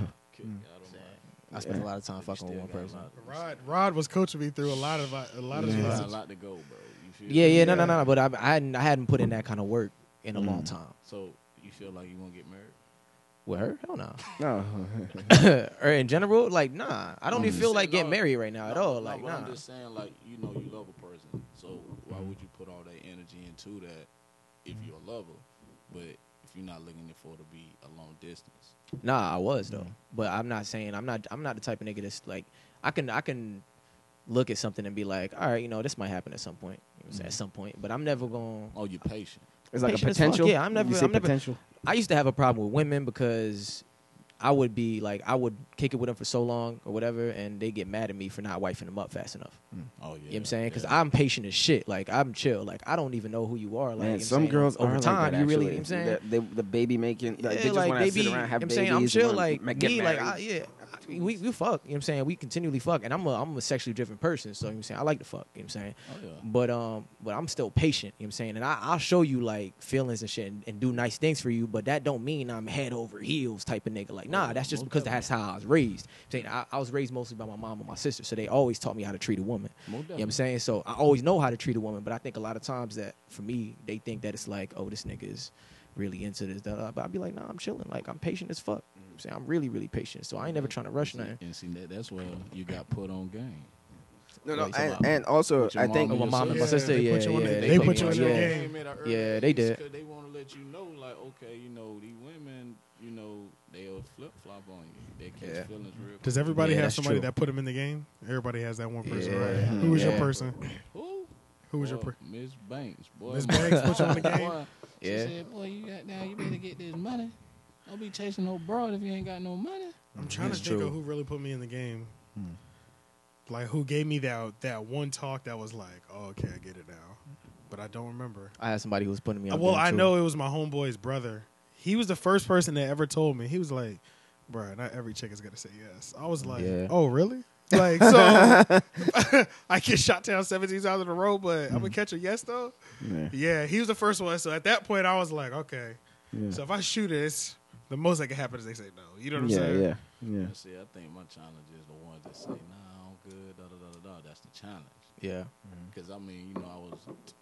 [SPEAKER 4] I spent a lot of time fucking with
[SPEAKER 3] still
[SPEAKER 4] one
[SPEAKER 3] got a
[SPEAKER 4] person.
[SPEAKER 3] lot-
[SPEAKER 2] Rod, Rod was coaching me through a lot of a lot of
[SPEAKER 3] still
[SPEAKER 2] yeah.
[SPEAKER 3] got a lot to go, bro. You feel
[SPEAKER 4] Yeah,
[SPEAKER 3] me?
[SPEAKER 4] yeah, no, no, no, no. But I, I hadn't, I hadn't put in that kind of work in a long time.
[SPEAKER 3] So you feel like you gonna get married?
[SPEAKER 4] With her, hell no.
[SPEAKER 5] No,
[SPEAKER 4] or in general, like nah. I don't even feel
[SPEAKER 3] Mm. Say
[SPEAKER 4] like getting
[SPEAKER 3] no.
[SPEAKER 4] married right now at
[SPEAKER 3] No,
[SPEAKER 4] all.
[SPEAKER 3] no,
[SPEAKER 4] Like
[SPEAKER 3] but
[SPEAKER 4] nah.
[SPEAKER 3] I'm just saying, like you know, you love a person, so why would you put all that energy into that if you're a lover, but if you're not looking for it to be a long distance?
[SPEAKER 4] Nah, I was
[SPEAKER 5] Mm.
[SPEAKER 4] though. But I'm not saying I'm not I'm not the type of nigga that's like I can I can look at something and be like, all right, you know, this might happen at some point. You know what I'm
[SPEAKER 5] Mm.
[SPEAKER 4] saying? At some point. But I'm never gonna
[SPEAKER 3] Oh, you're patient.
[SPEAKER 5] it's like a
[SPEAKER 4] Patient as fuck.
[SPEAKER 5] potential.
[SPEAKER 4] Yeah, I'm never-
[SPEAKER 5] You say
[SPEAKER 4] I'm never-
[SPEAKER 5] potential.
[SPEAKER 4] I used to have a problem with women because I would be like I would kick it with them for so long or whatever and they get mad at me for not wifing them up fast enough.
[SPEAKER 3] Oh yeah.
[SPEAKER 4] You know what I'm saying? Because I'm patient as shit. Like I'm chill. Like I don't even know who you are. Like you know
[SPEAKER 5] Man,
[SPEAKER 4] what I'm
[SPEAKER 5] some
[SPEAKER 4] saying?
[SPEAKER 5] girls
[SPEAKER 4] over
[SPEAKER 5] are
[SPEAKER 4] time
[SPEAKER 5] like that,
[SPEAKER 4] you really
[SPEAKER 5] actually.
[SPEAKER 4] you know what I'm saying
[SPEAKER 5] They- they- the baby making. Like,
[SPEAKER 4] yeah,
[SPEAKER 5] they just
[SPEAKER 4] like
[SPEAKER 5] want to
[SPEAKER 4] baby,
[SPEAKER 5] sit around, have
[SPEAKER 4] you know what
[SPEAKER 5] babies.
[SPEAKER 4] I'm saying I'm chill,
[SPEAKER 5] wanna
[SPEAKER 4] like
[SPEAKER 5] ma- get
[SPEAKER 4] me, like I,
[SPEAKER 5] married.
[SPEAKER 4] yeah, I- we we fuck. You know what I'm saying we continually fuck, and I'm a I'm a sexually driven person, so you know what I'm saying I like to fuck. You know what I'm saying,
[SPEAKER 3] Oh yeah.
[SPEAKER 4] but um, but I'm still patient. You know what I'm saying, and I, I'll show you like feelings and shit, and, and do nice things for you, but that don't mean I'm head over heels type of nigga. Like
[SPEAKER 2] Oh,
[SPEAKER 4] nah, that's just because that's how I was raised. You know what I'm saying I, I was raised mostly by my mom and my sister, so they always taught me how to treat a woman. You
[SPEAKER 3] Most
[SPEAKER 4] know what I'm
[SPEAKER 3] definitely.
[SPEAKER 4] saying? So I always know how to treat a woman, but I think a lot of times that for me, they think that it's like, oh, this nigga is really into this. Da, da, da. But I'd be like, nah, I'm chilling. Like, I'm patient as fuck. You know what I'm saying I'm really, really patient. So I ain't never trying to rush nothing.
[SPEAKER 3] And see that that's where you got put on game.
[SPEAKER 5] No, no,
[SPEAKER 4] Like,
[SPEAKER 5] and,
[SPEAKER 4] so-
[SPEAKER 5] and also
[SPEAKER 3] With your
[SPEAKER 5] I think
[SPEAKER 4] Oh, my mom and
[SPEAKER 3] Yeah,
[SPEAKER 4] my sister,
[SPEAKER 2] they
[SPEAKER 4] yeah,
[SPEAKER 2] put you on
[SPEAKER 4] yeah,
[SPEAKER 2] the- they put you
[SPEAKER 4] me
[SPEAKER 2] in
[SPEAKER 4] on-
[SPEAKER 2] the
[SPEAKER 4] yeah.
[SPEAKER 2] game.
[SPEAKER 3] at an
[SPEAKER 4] Yeah, they
[SPEAKER 3] age
[SPEAKER 4] did.
[SPEAKER 3] 'cause they want to let you know, like, okay, you know, these women, you know, they'll flip flop on you. They catch
[SPEAKER 4] Yeah.
[SPEAKER 3] feelings real.
[SPEAKER 2] Does
[SPEAKER 3] quick.
[SPEAKER 2] everybody
[SPEAKER 4] Yeah,
[SPEAKER 2] have
[SPEAKER 4] that's
[SPEAKER 2] somebody
[SPEAKER 4] true.
[SPEAKER 2] that put him in the game? Everybody has that one person,
[SPEAKER 4] Yeah.
[SPEAKER 2] right? Who was your
[SPEAKER 4] Yeah.
[SPEAKER 2] person?
[SPEAKER 3] Who?
[SPEAKER 2] Who was your
[SPEAKER 3] Boy,
[SPEAKER 2] pre-
[SPEAKER 3] Oh, Miss Banks, boy.
[SPEAKER 2] Miss
[SPEAKER 3] my
[SPEAKER 2] Banks put you on the
[SPEAKER 3] God,
[SPEAKER 2] game?
[SPEAKER 3] boy. She
[SPEAKER 4] Yeah.
[SPEAKER 3] said, boy, you got down, you better get this money. Don't be chasing no broad if you ain't got no money.
[SPEAKER 2] I'm trying to
[SPEAKER 4] It's
[SPEAKER 2] think
[SPEAKER 4] true. Hmm.
[SPEAKER 2] of who really put me in the game. Like who gave me that that one talk that was like, oh, okay, I get it now, but I don't remember.
[SPEAKER 4] I had somebody who was putting me on.
[SPEAKER 2] Uh, well,
[SPEAKER 4] game,
[SPEAKER 2] I
[SPEAKER 4] too.
[SPEAKER 2] know it was my homeboy's brother. He was the first person that ever told me. He was like, "Bro, not every chick is gonna say yes." I was like,
[SPEAKER 4] Yeah.
[SPEAKER 2] "Oh, really?" Like, so I get shot down 17 times in a row, but I'm gonna catch a yes though.
[SPEAKER 5] Mm. Yeah.
[SPEAKER 2] Yeah, he was the first one. So at that point, I was like, "Okay."
[SPEAKER 5] Yeah.
[SPEAKER 2] So if I shoot it, it's, the most that can happen is they say no. You know what I'm
[SPEAKER 5] yeah,
[SPEAKER 2] saying?
[SPEAKER 5] yeah, yeah.
[SPEAKER 3] I See, I think my challenge is the ones that say, nah, I'm good, da da da da da. That's the challenge.
[SPEAKER 4] Yeah.
[SPEAKER 5] Mm-hmm.
[SPEAKER 3] Because, I mean, you know, I was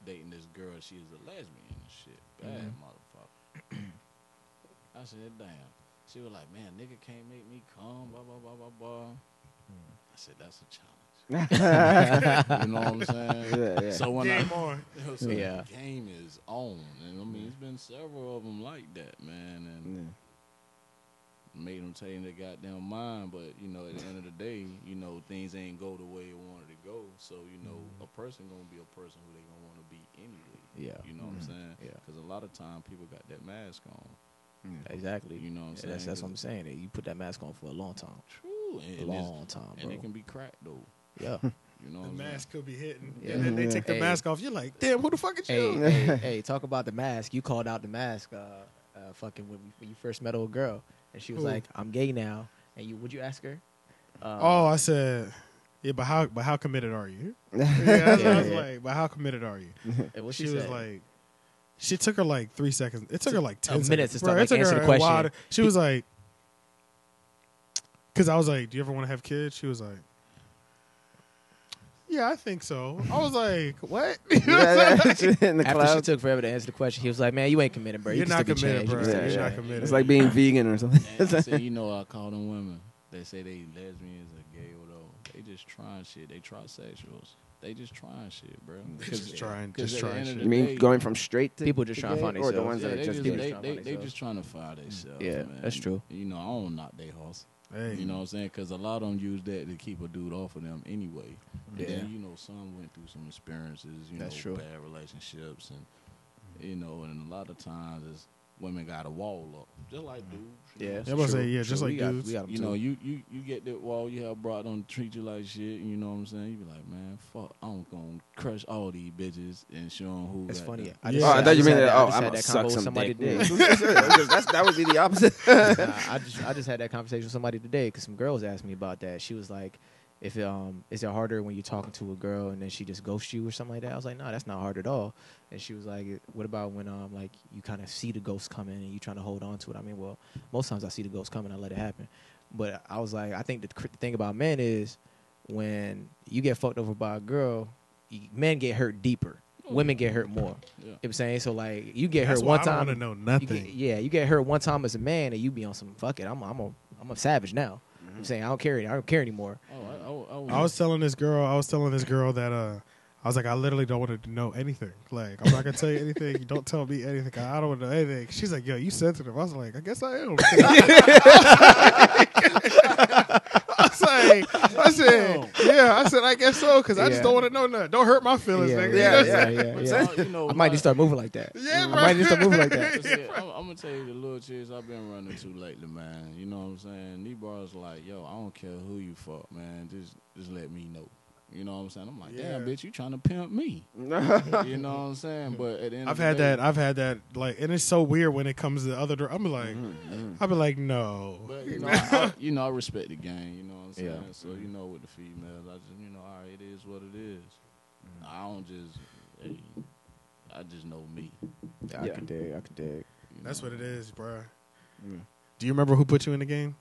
[SPEAKER 3] dating this girl. She was a lesbian and shit. Bad
[SPEAKER 5] Mm-hmm.
[SPEAKER 3] motherfucker. I said, damn. She was like, man, nigga can't make me come, blah, blah, blah, blah, blah.
[SPEAKER 5] Mm.
[SPEAKER 3] I said, that's a challenge. you know what I'm saying?
[SPEAKER 5] Yeah, yeah.
[SPEAKER 3] So when
[SPEAKER 2] Game
[SPEAKER 3] I,
[SPEAKER 2] on.
[SPEAKER 3] so
[SPEAKER 4] Yeah.
[SPEAKER 3] the game is on. And, I mean, it's been several of them like that, man. And
[SPEAKER 5] Yeah.
[SPEAKER 3] made them take their goddamn mind. But you know, at the end of the day, you know, things ain't go the way it wanted to go. So you know, a person gonna be a person who they gonna want to be anyway.
[SPEAKER 4] Mm-hmm. Yeah. Mm-hmm.
[SPEAKER 3] You know what I'm saying?
[SPEAKER 4] Yeah.
[SPEAKER 3] Because a lot of time people got that mask on.
[SPEAKER 4] Exactly.
[SPEAKER 3] You know what I'm
[SPEAKER 4] Yeah,
[SPEAKER 3] saying?
[SPEAKER 4] That's, that's what I'm saying. You put that mask on for a long time.
[SPEAKER 3] True. And,
[SPEAKER 4] A
[SPEAKER 3] it's-
[SPEAKER 4] long time,
[SPEAKER 3] and
[SPEAKER 4] bro.
[SPEAKER 3] it can be cracked though.
[SPEAKER 4] Yeah.
[SPEAKER 3] You know
[SPEAKER 2] The
[SPEAKER 3] what I'm
[SPEAKER 2] mask could be hitting,
[SPEAKER 4] Yeah.
[SPEAKER 2] and then they take the
[SPEAKER 4] Oh, Hey.
[SPEAKER 2] mask off. You're like, "Damn, who the fuck is
[SPEAKER 4] hey,
[SPEAKER 2] you?"
[SPEAKER 4] hey, hey, talk about the mask. You called out the mask. Uh, uh, fucking when, we, when you first met old girl, and she was
[SPEAKER 2] Who?
[SPEAKER 4] like, "I'm gay now." And you would you ask her? Uh,
[SPEAKER 2] Oh, I said, yeah, but how but how committed are you? Yeah, that's what I was
[SPEAKER 4] Yeah.
[SPEAKER 2] like, but how committed are you?
[SPEAKER 4] and what
[SPEAKER 2] she
[SPEAKER 4] she,
[SPEAKER 2] was
[SPEAKER 4] said?
[SPEAKER 2] like, she took her like three seconds. It took her like ten
[SPEAKER 4] minutes
[SPEAKER 2] seconds.
[SPEAKER 4] to
[SPEAKER 2] Bro,
[SPEAKER 4] start,
[SPEAKER 2] it
[SPEAKER 4] like,
[SPEAKER 2] took her
[SPEAKER 4] answer the
[SPEAKER 2] a while
[SPEAKER 4] question.
[SPEAKER 2] to- she was like, because I was like, do you ever want to have kids? She was like. Yeah, I think so. I was like, "What? You know what I'm
[SPEAKER 5] Yeah,
[SPEAKER 2] saying?
[SPEAKER 5] yeah. in the
[SPEAKER 4] After she
[SPEAKER 5] cloud.
[SPEAKER 4] took forever to answer the question, he was like, "Man, you ain't committed, bro. You
[SPEAKER 2] You're
[SPEAKER 4] can
[SPEAKER 2] not
[SPEAKER 4] still be
[SPEAKER 2] committed,
[SPEAKER 4] changed. You
[SPEAKER 2] bro.
[SPEAKER 4] can still
[SPEAKER 5] Yeah,
[SPEAKER 4] be
[SPEAKER 5] yeah.
[SPEAKER 2] You're not
[SPEAKER 4] changed."
[SPEAKER 2] committed."
[SPEAKER 5] it's like being vegan or something.
[SPEAKER 3] saying? And I said, you know, I call them women. They say they lesbians or gay or whatever. They just trying shit. They trisexuals. They just trying shit, bro.
[SPEAKER 2] Just trying-
[SPEAKER 3] because
[SPEAKER 2] just
[SPEAKER 3] at the
[SPEAKER 2] trying
[SPEAKER 3] end of
[SPEAKER 2] shit.
[SPEAKER 5] You
[SPEAKER 3] the
[SPEAKER 5] mean
[SPEAKER 3] day-
[SPEAKER 5] going from straight to
[SPEAKER 4] People just trying to
[SPEAKER 5] gay,
[SPEAKER 4] find
[SPEAKER 5] or the
[SPEAKER 4] themselves.
[SPEAKER 5] ones
[SPEAKER 3] Yeah,
[SPEAKER 5] that
[SPEAKER 3] they
[SPEAKER 5] are
[SPEAKER 3] just,
[SPEAKER 5] just gay?
[SPEAKER 4] do it.
[SPEAKER 3] they,
[SPEAKER 4] Trying to
[SPEAKER 3] they,
[SPEAKER 4] find
[SPEAKER 3] they
[SPEAKER 4] themselves.
[SPEAKER 3] just trying to fire themselves.
[SPEAKER 4] Yeah,
[SPEAKER 3] man.
[SPEAKER 4] that's true.
[SPEAKER 3] You know, I don't knock their horse.
[SPEAKER 2] Hey,
[SPEAKER 3] You know what I'm saying? Because a lot of them use that to keep a dude off of them anyway. Yeah.
[SPEAKER 4] Yeah.
[SPEAKER 3] then, you know, some went through some experiences, you
[SPEAKER 4] That's
[SPEAKER 3] know,
[SPEAKER 4] true.
[SPEAKER 3] bad relationships. And, you know, and a lot of times it's women got a wall up. Just like dudes. you
[SPEAKER 4] Yeah,
[SPEAKER 3] know.
[SPEAKER 2] Yeah, I'm about to say,
[SPEAKER 4] true,
[SPEAKER 2] yeah, just
[SPEAKER 4] true.
[SPEAKER 2] like
[SPEAKER 4] we got,
[SPEAKER 2] dudes.
[SPEAKER 4] we got 'em
[SPEAKER 3] You
[SPEAKER 4] too.
[SPEAKER 3] know, you, you, you get that wall you have brought on, treat you like shit, and you know what I'm saying? You be like, man, fuck, I'm going to crush all these bitches and show them who.
[SPEAKER 4] It's
[SPEAKER 3] got
[SPEAKER 4] funny.
[SPEAKER 3] them.
[SPEAKER 4] I
[SPEAKER 2] Yeah.
[SPEAKER 4] just,
[SPEAKER 5] Oh, I
[SPEAKER 4] I
[SPEAKER 5] thought you
[SPEAKER 4] just
[SPEAKER 5] meant
[SPEAKER 4] had
[SPEAKER 5] that.
[SPEAKER 4] that,
[SPEAKER 5] Oh,
[SPEAKER 4] I just
[SPEAKER 5] I'm
[SPEAKER 4] had
[SPEAKER 5] gonna
[SPEAKER 4] that
[SPEAKER 5] suck
[SPEAKER 4] convo with
[SPEAKER 5] some
[SPEAKER 4] somebody
[SPEAKER 5] dick.
[SPEAKER 4] today.
[SPEAKER 5] That's- that would be the opposite.
[SPEAKER 4] Nah, I just I just had that conversation with somebody today because some girls asked me about that. She was like, "If um, is it harder when you're talking to a girl and then she just ghosts you or something like that?" I was like, "No, that's not hard at all." And she was like, "What about when um, like you kind of see the ghost coming and you trying to hold on to it?" I mean, well, most times I see the ghost coming, I let it happen. But I was like, I think the, cr- the thing about men is when you get fucked over by a girl, y men get hurt deeper. Women get hurt more. You know what I'm saying? So like you get
[SPEAKER 2] Oh, That's
[SPEAKER 4] hurt
[SPEAKER 2] why
[SPEAKER 4] one
[SPEAKER 2] I
[SPEAKER 4] time.
[SPEAKER 2] don't want to know
[SPEAKER 4] You
[SPEAKER 2] nothing.
[SPEAKER 4] get, yeah, you get hurt one time as a man, and you be on some fuck it. I'm a, I'm a I'm a savage now. I'm saying I don't care. I don't care anymore.
[SPEAKER 3] Oh, I, I, I, was-
[SPEAKER 2] I was telling this girl, I was telling this girl that uh, I was like, I literally don't want her to know anything. Like, I'm not gonna tell you anything. You don't tell me anything. I don't want to know anything. She's like, Yo, you sensitive. I was like, I guess I am. I was like, I said, yeah. I said, I guess so, because I
[SPEAKER 4] Yeah.
[SPEAKER 2] just don't want to know nothing. Don't hurt my feelings, nigga. You
[SPEAKER 5] yeah,
[SPEAKER 2] know what I'm
[SPEAKER 5] yeah,
[SPEAKER 2] saying?
[SPEAKER 4] yeah,
[SPEAKER 3] But, you know,
[SPEAKER 4] I might
[SPEAKER 3] my-
[SPEAKER 4] just start moving like that.
[SPEAKER 2] Yeah,
[SPEAKER 4] I
[SPEAKER 2] bro.
[SPEAKER 4] might just start moving like that.
[SPEAKER 3] But see, I'm, I'm gonna tell you the little chicks I've been running to lately, man. You know what I'm saying? These bars like, yo, I don't care who you fuck, man. Just just let me know. You know what I'm saying? I'm like, damn,
[SPEAKER 2] Yeah.
[SPEAKER 3] bitch, you trying to pimp me? you know what I'm saying? But at the end
[SPEAKER 2] I've
[SPEAKER 3] of the
[SPEAKER 2] had
[SPEAKER 3] day-
[SPEAKER 2] that. I've had that. Like, and it's so weird when it comes to the other. dir- I'm like,
[SPEAKER 5] Mm-hmm,
[SPEAKER 2] I'll be like, no.
[SPEAKER 3] But you know, I, I- you know, I respect the game. You know what I'm saying?
[SPEAKER 4] Yeah.
[SPEAKER 3] So you know, with the females, I just you know, all right, it is what it is.
[SPEAKER 2] Mm-hmm.
[SPEAKER 3] I don't just, hey, I just know me. you
[SPEAKER 4] I can dig. I can dig.
[SPEAKER 2] That's
[SPEAKER 3] know?
[SPEAKER 2] what it is, bro.
[SPEAKER 5] Yeah.
[SPEAKER 2] Do you remember who put you in the game?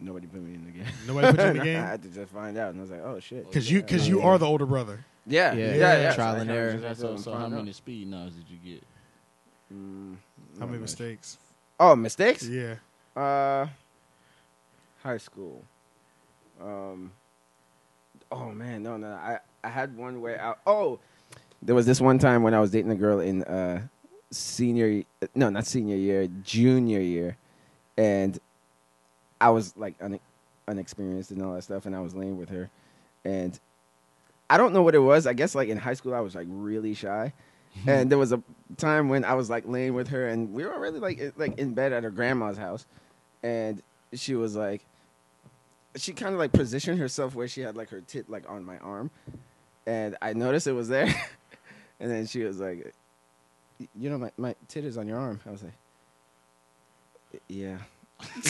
[SPEAKER 5] Nobody put me in the game.
[SPEAKER 2] Nobody put you in
[SPEAKER 5] And
[SPEAKER 2] the
[SPEAKER 5] I
[SPEAKER 2] game.
[SPEAKER 5] had to just find out, and I was like, oh shit.
[SPEAKER 2] Cause you, cause you are the older brother.
[SPEAKER 5] Yeah,
[SPEAKER 4] Yeah,
[SPEAKER 5] yeah,
[SPEAKER 2] yeah,
[SPEAKER 5] yeah.
[SPEAKER 4] trial and error.
[SPEAKER 5] That's
[SPEAKER 3] So,
[SPEAKER 5] what I'm
[SPEAKER 3] so how
[SPEAKER 5] finding
[SPEAKER 3] many speed knobs did you get?
[SPEAKER 5] out. Mm,
[SPEAKER 2] How
[SPEAKER 5] not
[SPEAKER 2] many
[SPEAKER 5] much.
[SPEAKER 2] mistakes?
[SPEAKER 5] Oh, mistakes.
[SPEAKER 2] Yeah,
[SPEAKER 5] Uh, high school. Um. Oh man, no, no. I I had one way out. Oh, there was this one time when I was dating a girl in uh senior no not senior year junior year, and I was like un, unexperienced and all that stuff, and I was laying with her, and I don't know what it was. I guess like in high school, I was like really shy, and there was a time when I was like laying with her, and we were already like i- like in bed at her grandma's house, and she was like, she kind of like positioned herself where she had like her tit like on my arm, and I noticed it was there, and then she was like, "Y- you know, my my tit is on your arm. I was like, "Y- yeah.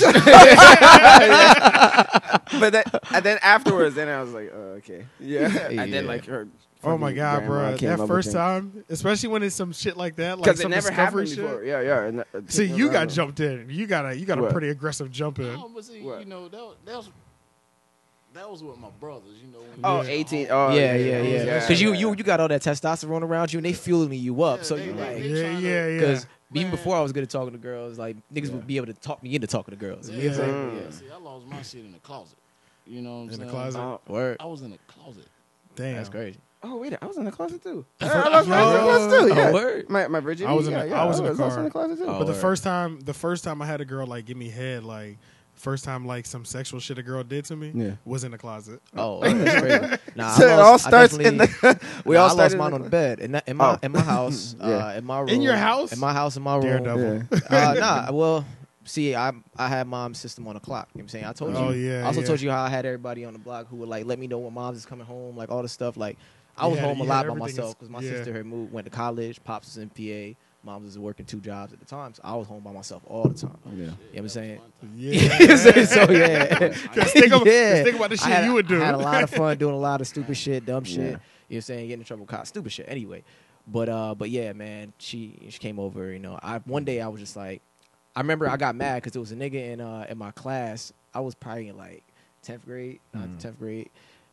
[SPEAKER 5] but then, and then afterwards, then I was like, oh, okay, yeah. And then
[SPEAKER 4] Yeah.
[SPEAKER 5] like her.
[SPEAKER 2] Oh my
[SPEAKER 5] fucking
[SPEAKER 2] god,
[SPEAKER 5] grandma
[SPEAKER 2] bro!
[SPEAKER 5] came
[SPEAKER 2] That
[SPEAKER 5] up
[SPEAKER 2] first
[SPEAKER 5] with him.
[SPEAKER 2] time, especially when it's some shit like that, like
[SPEAKER 5] because
[SPEAKER 2] some
[SPEAKER 5] it never
[SPEAKER 2] discovery
[SPEAKER 5] happened
[SPEAKER 2] shit.
[SPEAKER 5] before. Yeah, yeah. and that- it
[SPEAKER 2] See,
[SPEAKER 5] took
[SPEAKER 2] you
[SPEAKER 5] me
[SPEAKER 2] got
[SPEAKER 5] around.
[SPEAKER 2] jumped in. You got a you got a
[SPEAKER 5] What?
[SPEAKER 2] pretty aggressive jump in.
[SPEAKER 4] Oh,
[SPEAKER 3] No, Oh, but see,
[SPEAKER 5] What?
[SPEAKER 3] you know that was- that was that was with my brothers. You know. When we
[SPEAKER 5] Oh,
[SPEAKER 3] was at
[SPEAKER 5] 18.
[SPEAKER 3] home.
[SPEAKER 5] Oh,
[SPEAKER 4] yeah, yeah, yeah.
[SPEAKER 5] yeah,
[SPEAKER 4] Because you,
[SPEAKER 5] yeah.
[SPEAKER 4] you you got all that testosterone around you, and they fueling you up.
[SPEAKER 3] Yeah,
[SPEAKER 4] so
[SPEAKER 3] they-
[SPEAKER 4] you
[SPEAKER 3] they-
[SPEAKER 4] like,
[SPEAKER 3] they
[SPEAKER 2] Yeah,
[SPEAKER 3] tryna-
[SPEAKER 2] yeah, yeah.
[SPEAKER 4] because even before I was good at talking to girls, like niggas would be able to talk me into talking to girls. You know what I'm saying?
[SPEAKER 5] Mm.
[SPEAKER 3] Yeah, See, I lost my shit in the closet. You know what I'm
[SPEAKER 2] In the
[SPEAKER 3] saying?
[SPEAKER 2] closet.
[SPEAKER 5] Oh,
[SPEAKER 4] Word.
[SPEAKER 3] I was in the closet.
[SPEAKER 2] Damn,
[SPEAKER 4] That's crazy.
[SPEAKER 5] oh, wait, I was in the closet too. Yeah, I was, I was in the
[SPEAKER 4] Bro.
[SPEAKER 5] closet too. Yeah.
[SPEAKER 4] Oh, word.
[SPEAKER 5] My my virginity.
[SPEAKER 2] I was in
[SPEAKER 5] yeah,
[SPEAKER 2] the-
[SPEAKER 5] yeah,
[SPEAKER 2] I was in the
[SPEAKER 5] also in
[SPEAKER 2] car.
[SPEAKER 5] the closet too.
[SPEAKER 4] Oh.
[SPEAKER 2] But the
[SPEAKER 4] Lord.
[SPEAKER 2] first time, the first time I had a girl like give me head, like first time like some sexual shit a girl did to me,
[SPEAKER 5] Yeah.
[SPEAKER 2] was in the closet.
[SPEAKER 4] Oh, that's crazy. Nah, I
[SPEAKER 5] So it
[SPEAKER 4] lost-
[SPEAKER 5] all
[SPEAKER 4] I
[SPEAKER 5] starts in
[SPEAKER 4] definitely-
[SPEAKER 5] the. we
[SPEAKER 4] nah,
[SPEAKER 5] all
[SPEAKER 4] I lost
[SPEAKER 5] started
[SPEAKER 4] mine
[SPEAKER 5] in
[SPEAKER 4] on the bed in, that, in my
[SPEAKER 5] Oh.
[SPEAKER 4] in my house, uh,
[SPEAKER 5] Yeah.
[SPEAKER 4] in my room,
[SPEAKER 2] your house?
[SPEAKER 4] in my house, in my room.
[SPEAKER 2] Daredevil.
[SPEAKER 5] Yeah.
[SPEAKER 4] Uh, nah, well, see, I I had mom's system on the clock. You know what I'm saying? I told you.
[SPEAKER 2] Oh, yeah,
[SPEAKER 4] I also
[SPEAKER 2] yeah.
[SPEAKER 4] told you how I had everybody on the block who would like let me know when mom's is coming home, like all the stuff. Like I was
[SPEAKER 2] Yeah,
[SPEAKER 4] home a
[SPEAKER 2] yeah,
[SPEAKER 4] lot by
[SPEAKER 2] everything is-
[SPEAKER 4] myself because my
[SPEAKER 2] yeah.
[SPEAKER 4] sister had moved, went to college, pops was in PA, mom's was working two jobs at the time, so I was home by myself all the time. You know
[SPEAKER 5] Yeah.
[SPEAKER 4] what I'm saying?
[SPEAKER 2] Yeah.
[SPEAKER 4] so yeah.
[SPEAKER 2] Cause think, of,
[SPEAKER 4] Yeah.
[SPEAKER 2] cause think about the shit
[SPEAKER 4] I had,
[SPEAKER 2] you would do.
[SPEAKER 4] I had a lot of fun doing a lot of stupid shit, dumb shit. You know what I'm saying? Getting in trouble with cops, stupid shit. Anyway. But uh but yeah, man, she she came over, you know. I one day I was just like I remember I got mad because it was a nigga in uh in my class. I was probably in like tenth grade, not
[SPEAKER 2] Mm.
[SPEAKER 4] tenth grade,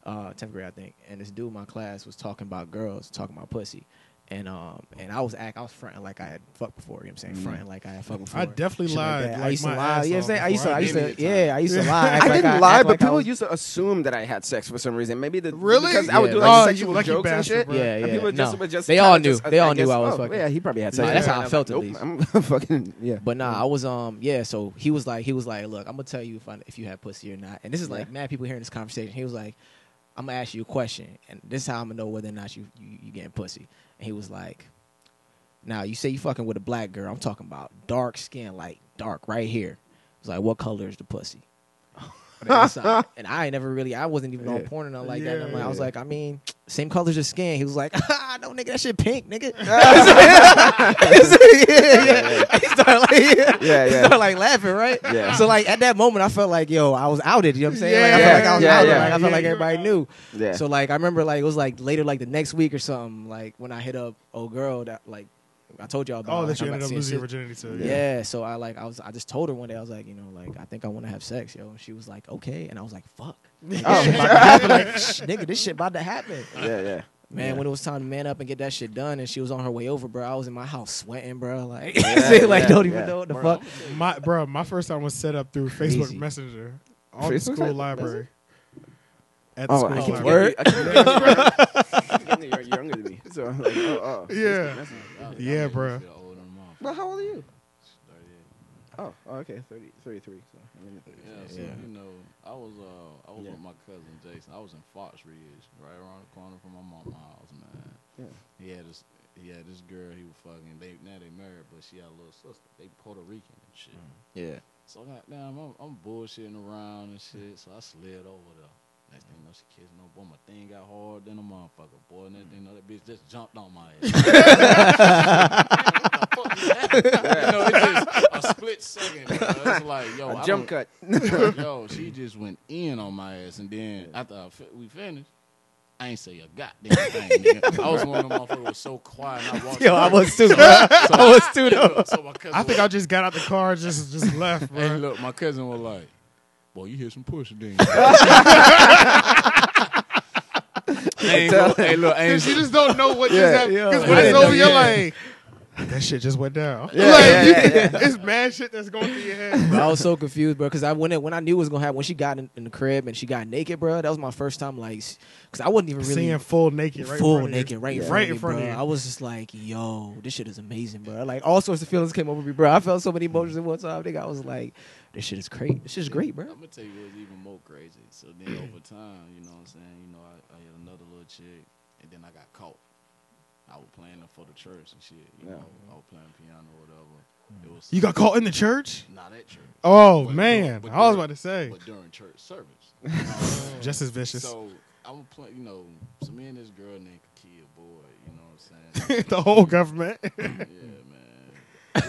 [SPEAKER 4] uh tenth grade I think. And this dude in my class was talking about girls, talking about pussy. And um and I was act I was fronting like I had fucked before, you know what I'm saying? Fronting like I had fucked before.
[SPEAKER 2] Mm. I definitely
[SPEAKER 4] shit
[SPEAKER 2] lied,
[SPEAKER 4] that. I
[SPEAKER 2] like,
[SPEAKER 4] used to
[SPEAKER 2] my
[SPEAKER 4] lie.
[SPEAKER 2] ass
[SPEAKER 4] You know what I'm saying?
[SPEAKER 2] off
[SPEAKER 4] I used to
[SPEAKER 2] before.
[SPEAKER 4] I
[SPEAKER 2] I
[SPEAKER 4] used
[SPEAKER 2] didn't
[SPEAKER 4] to yeah, I used to lie. Act
[SPEAKER 5] I
[SPEAKER 4] like
[SPEAKER 5] didn't
[SPEAKER 4] act
[SPEAKER 5] lie, but
[SPEAKER 4] like I
[SPEAKER 5] people
[SPEAKER 4] was-
[SPEAKER 5] used to assume that I had sex for some reason. Maybe the
[SPEAKER 2] Really?
[SPEAKER 5] because I would
[SPEAKER 4] Yeah.
[SPEAKER 5] do like
[SPEAKER 2] Oh, you
[SPEAKER 5] sexual
[SPEAKER 2] lucky
[SPEAKER 5] jokes and
[SPEAKER 2] bastard,
[SPEAKER 5] shit.
[SPEAKER 2] bro.
[SPEAKER 4] Yeah, yeah.
[SPEAKER 5] And people just
[SPEAKER 4] no.
[SPEAKER 5] would just
[SPEAKER 4] they
[SPEAKER 5] kinda
[SPEAKER 4] all knew.
[SPEAKER 5] just-
[SPEAKER 4] they all knew
[SPEAKER 5] guess,
[SPEAKER 4] I was
[SPEAKER 5] oh,
[SPEAKER 4] fucking.
[SPEAKER 5] Yeah, he probably had sex.
[SPEAKER 4] Nah,
[SPEAKER 5] with
[SPEAKER 4] that's
[SPEAKER 5] her.
[SPEAKER 4] how I
[SPEAKER 5] And
[SPEAKER 4] felt,
[SPEAKER 5] I'm
[SPEAKER 4] at
[SPEAKER 5] like,
[SPEAKER 4] least.
[SPEAKER 5] nope, I'm fucking yeah.
[SPEAKER 4] But nah, I was um yeah. So he was like he was like, look, I'm gonna tell you if I, if you had pussy or not. And this is like
[SPEAKER 5] Yeah.
[SPEAKER 4] mad people hearing this conversation. He was like, I'm gonna ask you a question, and this is how I'm gonna know whether or not you you, you getting pussy. And he was like, now you say you fucking with a black girl. I'm talking about dark skin, like dark right here. It's like, what color is the pussy? On the inside. and I ain't never really, I wasn't even on
[SPEAKER 5] Yeah.
[SPEAKER 4] porn or nothing like that. And I'm
[SPEAKER 2] Yeah,
[SPEAKER 4] like, I was
[SPEAKER 5] yeah.
[SPEAKER 4] like, I mean, same colors as skin. He was like, ah, no, nigga, that shit pink, nigga. yeah, yeah. He started like,
[SPEAKER 5] Yeah,
[SPEAKER 4] he
[SPEAKER 5] yeah.
[SPEAKER 4] started like laughing, right?
[SPEAKER 5] Yeah.
[SPEAKER 4] So like at that moment, I felt like yo, I was outed. You know what I'm saying? Like, I
[SPEAKER 2] Yeah,
[SPEAKER 4] felt like I was
[SPEAKER 5] yeah,
[SPEAKER 4] outed.
[SPEAKER 5] yeah.
[SPEAKER 4] Like, I felt
[SPEAKER 2] Yeah,
[SPEAKER 4] like
[SPEAKER 2] you were
[SPEAKER 4] everybody
[SPEAKER 2] outed.
[SPEAKER 4] knew.
[SPEAKER 5] Yeah.
[SPEAKER 4] So like I remember like it was like later like the next week or something. Like when I hit up old girl that like I told y'all about.
[SPEAKER 2] Oh, that
[SPEAKER 4] like,
[SPEAKER 2] you
[SPEAKER 4] I'm
[SPEAKER 2] ended
[SPEAKER 4] about
[SPEAKER 2] up
[SPEAKER 4] to see
[SPEAKER 2] losing your
[SPEAKER 4] shit.
[SPEAKER 2] virginity to.
[SPEAKER 4] Yeah. so I like I was I just told her one day I was like you know like I think I want to have sex yo and she was like okay and I was like fuck like, this shit about to happen like shh, nigga this shit about to happen
[SPEAKER 5] yeah, yeah.
[SPEAKER 4] Man, when it was time to man up and get that shit done, and she was on her way over, bro, I was in my house sweating, bro. Like, see, like
[SPEAKER 5] yeah,
[SPEAKER 4] don't even
[SPEAKER 5] yeah.
[SPEAKER 4] know what the
[SPEAKER 3] Bro,
[SPEAKER 4] fuck.
[SPEAKER 3] I'ma tell you,
[SPEAKER 2] My bro, my first time was set up through Facebook
[SPEAKER 4] Crazy.
[SPEAKER 2] Messenger on the
[SPEAKER 5] Facebook
[SPEAKER 2] school
[SPEAKER 5] Messenger?
[SPEAKER 2] library. At the
[SPEAKER 5] Oh,
[SPEAKER 2] school
[SPEAKER 5] I keep
[SPEAKER 2] library.
[SPEAKER 5] forgetting. I keep forgetting you're- you're younger than me. So I'm like, oh, oh.
[SPEAKER 2] Yeah,
[SPEAKER 3] I was- I
[SPEAKER 2] yeah,
[SPEAKER 3] made me
[SPEAKER 2] bro.
[SPEAKER 3] feel older than mom.
[SPEAKER 5] But how old are you?
[SPEAKER 3] Yeah,
[SPEAKER 5] Oh, oh okay, 30, 33. So I mean,
[SPEAKER 3] so
[SPEAKER 4] Yeah.
[SPEAKER 3] you know, I was uh, I was
[SPEAKER 5] Yeah.
[SPEAKER 3] with my cousin Jason. I was in Fox Ridge, right around the corner from my mom's house, man.
[SPEAKER 5] Yeah.
[SPEAKER 3] He had this, he had this girl. He was fucking. They now they married, but she had a little sister. They Puerto Rican and shit.
[SPEAKER 5] Mm. yeah.
[SPEAKER 3] So goddamn, I'm, I'm bullshitting around and shit.
[SPEAKER 5] Mm.
[SPEAKER 3] So I slid over there. Next thing you know, she kissed no boy. My thing got hard than a motherfucker, boy. And that thing,
[SPEAKER 5] Mm.
[SPEAKER 3] know, that bitch just jumped on my ass. Damn, what the fuck just happened? you know, it just a split second. Bro. It's like, yo, I
[SPEAKER 5] A jump
[SPEAKER 3] don't-
[SPEAKER 5] cut.
[SPEAKER 3] yo, she just went in on my ass, and then after I fi- we finished. I ain't say a goddamn thing, nigga. I was one of them motherfuckers was so quiet. And I walked
[SPEAKER 4] Yo,
[SPEAKER 3] over.
[SPEAKER 4] I was too. Bro.
[SPEAKER 3] So I was too. So my cousin
[SPEAKER 2] I think
[SPEAKER 3] was-
[SPEAKER 2] I just got out the car, and just just left,
[SPEAKER 3] Hey,
[SPEAKER 2] bro.
[SPEAKER 3] look, my cousin was like, "Boy, you hear some push, then." hey, look, hey, look, I ain't-
[SPEAKER 2] Cause you just don't know what
[SPEAKER 5] Yeah,
[SPEAKER 2] just happened.
[SPEAKER 5] yeah.
[SPEAKER 2] Cause
[SPEAKER 5] I
[SPEAKER 2] when it's
[SPEAKER 5] didn't
[SPEAKER 2] over,
[SPEAKER 5] know,
[SPEAKER 2] you're
[SPEAKER 5] yeah.
[SPEAKER 2] like, that shit just went down.
[SPEAKER 5] Yeah,
[SPEAKER 2] like,
[SPEAKER 5] yeah,
[SPEAKER 2] you-
[SPEAKER 5] yeah,
[SPEAKER 2] it's mad shit that's going through your head.
[SPEAKER 4] Bro, I was so confused, bro, because I when it, when I knew it was gonna happen, when she got in, in the crib and she got naked, bro, that was my first time, like, because I wasn't even really
[SPEAKER 2] Seeing full naked, right in
[SPEAKER 4] full
[SPEAKER 2] front of you.
[SPEAKER 4] naked right in
[SPEAKER 2] Yeah.
[SPEAKER 4] front,
[SPEAKER 2] Right
[SPEAKER 4] of,
[SPEAKER 2] in
[SPEAKER 4] me,
[SPEAKER 2] front of
[SPEAKER 4] bro.
[SPEAKER 2] you.
[SPEAKER 4] I was just like, yo, this shit is amazing, bro. Like all sorts of feelings came over me, bro. I felt so many emotions at one time. Nigga, I was like, this shit is great. This shit is great,
[SPEAKER 3] I'm
[SPEAKER 4] bro.
[SPEAKER 3] gonna tell you it was even more crazy. So then over time, you know what I'm saying? You know, I, I had another little chick, and then I got caught. I was playing for the church and shit. You
[SPEAKER 5] Yeah.
[SPEAKER 3] know, I was playing piano or whatever. It was
[SPEAKER 2] You got caught in the church?
[SPEAKER 3] not at church,
[SPEAKER 2] Oh
[SPEAKER 3] But
[SPEAKER 2] man,
[SPEAKER 3] during- but
[SPEAKER 2] I was
[SPEAKER 3] during-
[SPEAKER 2] about to say
[SPEAKER 3] but during church service.
[SPEAKER 2] just as vicious.
[SPEAKER 3] So I'm playing, you know, so me and this girl named Kia Boy, you know what I'm saying?
[SPEAKER 2] the whole government.
[SPEAKER 3] yeah, man.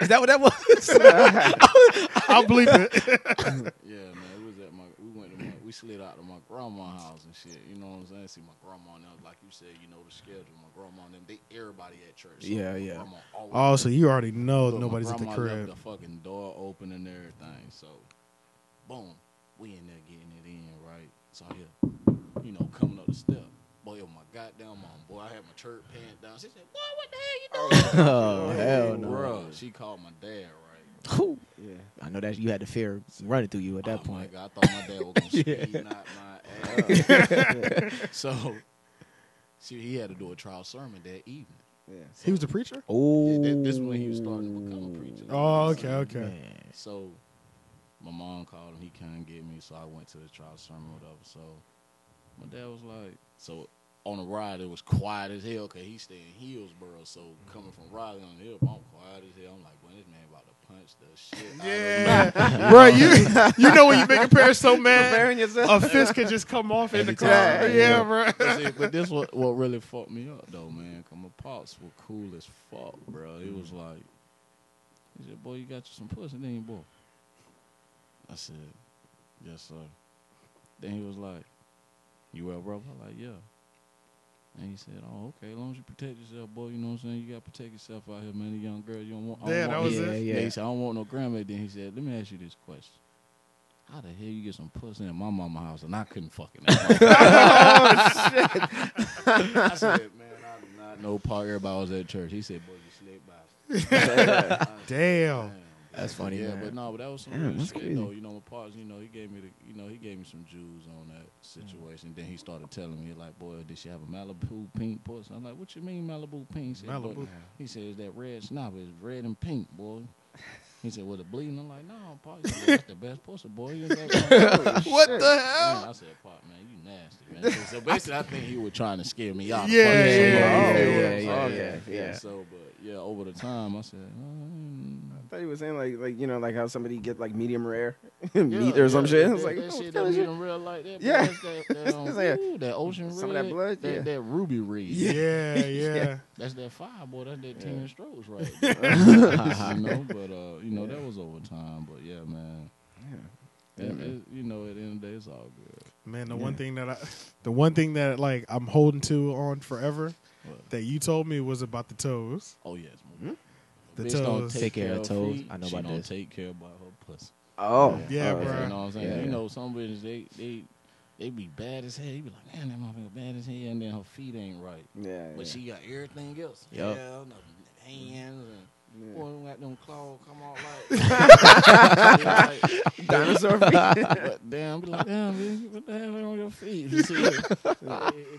[SPEAKER 4] Is that what that was?
[SPEAKER 2] I believe it.
[SPEAKER 3] Yeah, man, we was at my we went to my we slid out to my grandma's house and shit. You know what I'm saying? See my grandma and them, like you said, you know the schedule. My grandma and them, they everybody at church. so
[SPEAKER 4] Yeah,
[SPEAKER 3] my
[SPEAKER 4] yeah.
[SPEAKER 3] grandma always-
[SPEAKER 2] Oh, so you already know
[SPEAKER 3] But my
[SPEAKER 2] nobody's at the
[SPEAKER 3] grandma
[SPEAKER 2] crib.
[SPEAKER 3] Left the fucking door open and everything. So, boom, we in there getting it in, right? So I hear, you know, coming up the step. Boy, yo, my goddamn mom, boy, I had my church pant down. She said, "Boy, what the hell you doing?"
[SPEAKER 4] oh hell no!
[SPEAKER 3] Bruh, she called my dad, right?
[SPEAKER 4] Whew.
[SPEAKER 5] Yeah.
[SPEAKER 4] I know that you had the fear running through you at that
[SPEAKER 3] Oh,
[SPEAKER 4] point.
[SPEAKER 3] nigga, I thought my dad was gonna speed knock my ass. so see, he had to do a trial sermon that evening.
[SPEAKER 5] Yeah.
[SPEAKER 2] He was the preacher.
[SPEAKER 4] Oh,
[SPEAKER 3] Yeah, that- this is when he was starting to become a preacher.
[SPEAKER 2] Oh, okay, okay.
[SPEAKER 4] man.
[SPEAKER 3] So my mom called him, he couldn't get me, so I went to the trial sermon or whatever. So my dad was like so on the ride it was quiet as hell because he stayed in Hillsboro, so coming from Raleigh on the hill, I'm quiet as hell. I'm like, well, this man about to punch the shit out of me.
[SPEAKER 2] Yeah, bro, you you know when you make a parent so mad,
[SPEAKER 5] Preparing yourself.
[SPEAKER 2] a fist could just come off in the car. Yeah,
[SPEAKER 3] Anytime, yeah.
[SPEAKER 2] bro.
[SPEAKER 3] but, see, but this what what really fucked me up though, man. 'cause my pops were cool as fuck, bro. It was like, he said, "Boy, you got you some pussy, then you boy." I said, "Yes, sir." Then he was like, "You well, bro?" I like, "Yeah." And he said, "Oh, okay. As long as you protect yourself, boy. You know what I'm saying. You gotta protect yourself out here, man. The young girl, you don't want. I don't
[SPEAKER 2] Yeah, that
[SPEAKER 3] want
[SPEAKER 2] was
[SPEAKER 4] yeah,
[SPEAKER 2] it.
[SPEAKER 4] yeah.
[SPEAKER 3] he said, I don't want no grandma. Then he said, Let me ask you this question. How the hell you get some pussy in my mama house and I couldn't fucking
[SPEAKER 5] Oh,
[SPEAKER 3] I said, man, I did not know part everybody was at church. He said, boy, you slick by.
[SPEAKER 2] Damn.
[SPEAKER 3] Damn.
[SPEAKER 4] That's funny,
[SPEAKER 3] Yeah,
[SPEAKER 4] man.
[SPEAKER 3] but no, but that was some
[SPEAKER 5] Damn,
[SPEAKER 3] real
[SPEAKER 5] that's
[SPEAKER 3] shit
[SPEAKER 5] crazy.
[SPEAKER 3] though. You know, my pops, you know, he gave me the you know, he gave me some Jews on that situation. Then he started telling me, like, boy, did she have a Malibu pink pussy? I'm like, What you mean Malibu pink? He said, "Boy,
[SPEAKER 2] Malibu.
[SPEAKER 3] he says that red snapper is red and pink, boy. He said, "Was it bleeding?" I'm like, "No, Pop. He said, That's the best pussy, boy. You ain't got
[SPEAKER 5] What the
[SPEAKER 3] Man, I said, "Pop, man, you nasty, man." So, so basically, I think he was trying to scare me out.
[SPEAKER 2] Yeah,
[SPEAKER 3] Fuck,
[SPEAKER 2] yeah,
[SPEAKER 3] so,
[SPEAKER 2] yeah,
[SPEAKER 3] you
[SPEAKER 2] yeah,
[SPEAKER 3] know, you know what
[SPEAKER 4] yeah,
[SPEAKER 3] I'm
[SPEAKER 4] yeah,
[SPEAKER 3] saying?
[SPEAKER 4] yeah, yeah.
[SPEAKER 3] So, but yeah, over the time, I said, mm.
[SPEAKER 5] I thought you were saying like like you know like how somebody get like medium rare
[SPEAKER 3] Yeah,
[SPEAKER 5] meat or some
[SPEAKER 3] yeah,
[SPEAKER 5] shit.
[SPEAKER 3] That,
[SPEAKER 5] I was like,
[SPEAKER 3] that,
[SPEAKER 5] oh,
[SPEAKER 3] shit
[SPEAKER 5] what
[SPEAKER 3] that
[SPEAKER 5] the
[SPEAKER 3] meat
[SPEAKER 5] hell
[SPEAKER 3] in real life. That,
[SPEAKER 5] Yeah.
[SPEAKER 3] that's that, that, um,
[SPEAKER 5] It's like a-
[SPEAKER 3] ooh, that ocean
[SPEAKER 5] some of
[SPEAKER 3] red.
[SPEAKER 5] that blood,
[SPEAKER 3] That,
[SPEAKER 5] yeah.
[SPEAKER 3] that ruby red.
[SPEAKER 2] Yeah, yeah.
[SPEAKER 3] That's that fire, boy. That's that ten strokes right there. you know, but uh, you know, that was over time. But yeah, man. Yeah. It, it- you know, at the end of the day, it's all good.
[SPEAKER 2] Man, the one thing that I, the one thing that like I'm holding to on forever,
[SPEAKER 3] What?
[SPEAKER 2] that you told me was about the toes.
[SPEAKER 3] Oh yeah, it's
[SPEAKER 5] Hmm?
[SPEAKER 3] moving.
[SPEAKER 2] The
[SPEAKER 3] Bitch don't
[SPEAKER 2] toes.
[SPEAKER 4] Take care of toes.
[SPEAKER 3] feet,
[SPEAKER 4] I know
[SPEAKER 3] she
[SPEAKER 4] about
[SPEAKER 3] don't
[SPEAKER 4] this.
[SPEAKER 3] Take care about her pussy.
[SPEAKER 5] Oh,
[SPEAKER 2] Yeah,
[SPEAKER 5] oh,
[SPEAKER 2] bro.
[SPEAKER 3] You know what I'm saying?
[SPEAKER 5] Yeah.
[SPEAKER 3] You know, some bitches they they they be bad as hell. You be like, man, that motherfucker bad as hell, and then her feet ain't right.
[SPEAKER 5] Yeah,
[SPEAKER 3] But she got everything else.
[SPEAKER 4] Yup.
[SPEAKER 3] Yeah, no, hands and.
[SPEAKER 5] Yeah.
[SPEAKER 3] Boy, them got them claws come out like, It's like-
[SPEAKER 5] dinosaur feet.
[SPEAKER 3] but damn, be like, damn, bitch, what the hell is on your feet? You see, it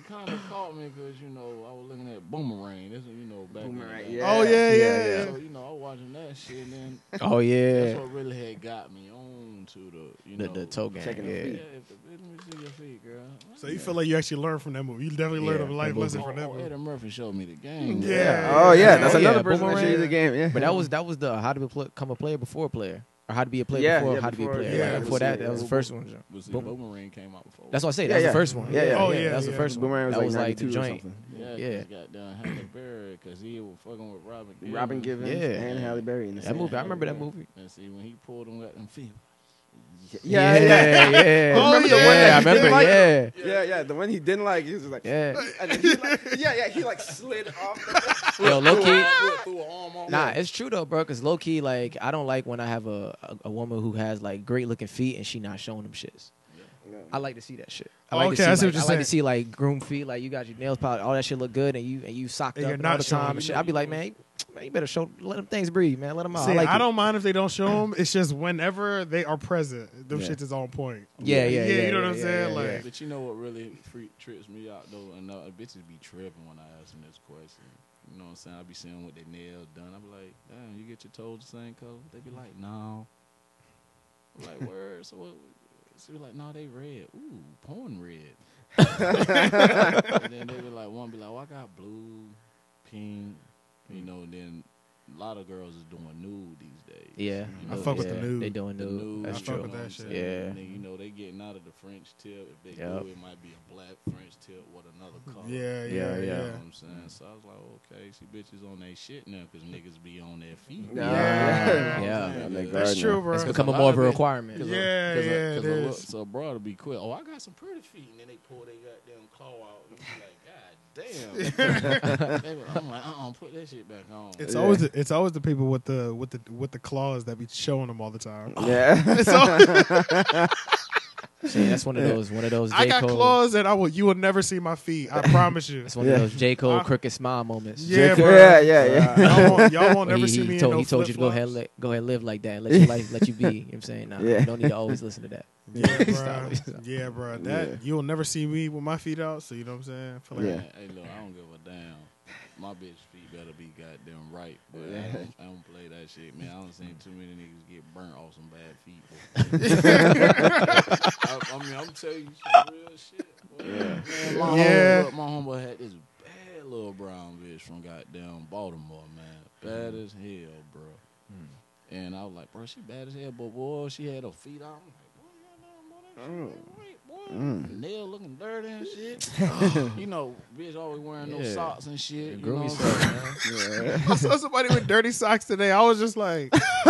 [SPEAKER 3] kind of caught me because you know I was looking at Boomerang. That's what, you know back in the
[SPEAKER 5] Boomerang,
[SPEAKER 3] day.
[SPEAKER 5] yeah.
[SPEAKER 2] Oh yeah, yeah, yeah.
[SPEAKER 3] So you know I was watching that shit, and then
[SPEAKER 4] Oh
[SPEAKER 3] that's
[SPEAKER 4] yeah,
[SPEAKER 3] what really had got me on to the you
[SPEAKER 4] the,
[SPEAKER 3] know
[SPEAKER 4] the toe game.
[SPEAKER 5] Checking the
[SPEAKER 4] yeah.
[SPEAKER 3] Yeah,
[SPEAKER 5] feet.
[SPEAKER 3] if the, let me see your feet, girl.
[SPEAKER 2] So you feel like you actually learned from that movie. You definitely learned a
[SPEAKER 4] Yeah,
[SPEAKER 2] life
[SPEAKER 4] that
[SPEAKER 2] lesson
[SPEAKER 3] oh,
[SPEAKER 2] from that
[SPEAKER 3] oh,
[SPEAKER 2] movie.
[SPEAKER 3] Eddie Murphy showed me the game.
[SPEAKER 2] Yeah.
[SPEAKER 5] Oh yeah, that's
[SPEAKER 4] Oh, yeah,
[SPEAKER 5] another person that
[SPEAKER 4] boomerang.
[SPEAKER 5] shows you the game. Yeah,
[SPEAKER 4] But that was that was the how to become a player before a player, or how to be a player
[SPEAKER 5] Yeah,
[SPEAKER 4] before
[SPEAKER 5] yeah,
[SPEAKER 4] how to be a
[SPEAKER 5] before-
[SPEAKER 4] player.
[SPEAKER 2] yeah,
[SPEAKER 4] like, before
[SPEAKER 5] yeah,
[SPEAKER 4] that, that was the
[SPEAKER 3] yeah.
[SPEAKER 4] first one.
[SPEAKER 3] But see,
[SPEAKER 4] Boom.
[SPEAKER 3] Boomerang came out before.
[SPEAKER 4] That's what I say.
[SPEAKER 5] Yeah,
[SPEAKER 4] That's
[SPEAKER 5] yeah.
[SPEAKER 4] the first one.
[SPEAKER 5] Yeah, yeah.
[SPEAKER 2] Oh, yeah,
[SPEAKER 4] That was the
[SPEAKER 2] yeah.
[SPEAKER 4] first one.
[SPEAKER 5] Boomerang was
[SPEAKER 4] that
[SPEAKER 5] like
[SPEAKER 4] was like the
[SPEAKER 5] 92 or
[SPEAKER 4] joint.
[SPEAKER 5] something.
[SPEAKER 3] Yeah,
[SPEAKER 4] Yeah.
[SPEAKER 3] yeah. got done Halle Berry because he was fucking with Robin. Givens.
[SPEAKER 5] Robin Givens
[SPEAKER 4] Yeah.
[SPEAKER 5] and Halle Berry in the
[SPEAKER 4] That
[SPEAKER 5] same-
[SPEAKER 4] movie. I remember that movie.
[SPEAKER 3] And see when he pulled them at them feet.
[SPEAKER 5] Yeah, yeah, yeah,
[SPEAKER 4] yeah. yeah.
[SPEAKER 2] Oh,
[SPEAKER 4] Remember the
[SPEAKER 2] yeah.
[SPEAKER 4] one that I
[SPEAKER 5] He didn't
[SPEAKER 4] remember.
[SPEAKER 5] like
[SPEAKER 4] yeah,
[SPEAKER 5] yeah, yeah. The one he didn't like, he was just like,
[SPEAKER 4] yeah.
[SPEAKER 5] and then he like- yeah, yeah. He like slid off. The-
[SPEAKER 4] Yo, low key.
[SPEAKER 3] Threw her arm on.
[SPEAKER 4] Nah, it's true though, bro. Because low key, like, I don't like when I have a, a, a woman who has like great looking feet and she not showing them shits. I like to see that shit. I like
[SPEAKER 2] Oh, Okay,
[SPEAKER 4] to
[SPEAKER 2] I
[SPEAKER 4] see,
[SPEAKER 2] see
[SPEAKER 4] like,
[SPEAKER 2] what you're
[SPEAKER 4] I like to
[SPEAKER 2] saying.
[SPEAKER 4] see like groom feet, like you got your nails polished, all that shit look good, and you and you socked
[SPEAKER 2] And
[SPEAKER 4] up
[SPEAKER 2] you're
[SPEAKER 4] and
[SPEAKER 2] not
[SPEAKER 4] all the
[SPEAKER 2] showing
[SPEAKER 4] time
[SPEAKER 2] them.
[SPEAKER 4] and shit. I'd be like, man, you, man, you better show, let them things breathe, man, let them out.
[SPEAKER 2] See,
[SPEAKER 4] I
[SPEAKER 2] I,
[SPEAKER 4] like it.
[SPEAKER 2] don't mind if they don't show them. It's just whenever they are present, them
[SPEAKER 5] Yeah.
[SPEAKER 2] shits is on point.
[SPEAKER 4] Yeah, yeah, yeah,
[SPEAKER 2] You know
[SPEAKER 4] yeah,
[SPEAKER 2] what I'm
[SPEAKER 4] yeah,
[SPEAKER 2] saying?
[SPEAKER 4] yeah, yeah.
[SPEAKER 2] like,
[SPEAKER 3] But you know what really free, trips me out though, and uh, bitches be tripping when I ask them this question. You know what I'm saying? I be seeing what they nails done. I be like, damn, you get your toes the same color? They be like, no. I'm like, word. So what? She was like, no, they red. Ooh, porn red. and then they be like, one be like, well, I got blue, pink. You
[SPEAKER 4] Mm.
[SPEAKER 3] know, then a lot of girls is doing nude these days.
[SPEAKER 4] Yeah.
[SPEAKER 3] You
[SPEAKER 2] I
[SPEAKER 3] know,
[SPEAKER 2] fuck with
[SPEAKER 4] yeah,
[SPEAKER 2] the nude.
[SPEAKER 4] They doing
[SPEAKER 3] the
[SPEAKER 4] nude.
[SPEAKER 3] nude.
[SPEAKER 4] That's
[SPEAKER 2] I fuck
[SPEAKER 3] you know
[SPEAKER 4] true.
[SPEAKER 2] with
[SPEAKER 3] what
[SPEAKER 2] that
[SPEAKER 3] I'm
[SPEAKER 2] shit.
[SPEAKER 3] saying?
[SPEAKER 4] Yeah.
[SPEAKER 3] And then, you know, they getting out of the French tip. If they
[SPEAKER 4] Yep.
[SPEAKER 3] do, it might be a black French tip with another color.
[SPEAKER 2] Yeah,
[SPEAKER 4] Yeah,
[SPEAKER 2] yeah, yeah.
[SPEAKER 3] You know
[SPEAKER 2] yeah.
[SPEAKER 3] what I'm saying? So I was like, okay, see bitches on their shit now because niggas be on their feet.
[SPEAKER 5] Nah.
[SPEAKER 2] Yeah.
[SPEAKER 4] Yeah.
[SPEAKER 5] I'm like,
[SPEAKER 2] That's
[SPEAKER 5] gardener.
[SPEAKER 2] true, bro.
[SPEAKER 4] It's
[SPEAKER 3] Cause
[SPEAKER 4] become
[SPEAKER 3] a
[SPEAKER 4] a
[SPEAKER 3] lot
[SPEAKER 4] more of
[SPEAKER 3] of
[SPEAKER 4] a
[SPEAKER 3] it-
[SPEAKER 4] requirement.
[SPEAKER 3] Cause a-
[SPEAKER 2] Yeah,
[SPEAKER 3] cause a-
[SPEAKER 2] yeah,
[SPEAKER 3] cause
[SPEAKER 2] it
[SPEAKER 3] a look-
[SPEAKER 2] is.
[SPEAKER 3] So abroad to be quick. Oh, I got some pretty feet, and then they pull they goddamn claw out. And you like, god damn. They be- I'm like, uh, uh put that shit back on.
[SPEAKER 2] It's
[SPEAKER 5] Yeah.
[SPEAKER 2] always the, it's always the people with the with the with the claws that be showing them all the time.
[SPEAKER 5] Yeah.
[SPEAKER 2] It's all-
[SPEAKER 4] See, that's one of those. One of those. J.
[SPEAKER 2] I got
[SPEAKER 4] Cole,
[SPEAKER 2] claws that I will you will never see my feet. I promise you.
[SPEAKER 4] That's one
[SPEAKER 5] Yeah.
[SPEAKER 4] of those J. Cole
[SPEAKER 2] I-
[SPEAKER 4] crooked smile moments.
[SPEAKER 2] Uh, Yeah, bro.
[SPEAKER 5] yeah, yeah, yeah.
[SPEAKER 2] Y'all won't, y'all won't
[SPEAKER 4] Where
[SPEAKER 2] never
[SPEAKER 4] he,
[SPEAKER 2] see
[SPEAKER 4] he
[SPEAKER 2] me
[SPEAKER 4] told,
[SPEAKER 2] in no
[SPEAKER 4] he told you to go ahead,
[SPEAKER 2] flip-flops.
[SPEAKER 4] let, go ahead, live like that. Let your life, let you be. You know what I'm saying, nah,
[SPEAKER 5] Yeah.
[SPEAKER 4] you don't need to always listen to that.
[SPEAKER 2] Yeah,
[SPEAKER 4] Stop
[SPEAKER 2] bro.
[SPEAKER 4] it. Stop.
[SPEAKER 2] yeah, bro. That
[SPEAKER 5] Yeah.
[SPEAKER 2] you'll never see me with my feet out. So you know what I'm saying. I feel like-
[SPEAKER 5] Yeah.
[SPEAKER 3] Hey, look, I don't give a damn. My bitch feet better be goddamn right, but I,
[SPEAKER 5] Yeah.
[SPEAKER 3] don't, I don't play that shit, man. I don't seen too many niggas get burnt off some bad feet. I, I mean, I'm telling you some real shit. boy. Man, my,
[SPEAKER 2] Yeah.
[SPEAKER 3] homeboy, my homeboy had this bad little brown bitch from goddamn Baltimore, man. Bad
[SPEAKER 2] Mm-hmm.
[SPEAKER 3] as hell, bro. And I was like, bro, she bad as hell, but boy, she had her feet out. I'm like, boy, goddamn, boy, that shit ain't
[SPEAKER 2] Oh.
[SPEAKER 3] right, boy.
[SPEAKER 2] Mm.
[SPEAKER 3] Nail looking dirty and shit. you know, bitch always wearing no
[SPEAKER 4] Yeah.
[SPEAKER 3] socks and shit. You know what
[SPEAKER 4] Groovy
[SPEAKER 3] I'm
[SPEAKER 4] stuff,
[SPEAKER 3] saying?
[SPEAKER 4] man.
[SPEAKER 2] I saw somebody with dirty socks today. I was just like,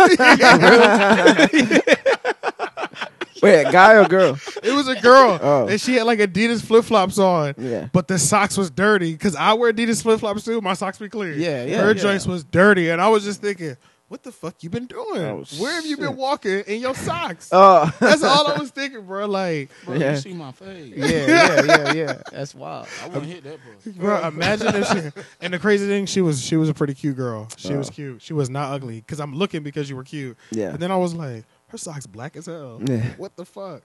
[SPEAKER 5] Wait, guy or girl?
[SPEAKER 2] it was a girl,
[SPEAKER 5] Oh.
[SPEAKER 2] and she had like Adidas flip flops on,
[SPEAKER 5] Yeah.
[SPEAKER 2] but the socks was dirty because I wear Adidas flip flops too. My socks be clean.
[SPEAKER 4] Yeah, yeah,
[SPEAKER 2] Her
[SPEAKER 4] yeah.
[SPEAKER 2] joints was dirty, and I was just thinking, what the fuck you been doing?
[SPEAKER 5] Oh,
[SPEAKER 2] Where have you been
[SPEAKER 5] shit.
[SPEAKER 2] walking in your socks?
[SPEAKER 5] Oh,
[SPEAKER 2] That's all I was thinking, bro. Like,
[SPEAKER 3] Bro,
[SPEAKER 5] Yeah.
[SPEAKER 3] you see my face.
[SPEAKER 4] Yeah, yeah, yeah, yeah. That's wild.
[SPEAKER 3] I wouldn't hit that pussy.
[SPEAKER 2] bro, imagine if she. And the crazy thing, she was she was a pretty cute girl. She was
[SPEAKER 5] Oh.
[SPEAKER 2] cute. She was not ugly because I'm looking because you were cute.
[SPEAKER 5] Yeah.
[SPEAKER 2] But then I was like, her socks black as hell.
[SPEAKER 5] Yeah.
[SPEAKER 2] What the fuck?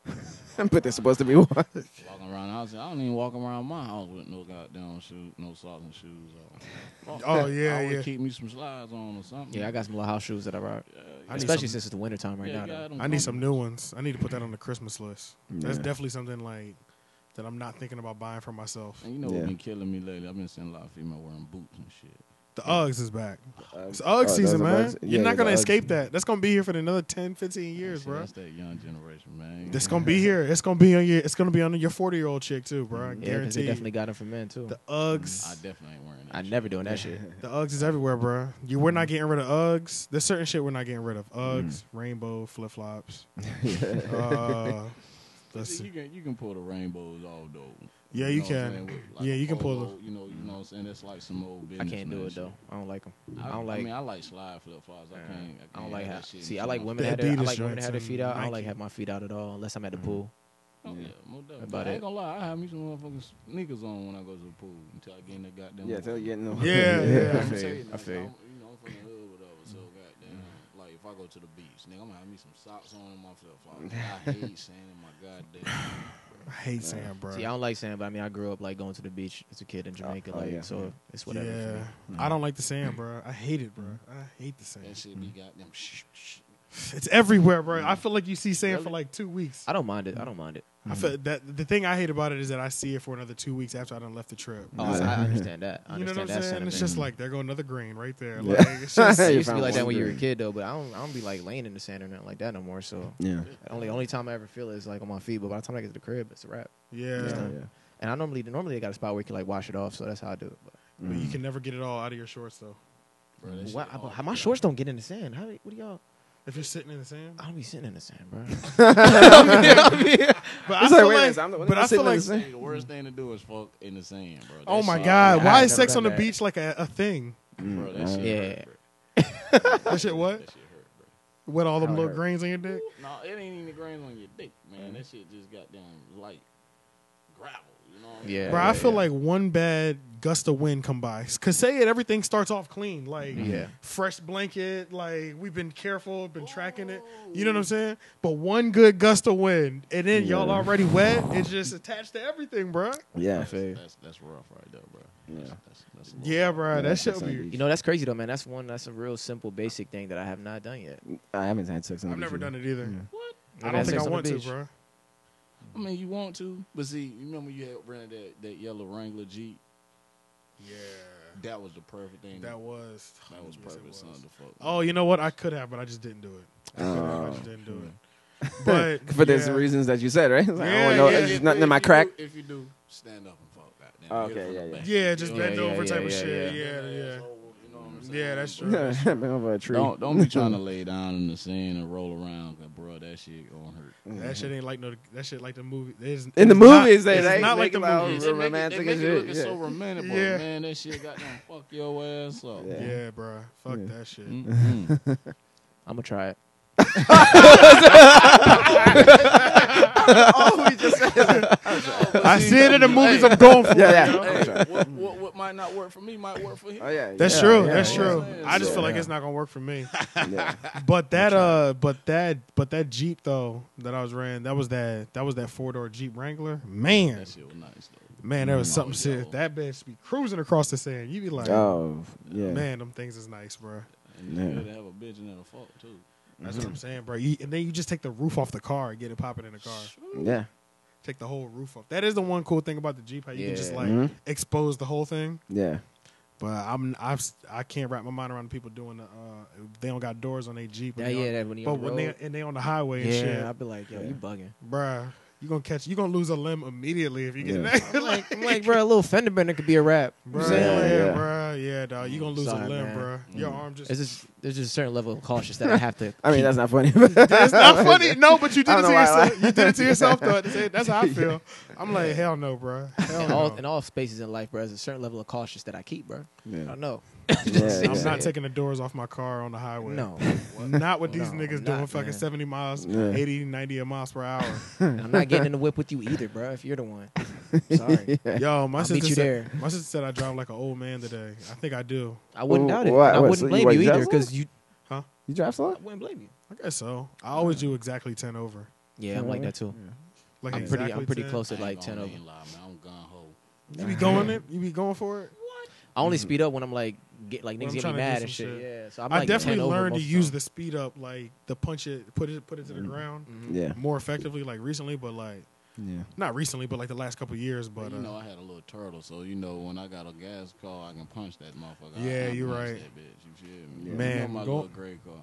[SPEAKER 5] but they're supposed to be one.
[SPEAKER 3] Walking around the house, I don't even walk around my house with no goddamn shoes, no socks and shoes on.
[SPEAKER 2] Oh
[SPEAKER 3] I
[SPEAKER 2] yeah,
[SPEAKER 3] always
[SPEAKER 2] yeah.
[SPEAKER 3] keep me some slides on or something.
[SPEAKER 4] Yeah, I got some little house shoes that I rock,
[SPEAKER 2] I need
[SPEAKER 4] especially
[SPEAKER 2] some-
[SPEAKER 4] since it's the wintertime right
[SPEAKER 3] Yeah,
[SPEAKER 4] now. though.
[SPEAKER 3] got 'em
[SPEAKER 2] I need
[SPEAKER 3] coming.
[SPEAKER 2] some new ones. I need to put that on the Christmas list. That's
[SPEAKER 5] Yeah.
[SPEAKER 2] definitely something like that I'm not thinking about buying for myself.
[SPEAKER 3] And you know
[SPEAKER 5] Yeah.
[SPEAKER 3] what been killing me lately? I've been seeing a lot of female wearing boots and shit.
[SPEAKER 2] The Uggs is back. It's Ugg
[SPEAKER 5] Oh, those
[SPEAKER 2] season,
[SPEAKER 5] are
[SPEAKER 2] man.
[SPEAKER 5] Uggs?
[SPEAKER 2] You're
[SPEAKER 5] Yeah,
[SPEAKER 2] not
[SPEAKER 5] the
[SPEAKER 2] gonna
[SPEAKER 5] Uggs.
[SPEAKER 2] escape that. That's gonna be here for another 10, 15 years,
[SPEAKER 3] See,
[SPEAKER 2] bro.
[SPEAKER 3] That's that young generation, man.
[SPEAKER 2] That's gonna be here. It's gonna be on your. It's gonna be on your 40 year old chick too, bro. I
[SPEAKER 4] Yeah, because they
[SPEAKER 2] guarantee.
[SPEAKER 4] definitely got them for men too.
[SPEAKER 2] the
[SPEAKER 3] Mm, I
[SPEAKER 2] Uggs.
[SPEAKER 3] definitely ain't wearing that.
[SPEAKER 4] I
[SPEAKER 3] shit.
[SPEAKER 4] never doing that shit.
[SPEAKER 2] The Uggs is everywhere, bro. You we're not getting rid of Uggs. There's certain shit we're not getting rid of. Uggs, rainbow, flip flops. uh, let's
[SPEAKER 3] See,
[SPEAKER 2] see.
[SPEAKER 3] you can you can pull the rainbows off though.
[SPEAKER 2] Yeah, you
[SPEAKER 3] know what I'm
[SPEAKER 2] can.
[SPEAKER 3] saying? With,
[SPEAKER 2] Yeah,
[SPEAKER 3] a
[SPEAKER 2] you can pull
[SPEAKER 3] polo, You know, you know what I'm saying. That's like some old
[SPEAKER 4] I
[SPEAKER 3] business.
[SPEAKER 4] can't do
[SPEAKER 3] man
[SPEAKER 4] it
[SPEAKER 3] shit.
[SPEAKER 4] though. I don't like them.
[SPEAKER 3] I,
[SPEAKER 4] I don't
[SPEAKER 3] I
[SPEAKER 4] like. Uh,
[SPEAKER 3] mean, I like slide flip flops. I can't. I, can't
[SPEAKER 4] I don't like
[SPEAKER 3] have
[SPEAKER 4] how.
[SPEAKER 3] that shit
[SPEAKER 4] See,
[SPEAKER 3] in
[SPEAKER 4] I like
[SPEAKER 3] my-
[SPEAKER 4] women
[SPEAKER 2] The
[SPEAKER 4] that have their, I
[SPEAKER 2] Adidas
[SPEAKER 4] like women that
[SPEAKER 2] joints
[SPEAKER 4] have their
[SPEAKER 2] and
[SPEAKER 4] feet out. I don't
[SPEAKER 2] Nike.
[SPEAKER 4] like have my feet out at all unless I'm
[SPEAKER 5] Mm-hmm.
[SPEAKER 4] at the pool.
[SPEAKER 3] Oh, yeah, most definitely.
[SPEAKER 4] About
[SPEAKER 3] I
[SPEAKER 4] it.
[SPEAKER 3] ain't gonna lie. I have me some motherfucking sneakers on when I go to the pool until I get in that goddamn.
[SPEAKER 5] Yeah, so you know.
[SPEAKER 2] Yeah, yeah.
[SPEAKER 3] I'm telling
[SPEAKER 5] I feel
[SPEAKER 3] you,
[SPEAKER 5] you. I
[SPEAKER 3] nigga,
[SPEAKER 5] feel you.
[SPEAKER 3] I'm- You know, I'm from the hood, whatever. So goddamn, like if I go to the beach, nigga, I'm gonna have me some socks on and my flip flops. I hate sand in my goddamn.
[SPEAKER 2] I hate sand, bro.
[SPEAKER 4] See, I don't like sand, but I mean, I grew up like going to the beach as a kid in Jamaica,
[SPEAKER 5] oh,
[SPEAKER 4] like
[SPEAKER 5] yeah.
[SPEAKER 4] so it's whatever. For me. Mm.
[SPEAKER 2] Yeah, I don't like the sand, bro. I hate it, bro. I hate the
[SPEAKER 3] That
[SPEAKER 2] sand.
[SPEAKER 3] shit be goddamn. Sh- sh-
[SPEAKER 2] It's everywhere, bro. I feel like you see sand for like two weeks.
[SPEAKER 4] Mm. I don't mind it. I don't Mm. mind it.
[SPEAKER 2] I feel that the thing I hate about it is that I see it for another two weeks after I done left the trip.
[SPEAKER 4] Oh,
[SPEAKER 5] Mm-hmm.
[SPEAKER 4] I, I understand that. I
[SPEAKER 2] you know
[SPEAKER 4] understand
[SPEAKER 2] what I'm
[SPEAKER 4] that
[SPEAKER 2] saying?
[SPEAKER 4] sentiment.
[SPEAKER 2] It's just like there go another green right there.
[SPEAKER 5] Yeah.
[SPEAKER 2] Like it's just
[SPEAKER 4] it
[SPEAKER 5] You
[SPEAKER 4] used to be
[SPEAKER 5] found
[SPEAKER 4] like that
[SPEAKER 5] one
[SPEAKER 4] when you were a
[SPEAKER 5] green.
[SPEAKER 4] kid though, but I don't. I don't be like laying in the sand or nothing like that no more. So
[SPEAKER 5] Yeah.
[SPEAKER 4] only only time I ever feel it is like on my feet. But by the time I get to the crib, it's a wrap.
[SPEAKER 2] yeah.
[SPEAKER 5] Yeah.
[SPEAKER 4] And I normally normally they got a spot where you can like wash it off. So that's how I do it. But
[SPEAKER 2] But
[SPEAKER 4] Mm.
[SPEAKER 2] you can never get it all out of your shorts though.
[SPEAKER 3] bro, that shit
[SPEAKER 4] Why- but
[SPEAKER 3] hard.
[SPEAKER 4] how, my shorts don't get in the sand. How? What do y'all?
[SPEAKER 2] If you're sitting in the sand,
[SPEAKER 4] I don't be sitting in the sand, bro.
[SPEAKER 2] but
[SPEAKER 5] It's
[SPEAKER 2] I feel
[SPEAKER 5] like, wait a
[SPEAKER 2] like,
[SPEAKER 5] minute, I'm the one
[SPEAKER 2] but I
[SPEAKER 5] sitting
[SPEAKER 2] feel
[SPEAKER 5] in
[SPEAKER 2] like,
[SPEAKER 5] the sand.
[SPEAKER 3] Hey, the worst thing to do is fuck in the sand, bro. That
[SPEAKER 2] oh my
[SPEAKER 3] shit-
[SPEAKER 2] god, why
[SPEAKER 4] I've
[SPEAKER 2] is
[SPEAKER 4] never
[SPEAKER 2] sex
[SPEAKER 4] done
[SPEAKER 2] on the
[SPEAKER 4] that.
[SPEAKER 2] beach like a, a thing?
[SPEAKER 5] Mm,
[SPEAKER 3] Bro, that shit
[SPEAKER 4] Yeah.
[SPEAKER 3] hurt, bro.
[SPEAKER 2] That shit what?
[SPEAKER 3] That shit hurt, bro.
[SPEAKER 2] With all them
[SPEAKER 5] How it
[SPEAKER 2] little
[SPEAKER 5] hurt.
[SPEAKER 2] grains on your dick?
[SPEAKER 3] No, it ain't even the grains on your dick,
[SPEAKER 5] Mm.
[SPEAKER 3] man. That shit just got damn light gravel. You know what I mean?
[SPEAKER 4] Yeah.
[SPEAKER 2] Bro, I feel like one bad gust of wind come by. Cause say it, everything starts off clean, like
[SPEAKER 4] Yeah.
[SPEAKER 2] fresh blanket, like we've been careful, been tracking it. You know what I'm saying? But one good gust of wind, and then y'all
[SPEAKER 5] Yeah.
[SPEAKER 2] already wet. It's just attached to everything, bro.
[SPEAKER 5] Yeah.
[SPEAKER 3] That's that's rough right there, bro.
[SPEAKER 5] Yeah.
[SPEAKER 3] That's, that's, that's a
[SPEAKER 2] Yeah, bro, that
[SPEAKER 5] that's
[SPEAKER 2] shit
[SPEAKER 5] something
[SPEAKER 2] be.
[SPEAKER 4] You know that's crazy though, man. That's one. That's a real simple, basic thing that I have not done yet.
[SPEAKER 5] I haven't had sex on the
[SPEAKER 2] I've never
[SPEAKER 5] beach
[SPEAKER 2] done it either.
[SPEAKER 1] Oh.
[SPEAKER 3] What?
[SPEAKER 2] I
[SPEAKER 4] Yeah,
[SPEAKER 2] don't think
[SPEAKER 4] sex
[SPEAKER 2] I
[SPEAKER 4] on the
[SPEAKER 2] want to,
[SPEAKER 4] beach.
[SPEAKER 2] bro.
[SPEAKER 3] I mean, you want to, but see, you remember you had rented that, that yellow Wrangler Jeep.
[SPEAKER 2] Yeah,
[SPEAKER 3] That was the perfect thing.
[SPEAKER 2] that was
[SPEAKER 3] that
[SPEAKER 2] yes,
[SPEAKER 3] was
[SPEAKER 2] it
[SPEAKER 3] perfect,
[SPEAKER 2] was.
[SPEAKER 3] son. To fuck.
[SPEAKER 2] Oh, you know what? I could have, but I just didn't do it. I, could have, I
[SPEAKER 5] Oh.
[SPEAKER 2] just didn't do it. But
[SPEAKER 5] For these
[SPEAKER 2] yeah.
[SPEAKER 5] reasons that you said, right? It's like, I
[SPEAKER 2] Yeah,
[SPEAKER 5] don't know.
[SPEAKER 2] yeah,
[SPEAKER 5] it's
[SPEAKER 3] If-
[SPEAKER 5] nothing in my
[SPEAKER 3] if you
[SPEAKER 5] crack.
[SPEAKER 3] do- if you do, stand up and fuck that.
[SPEAKER 5] Oh, okay, yeah, yeah.
[SPEAKER 2] Yeah, just
[SPEAKER 4] Yeah,
[SPEAKER 2] bend
[SPEAKER 4] yeah,
[SPEAKER 2] over
[SPEAKER 4] yeah,
[SPEAKER 2] type of
[SPEAKER 4] yeah,
[SPEAKER 2] shit.
[SPEAKER 4] yeah.
[SPEAKER 2] Yeah, yeah.
[SPEAKER 3] You know what I'm saying?
[SPEAKER 2] Yeah, that's true.
[SPEAKER 5] Been over a tree.
[SPEAKER 3] Don't don't be trying to lay down in the sand and roll around, 'cause, bro. That shit gonna hurt.
[SPEAKER 2] That shit ain't like no. That shit like the movie. It is,
[SPEAKER 5] Mm-hmm. In the
[SPEAKER 2] it's not-
[SPEAKER 5] movies, they-
[SPEAKER 2] it's
[SPEAKER 5] they
[SPEAKER 2] not
[SPEAKER 5] make
[SPEAKER 2] like the
[SPEAKER 5] it loud.
[SPEAKER 2] movies.
[SPEAKER 5] Oh, Real romantic
[SPEAKER 3] it,
[SPEAKER 5] as
[SPEAKER 3] make it
[SPEAKER 5] shit,
[SPEAKER 3] look
[SPEAKER 5] yeah.
[SPEAKER 3] so romantic, but
[SPEAKER 2] Yeah.
[SPEAKER 3] man, that shit got to fuck your ass up.
[SPEAKER 5] Yeah.
[SPEAKER 2] Yeah, bruh. Fuck that shit.
[SPEAKER 3] Mm-mm.
[SPEAKER 4] I'm gonna try it.
[SPEAKER 5] oh, we just said Mm-hmm.
[SPEAKER 2] I see it in the movies.
[SPEAKER 3] Hey.
[SPEAKER 2] I'm going for
[SPEAKER 5] Yeah,
[SPEAKER 2] it.
[SPEAKER 5] yeah.
[SPEAKER 2] you know?
[SPEAKER 5] I'm
[SPEAKER 3] Hey,
[SPEAKER 5] sorry.
[SPEAKER 3] what, what, what might not work for me might work for him.
[SPEAKER 5] Oh yeah.
[SPEAKER 2] That's
[SPEAKER 5] yeah,
[SPEAKER 2] true.
[SPEAKER 5] yeah,
[SPEAKER 2] that's
[SPEAKER 5] yeah.
[SPEAKER 2] true. I just
[SPEAKER 5] Yeah.
[SPEAKER 2] feel like it's not gonna work for me.
[SPEAKER 5] Yeah.
[SPEAKER 2] But that uh, but that but that Jeep though that I was ran, that was that that was that four door Jeep Wrangler. Man,
[SPEAKER 3] That shit was nice though.
[SPEAKER 2] man, there was something
[SPEAKER 3] yo.
[SPEAKER 2] shit. That bitch be cruising across the sand. You be like,
[SPEAKER 5] Oh yeah.
[SPEAKER 2] man, them things is nice, bruh.
[SPEAKER 3] And you
[SPEAKER 5] Yeah.
[SPEAKER 3] good to have a bitch and then a fuck too.
[SPEAKER 2] That's
[SPEAKER 5] Mm-hmm.
[SPEAKER 2] what I'm saying, bro. You, and then you just take the roof off the car and get it popping in the car.
[SPEAKER 5] Yeah.
[SPEAKER 2] Take the whole roof off. That is the one cool thing about the Jeep, how you can just
[SPEAKER 4] Yeah.
[SPEAKER 2] like
[SPEAKER 5] Mhm.
[SPEAKER 2] expose the whole thing.
[SPEAKER 5] Yeah.
[SPEAKER 2] But I'm I've I can't wrap my mind around people doing the uh they don't got doors on their Jeep. and
[SPEAKER 4] Yeah,
[SPEAKER 2] they on-
[SPEAKER 4] yeah, that when you
[SPEAKER 2] but
[SPEAKER 4] on the
[SPEAKER 2] when they
[SPEAKER 4] road.
[SPEAKER 2] and they on the highway and shit,
[SPEAKER 4] yeah, I'd be like, yo, you bugging.
[SPEAKER 2] bruh, you gonna catch you gonna lose a limb immediately if you get
[SPEAKER 5] Yeah.
[SPEAKER 2] that.
[SPEAKER 4] I'm like, I'm like, bro, a little fender bender could be a rap. You know
[SPEAKER 2] Bruh,
[SPEAKER 4] what I'm
[SPEAKER 2] yeah,
[SPEAKER 4] saying?
[SPEAKER 5] Yeah, yeah.
[SPEAKER 2] bruh, yeah, dog. You gonna lose
[SPEAKER 4] Sorry,
[SPEAKER 2] a limb,
[SPEAKER 4] man. Mm.
[SPEAKER 2] bruh. Your arm just.
[SPEAKER 4] It's just there's just a certain level of cautious that I have to.
[SPEAKER 5] I mean, that's not funny.
[SPEAKER 2] It's not funny, no. But you did
[SPEAKER 5] I
[SPEAKER 2] it
[SPEAKER 5] don't
[SPEAKER 2] to
[SPEAKER 5] know why I
[SPEAKER 2] yourself. You did it to yourself, though. at the same- That's how I feel. I'm like, hell no, bruh. Hell
[SPEAKER 4] in all
[SPEAKER 2] no.
[SPEAKER 4] in all spaces in life, bro. There's a certain level of cautious that I keep, bro. I
[SPEAKER 5] yeah.
[SPEAKER 4] don't know.
[SPEAKER 5] Yeah,
[SPEAKER 2] I'm
[SPEAKER 5] yeah.
[SPEAKER 2] not taking the doors off my car on the highway.
[SPEAKER 4] No,
[SPEAKER 2] Not with these
[SPEAKER 4] No,
[SPEAKER 2] niggas
[SPEAKER 4] I'm
[SPEAKER 2] doing
[SPEAKER 4] not,
[SPEAKER 2] fucking
[SPEAKER 4] man.
[SPEAKER 2] 70 miles,
[SPEAKER 5] Yeah.
[SPEAKER 2] 80, 90 miles per hour.
[SPEAKER 4] I'm not getting in the whip with you either, bro. If you're the one, sorry,
[SPEAKER 2] Yo, my
[SPEAKER 4] I'll meet
[SPEAKER 2] sister
[SPEAKER 4] you
[SPEAKER 2] said
[SPEAKER 4] there.
[SPEAKER 2] my sister said I drive like an old man today. I think I do.
[SPEAKER 4] I wouldn't
[SPEAKER 5] Well,
[SPEAKER 4] doubt it.
[SPEAKER 5] why-
[SPEAKER 4] I
[SPEAKER 5] what,
[SPEAKER 4] wouldn't
[SPEAKER 5] so you
[SPEAKER 4] blame
[SPEAKER 5] like
[SPEAKER 4] you either
[SPEAKER 5] Zazzle?
[SPEAKER 4] because you.
[SPEAKER 5] You drive slow?
[SPEAKER 4] I wouldn't blame you.
[SPEAKER 2] I guess so. I always do exactly 10 over.
[SPEAKER 4] Yeah, I'm like that too.
[SPEAKER 2] Mm-hmm. Like
[SPEAKER 4] I'm pretty,
[SPEAKER 2] exactly
[SPEAKER 4] I'm pretty
[SPEAKER 2] 10.
[SPEAKER 4] close
[SPEAKER 3] I
[SPEAKER 4] at
[SPEAKER 3] ain't
[SPEAKER 4] like
[SPEAKER 3] gonna
[SPEAKER 4] ten over.
[SPEAKER 3] even lie, man. I'm gun ho.
[SPEAKER 2] You be going it? You be going for it?
[SPEAKER 4] I only speed up when I'm like, get like
[SPEAKER 2] When
[SPEAKER 4] niggas
[SPEAKER 2] I'm
[SPEAKER 4] get me
[SPEAKER 2] trying to do
[SPEAKER 4] mad
[SPEAKER 2] some
[SPEAKER 4] and shit.
[SPEAKER 2] shit.
[SPEAKER 4] Yeah, so I'm
[SPEAKER 2] Mm-hmm. i
[SPEAKER 4] like 10
[SPEAKER 2] definitely
[SPEAKER 4] over
[SPEAKER 2] learned to
[SPEAKER 4] most of Mm-hmm.
[SPEAKER 2] use
[SPEAKER 4] the
[SPEAKER 2] the speed up, like the punch it, put it, put it to the ground
[SPEAKER 5] Yeah.
[SPEAKER 2] more effectively, like recently, but like
[SPEAKER 5] Yeah.
[SPEAKER 2] not recently, but like the last couple years. But
[SPEAKER 3] But
[SPEAKER 2] uh,
[SPEAKER 3] you know, I had a little turtle, so you know, when I got a gas car, I can punch that motherfucker. I-
[SPEAKER 2] Yeah,
[SPEAKER 3] I
[SPEAKER 2] you
[SPEAKER 3] punch
[SPEAKER 2] right.
[SPEAKER 3] That bitch, you feel me?
[SPEAKER 2] Man,
[SPEAKER 3] you know my
[SPEAKER 2] go-
[SPEAKER 3] little gray car.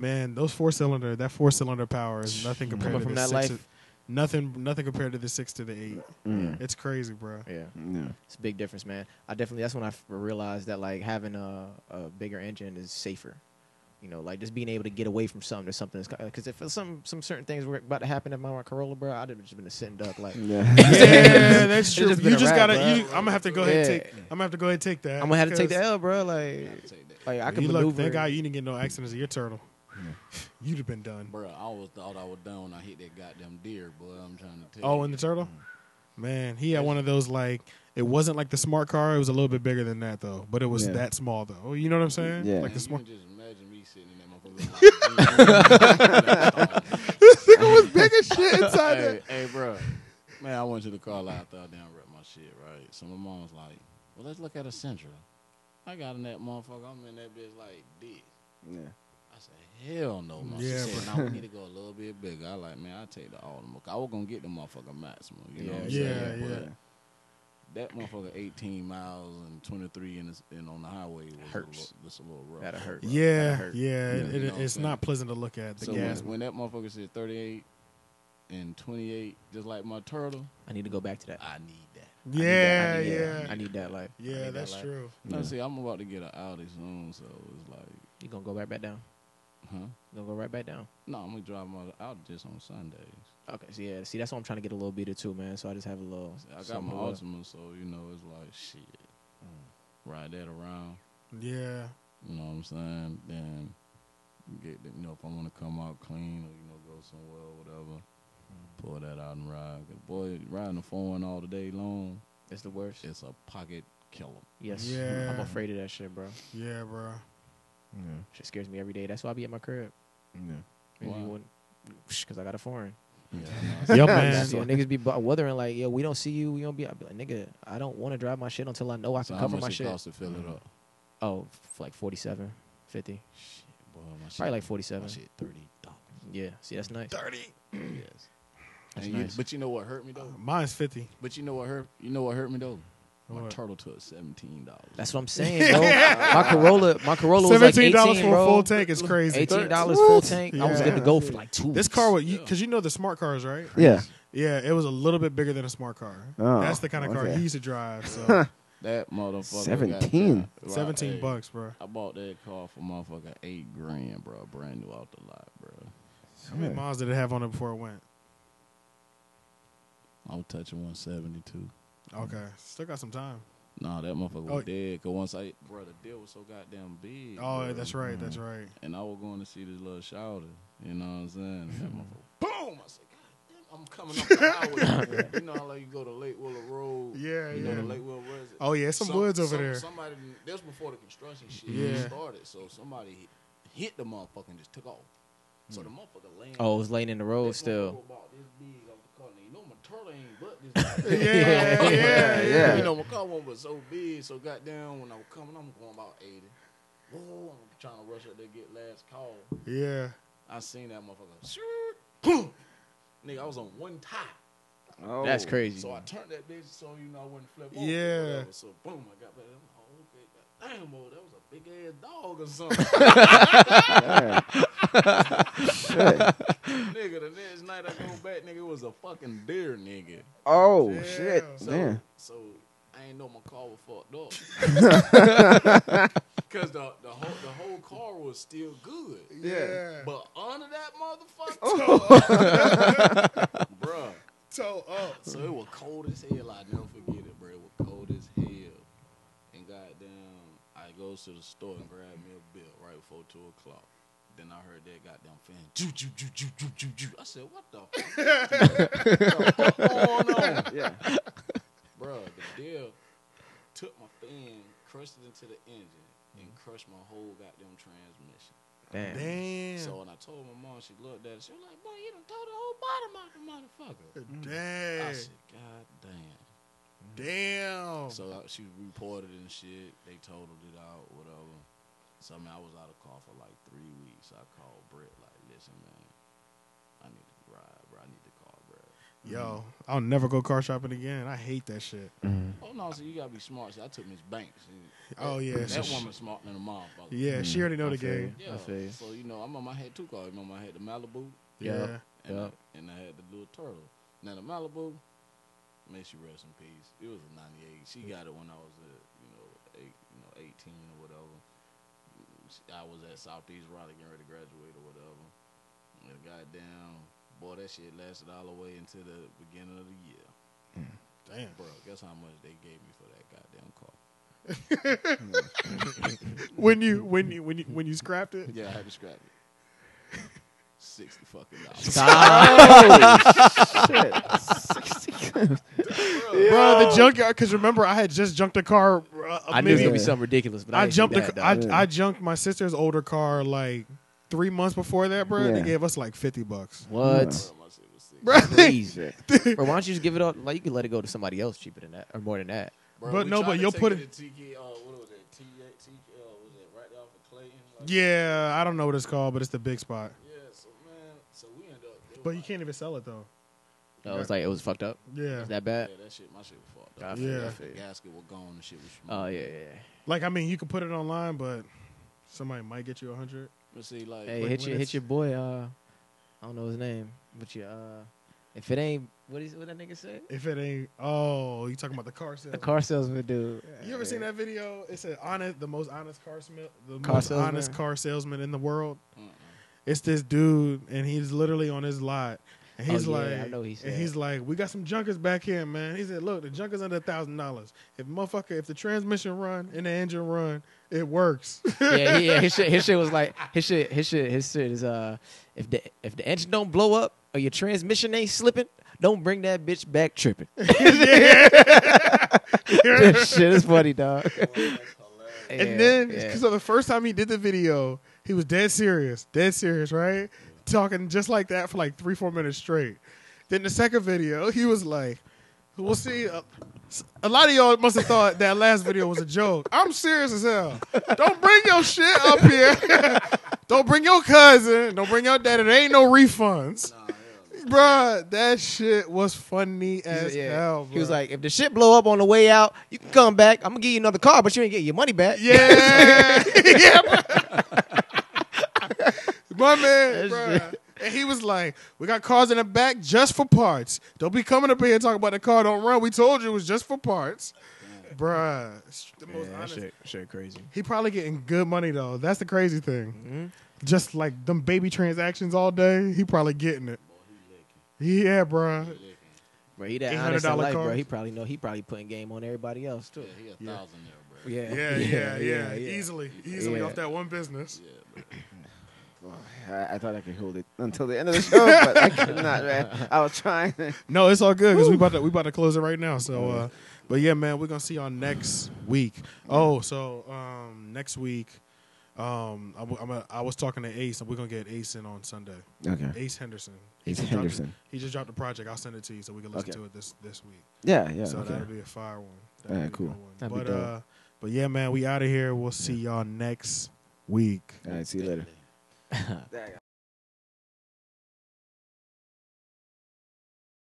[SPEAKER 2] man, those four cylinder, that four cylinder power is nothing compared
[SPEAKER 4] Mm-hmm. coming
[SPEAKER 2] to
[SPEAKER 4] from
[SPEAKER 2] the
[SPEAKER 4] that
[SPEAKER 2] six.
[SPEAKER 4] life.
[SPEAKER 2] nothing, nothing compared to the six to the eight.
[SPEAKER 5] Mm.
[SPEAKER 2] It's crazy, bro.
[SPEAKER 4] Yeah,
[SPEAKER 5] Yeah.
[SPEAKER 4] it's a big difference, man. I definitely that's when I f- realized that like having a, a bigger engine is safer. You know, like just being able to get away from something or something. Because if some some certain things were about to happen in my Corolla, bro, I'd have just been a sitting duck. Like
[SPEAKER 5] Yeah.
[SPEAKER 2] Yeah, that's true.
[SPEAKER 4] just
[SPEAKER 2] you
[SPEAKER 4] been a
[SPEAKER 2] just
[SPEAKER 4] wrap,
[SPEAKER 2] gotta.
[SPEAKER 4] bruh.
[SPEAKER 2] You, I'm gonna have to go ahead.
[SPEAKER 4] Yeah.
[SPEAKER 2] And take, I'm gonna have to go ahead and take that.
[SPEAKER 4] I'm gonna have to take the
[SPEAKER 2] because
[SPEAKER 4] L, bro. Like,
[SPEAKER 3] I take that.
[SPEAKER 4] like I can
[SPEAKER 2] you
[SPEAKER 4] maneuver.
[SPEAKER 2] look, thank God you didn't get no accidents in your turtle. You'd have been done.
[SPEAKER 3] Bruh, I always thought I was done when I hit that goddamn deer, boy. I'm trying to tell you.
[SPEAKER 2] Oh, and the turtle. Man, he had one of those like it wasn't like the smart car. It was a little bit bigger than that though, but it was
[SPEAKER 5] Yeah.
[SPEAKER 2] that small though. Oh, You know what I'm saying?
[SPEAKER 5] Yeah.
[SPEAKER 2] Like
[SPEAKER 3] Man,
[SPEAKER 2] the
[SPEAKER 3] you
[SPEAKER 2] smart.
[SPEAKER 3] can just imagine me sitting in that motherfucker. hey, hey, bro. Man, I went to the car lot after I done rep my shit, right? So my mom was like, well, let's look at a Sentra. I got in that motherfucker. I'm in that bitch like dick.
[SPEAKER 5] Yeah.
[SPEAKER 3] I said, hell no, mom.
[SPEAKER 2] Yeah,
[SPEAKER 3] she said, no, we need to go a little bit bigger. I like, man, I take the Altima. I was going to get the motherfucker maximum, you know what I'm
[SPEAKER 2] Yeah,
[SPEAKER 3] saying?
[SPEAKER 2] yeah.
[SPEAKER 3] But That motherfucker 18 miles and 23 in his, and on the highway was a
[SPEAKER 4] Hurts.
[SPEAKER 3] little, that's a little rough.
[SPEAKER 4] That'll hurt. That'll
[SPEAKER 2] Yeah,
[SPEAKER 4] hurt.
[SPEAKER 2] yeah.
[SPEAKER 5] Yeah.
[SPEAKER 2] It,
[SPEAKER 3] You know
[SPEAKER 2] it's
[SPEAKER 3] what I'm saying?
[SPEAKER 2] not pleasant to look at the
[SPEAKER 3] so
[SPEAKER 2] gas.
[SPEAKER 3] When, when that motherfucker said 38 and 28, just like my turtle,
[SPEAKER 4] I need to go back to that.
[SPEAKER 3] I need that.
[SPEAKER 4] I need
[SPEAKER 2] yeah,
[SPEAKER 4] that- I need
[SPEAKER 2] yeah,
[SPEAKER 4] that. I need that. Like, I
[SPEAKER 2] yeah.
[SPEAKER 4] need that
[SPEAKER 2] That's
[SPEAKER 4] life.
[SPEAKER 2] true.
[SPEAKER 3] Now, see, I'm about to get an Audi soon, so it's like,
[SPEAKER 4] You gonna go right back down.
[SPEAKER 3] huh?
[SPEAKER 4] You gonna go right back down.
[SPEAKER 3] No, I'm going to drive my Audi just on Sundays.
[SPEAKER 4] Okay, so yeah, see, that's why I'm trying to get a little bit of too, man. So I just have a little.
[SPEAKER 3] See, I got
[SPEAKER 4] something
[SPEAKER 3] my
[SPEAKER 4] to look.
[SPEAKER 3] Ultima, so, you know, it's like, shit.
[SPEAKER 4] Mm.
[SPEAKER 3] Ride that around.
[SPEAKER 2] Yeah.
[SPEAKER 3] You know what I'm saying? Then get the- you know if I want to come out clean or you know go somewhere or whatever, pull that out and ride. 'Cause boy, riding the phone all the day long,
[SPEAKER 4] It's the worst.
[SPEAKER 3] it's a pocket killer.
[SPEAKER 4] Yes,
[SPEAKER 2] Yeah.
[SPEAKER 4] I'm afraid of that shit, bro.
[SPEAKER 2] Yeah, bro.
[SPEAKER 4] Shit scares me every day. That's why I be at my crib.
[SPEAKER 5] Yeah.
[SPEAKER 4] Maybe
[SPEAKER 3] Why?
[SPEAKER 4] you wouldn't. Cause I got a foreign.
[SPEAKER 3] Yeah, I know.
[SPEAKER 2] Yup,
[SPEAKER 4] Yeah,
[SPEAKER 2] man.
[SPEAKER 4] so niggas be bu- weathering like, yo, we don't see you. We don't be. I be like, nigga, I don't want to drive my shit until I know I
[SPEAKER 3] so
[SPEAKER 4] can
[SPEAKER 3] how
[SPEAKER 4] cover
[SPEAKER 3] much
[SPEAKER 4] my
[SPEAKER 3] it
[SPEAKER 4] shit.
[SPEAKER 3] cost to fill it up?
[SPEAKER 4] Oh, f- like 47, 50.
[SPEAKER 3] Shit, boy, my shit,
[SPEAKER 4] Probably like
[SPEAKER 3] my
[SPEAKER 4] 47.
[SPEAKER 3] shit, thirty dollars.
[SPEAKER 4] Yeah, see, that's nice.
[SPEAKER 3] Yes.
[SPEAKER 4] That's
[SPEAKER 3] And you-
[SPEAKER 4] nice. Um,
[SPEAKER 3] But you know what hurt me though?
[SPEAKER 2] Mine's fifty.
[SPEAKER 3] But you know what hurt? You know what hurt me though? My
[SPEAKER 2] What?
[SPEAKER 3] turtle took seventeen dollars.
[SPEAKER 4] That's what I'm saying, bro. my Corolla, my Corolla was like
[SPEAKER 2] Seventeen
[SPEAKER 4] eighteen,
[SPEAKER 2] dollars for
[SPEAKER 4] bro.
[SPEAKER 2] a full tank is crazy.
[SPEAKER 4] Eighteen dollars full tank. I was
[SPEAKER 2] Yeah.
[SPEAKER 4] good to go for like two.
[SPEAKER 2] This
[SPEAKER 4] weeks.
[SPEAKER 2] car was because you know the smart cars, right?
[SPEAKER 5] Yeah.
[SPEAKER 2] Yeah, it was a little bit bigger than a smart car.
[SPEAKER 5] Oh,
[SPEAKER 2] That's the kind of car
[SPEAKER 5] okay.
[SPEAKER 2] he used to drive. So
[SPEAKER 3] that motherfucker.
[SPEAKER 5] 17.
[SPEAKER 3] got that- right,
[SPEAKER 2] seventeen
[SPEAKER 3] hey,
[SPEAKER 2] bucks, bro.
[SPEAKER 3] I bought that car for motherfucker eight grand, bro. Brand new out the lot, bro.
[SPEAKER 2] How many miles did it have on it before it went?
[SPEAKER 3] I'm touching one seventy two.
[SPEAKER 2] Okay, still got some time.
[SPEAKER 3] Nah, that motherfucker
[SPEAKER 2] Oh.
[SPEAKER 3] was dead. Cause once I, bro, the deal was so goddamn big.
[SPEAKER 2] Oh,
[SPEAKER 3] bro.
[SPEAKER 2] that's right. That's right.
[SPEAKER 3] And I was going to see this little shouter. You know what I'm saying? That motherfucker, boom! I said, God damn, I'm coming off the highway. you know how like you go to Lake Willow Road.
[SPEAKER 2] Yeah,
[SPEAKER 3] You know
[SPEAKER 2] yeah.
[SPEAKER 3] the Lake Willow Road. is-
[SPEAKER 2] Oh yeah, it's some,
[SPEAKER 3] Some-
[SPEAKER 2] woods over
[SPEAKER 3] some-
[SPEAKER 2] there.
[SPEAKER 3] Somebody that's before the construction shit
[SPEAKER 2] Yeah.
[SPEAKER 3] started. So somebody hit, hit the motherfucker and just took off. So the motherfucker landed.
[SPEAKER 4] Oh, it was laying in the road
[SPEAKER 3] That motherfucker
[SPEAKER 4] still.
[SPEAKER 3] was about this big off the car. And you know my turtle ain't but this big.
[SPEAKER 2] yeah, yeah, yeah.
[SPEAKER 3] You know, my car one was so big, so goddamn, when I was coming, I'm going about 80. Whoa, I'm trying to rush up there to get last call.
[SPEAKER 2] Yeah.
[SPEAKER 3] I seen that motherfucker. Shoot. Nigga, I was on one tie.
[SPEAKER 5] Oh.
[SPEAKER 4] That's crazy.
[SPEAKER 3] So I turned that bitch so, you know, I wouldn't flip over.
[SPEAKER 2] Yeah.
[SPEAKER 3] or whatever. So, boom, I got back. I'm like, oh, okay. Damn, boy, that was a big ass dog or something.
[SPEAKER 5] Yeah.
[SPEAKER 3] nigga, the next night I go back, nigga, it was a fucking deer, nigga.
[SPEAKER 5] Oh
[SPEAKER 2] Yeah.
[SPEAKER 5] shit!
[SPEAKER 2] So-
[SPEAKER 5] Damn.
[SPEAKER 3] So I ain't know my car was fucked up. Cause the the whole the whole car was still good.
[SPEAKER 2] Yeah. Oh.
[SPEAKER 3] But under that motherfucker, bruh.
[SPEAKER 2] Toe up.
[SPEAKER 3] So it was cold as hell. I never forget it, bruh. It was cold as hell. And goddamn, I goes to the store and grab me a bill right before two o'clock. Then I heard that goddamn fan. Ju ju ju ju ju ju ju. I said, what the fuck? what the fuck going on?
[SPEAKER 5] Yeah.
[SPEAKER 3] Bruh, the deal took my fan, crushed it into the engine, and
[SPEAKER 2] Mm-hmm.
[SPEAKER 3] crushed my whole goddamn transmission.
[SPEAKER 4] Damn.
[SPEAKER 2] Damn.
[SPEAKER 3] So when I told my mom, she looked at it. She was like, "Boy, you done tore the whole bottom out the motherfucker." I
[SPEAKER 2] Damn.
[SPEAKER 3] said, "God damn."
[SPEAKER 2] Damn.
[SPEAKER 3] So uh, she reported and shit. They totaled it out, whatever. So I mean, I was out of car for like three weeks. I called Brett like, "Listen, man, I need to ride, bro. I need to call Brett."
[SPEAKER 2] Yo, I'll never go car shopping again. I hate that shit.
[SPEAKER 3] Oh no, so you gotta be smart. So I took Miss Banks. and
[SPEAKER 2] Oh, yeah,
[SPEAKER 3] that,
[SPEAKER 2] so
[SPEAKER 3] that
[SPEAKER 2] she-
[SPEAKER 3] woman's smarter than a motherfucker.
[SPEAKER 2] Yeah, she
[SPEAKER 4] Mm,
[SPEAKER 2] already know the
[SPEAKER 4] feel
[SPEAKER 2] game.
[SPEAKER 3] Yeah.
[SPEAKER 4] I feel you.
[SPEAKER 3] So you know, I remember I had two cars. Remember I had the Malibu.
[SPEAKER 2] Yeah.
[SPEAKER 4] Yup.
[SPEAKER 3] And,
[SPEAKER 4] Yup.
[SPEAKER 3] I, and I had the little turtle. Now the Malibu, may she rest in peace. It was a '98. She got it when I was, uh, you know, eight, you know, 18 or whatever. She- I was at Southeast Raleigh getting ready to graduate or whatever. And goddamn, boy, that shit lasted all the way until the beginning of the year.
[SPEAKER 4] Hmm.
[SPEAKER 2] Damn.
[SPEAKER 3] Bro, guess how much they gave me for that goddamn car?
[SPEAKER 2] When you when you when you when you scrapped it.
[SPEAKER 3] Yeah, I had to scrap it. Sixty fucking dollars.
[SPEAKER 4] Stop.
[SPEAKER 2] Bro, the junkyard. Because remember, I had just junked a car. Uh,
[SPEAKER 4] I knew it was
[SPEAKER 2] maybe,
[SPEAKER 4] gonna be something ridiculous, but I,
[SPEAKER 2] I
[SPEAKER 4] didn't
[SPEAKER 2] jumped.
[SPEAKER 4] do
[SPEAKER 2] A,
[SPEAKER 4] that,
[SPEAKER 2] I
[SPEAKER 4] dog.
[SPEAKER 2] I junked my sister's older car like three months before that, bro. They
[SPEAKER 5] Yeah.
[SPEAKER 2] gave us like fifty bucks.
[SPEAKER 4] what?
[SPEAKER 3] Bro, my shit was sick.
[SPEAKER 2] Bro,
[SPEAKER 4] Please,
[SPEAKER 5] Shit.
[SPEAKER 4] bro. Why don't you just give it up? Like you could let it go to somebody else cheaper than that or more than that.
[SPEAKER 3] Bro,
[SPEAKER 2] But
[SPEAKER 3] we
[SPEAKER 2] no,
[SPEAKER 3] tried
[SPEAKER 2] but
[SPEAKER 3] to
[SPEAKER 2] you'll
[SPEAKER 3] take
[SPEAKER 2] put
[SPEAKER 3] it. to TK, uh, what was it? T- TK, uh, was it right there off of Clayton? Like,
[SPEAKER 2] yeah, I don't know what it's called, but it's the big spot.
[SPEAKER 3] Yeah, so man, so we ended up. they
[SPEAKER 2] But
[SPEAKER 3] was
[SPEAKER 2] you
[SPEAKER 3] like,
[SPEAKER 2] can't even sell it though.
[SPEAKER 4] No, it's like it was fucked up.
[SPEAKER 2] Yeah.
[SPEAKER 4] Is that bad?
[SPEAKER 3] Yeah, that shit, my shit was fucked
[SPEAKER 4] I
[SPEAKER 3] up.
[SPEAKER 4] feel you,
[SPEAKER 2] Yeah.
[SPEAKER 4] I feel
[SPEAKER 3] The
[SPEAKER 4] you.
[SPEAKER 3] gasket was gone and shit was.
[SPEAKER 4] Oh yeah, yeah.
[SPEAKER 2] Like I mean, you can put it online, but somebody might get you a hundred.
[SPEAKER 3] But see, like,
[SPEAKER 4] yeah. Hey,
[SPEAKER 2] When-
[SPEAKER 4] hit
[SPEAKER 2] when
[SPEAKER 4] your
[SPEAKER 2] it's-
[SPEAKER 4] hit your boy. Uh, I don't know his name, but you. Uh, if it ain't what is what that nigga said?
[SPEAKER 2] If it ain't, oh, you talking about the car sale?
[SPEAKER 4] The car salesman dude.
[SPEAKER 2] You ever seen that video? It's an honest, the most honest car smil- the
[SPEAKER 4] Car
[SPEAKER 2] most
[SPEAKER 4] salesman?
[SPEAKER 2] honest car salesman in the world.
[SPEAKER 3] mm-mm.
[SPEAKER 2] It's this dude, and he's literally on his lot, and
[SPEAKER 4] Oh,
[SPEAKER 2] he's
[SPEAKER 4] yeah,
[SPEAKER 2] like,
[SPEAKER 4] I know he said.
[SPEAKER 2] and he's like, we got some junkers back here, man. He said, look, the junkers under a thousand dollars. If motherfucker, if the transmission run and the engine run, it works.
[SPEAKER 4] yeah, he- yeah. His shit, his shit was like his shit. His shit. His shit is uh, if the if the engine don't blow up or your transmission ain't slipping, don't bring that bitch back tripping. This shit is funny, dog.
[SPEAKER 2] And then, so the first time he did the video, he was dead serious, dead serious, right? Talking just like that for like three, four minutes straight. Then the second video, he was like, "We'll see." Uh, s- a lot of y'all must have thought that last video was a joke. I'm serious as hell. Don't bring your shit up here. Don't bring your cousin. Don't bring your daddy. There ain't no refunds.
[SPEAKER 3] Nah, hell no.
[SPEAKER 2] Bruh, that shit was funny
[SPEAKER 4] He
[SPEAKER 2] as
[SPEAKER 4] said, yeah.
[SPEAKER 2] hell.
[SPEAKER 4] He was
[SPEAKER 2] bruh.
[SPEAKER 4] like, if the shit blow up on the way out, you can come back. I'm gonna give you another car, but you ain't getting your money back.
[SPEAKER 2] Yeah, yeah, bruh. my man, bruh. And he was like, "We got cars in the back just for parts. Don't be coming up here and talking about the car don't run. We told you it was just for parts, bruh." it's The most honest.
[SPEAKER 4] shit crazy.
[SPEAKER 2] He probably getting good money though. That's the crazy thing.
[SPEAKER 4] Mm-hmm.
[SPEAKER 2] Just like them baby transactions all day, he probably getting it. Yeah, bruh.
[SPEAKER 4] Bro, he that
[SPEAKER 2] $800
[SPEAKER 4] honest in life, bro.
[SPEAKER 2] cars.
[SPEAKER 4] He probably know he probably putting game on everybody else too.
[SPEAKER 3] He a thousand there, bro.
[SPEAKER 4] Yeah,
[SPEAKER 2] Yeah, yeah, yeah. Easily, easily
[SPEAKER 4] Yeah.
[SPEAKER 2] off that one business.
[SPEAKER 5] I, I thought I could hold it until the end of the show, but I could not, man. I was trying.
[SPEAKER 2] No, it's all good because we about to we about to close it right now. So, uh, but yeah, man, we're gonna see y'all next week. Oh, so um, next week, um, I, w- I'm a, I was talking to Ace, and we're gonna get Ace in on Sunday.
[SPEAKER 5] Okay.
[SPEAKER 2] Ace Henderson.
[SPEAKER 5] Ace
[SPEAKER 2] He just dropped-
[SPEAKER 5] Henderson.
[SPEAKER 2] he just dropped a project. I'll send it to you so we can listen
[SPEAKER 5] Okay.
[SPEAKER 2] to it this this week.
[SPEAKER 5] Yeah, yeah.
[SPEAKER 2] so
[SPEAKER 5] okay.
[SPEAKER 2] that'll be a fire one.
[SPEAKER 5] Yeah,
[SPEAKER 2] That'll
[SPEAKER 5] cool.
[SPEAKER 2] Be a
[SPEAKER 4] That'd
[SPEAKER 2] good
[SPEAKER 4] be
[SPEAKER 2] one. But
[SPEAKER 4] dope.
[SPEAKER 2] uh, but yeah, man, we out of here. We'll see y'all next week.
[SPEAKER 5] All right, see you later. There you go.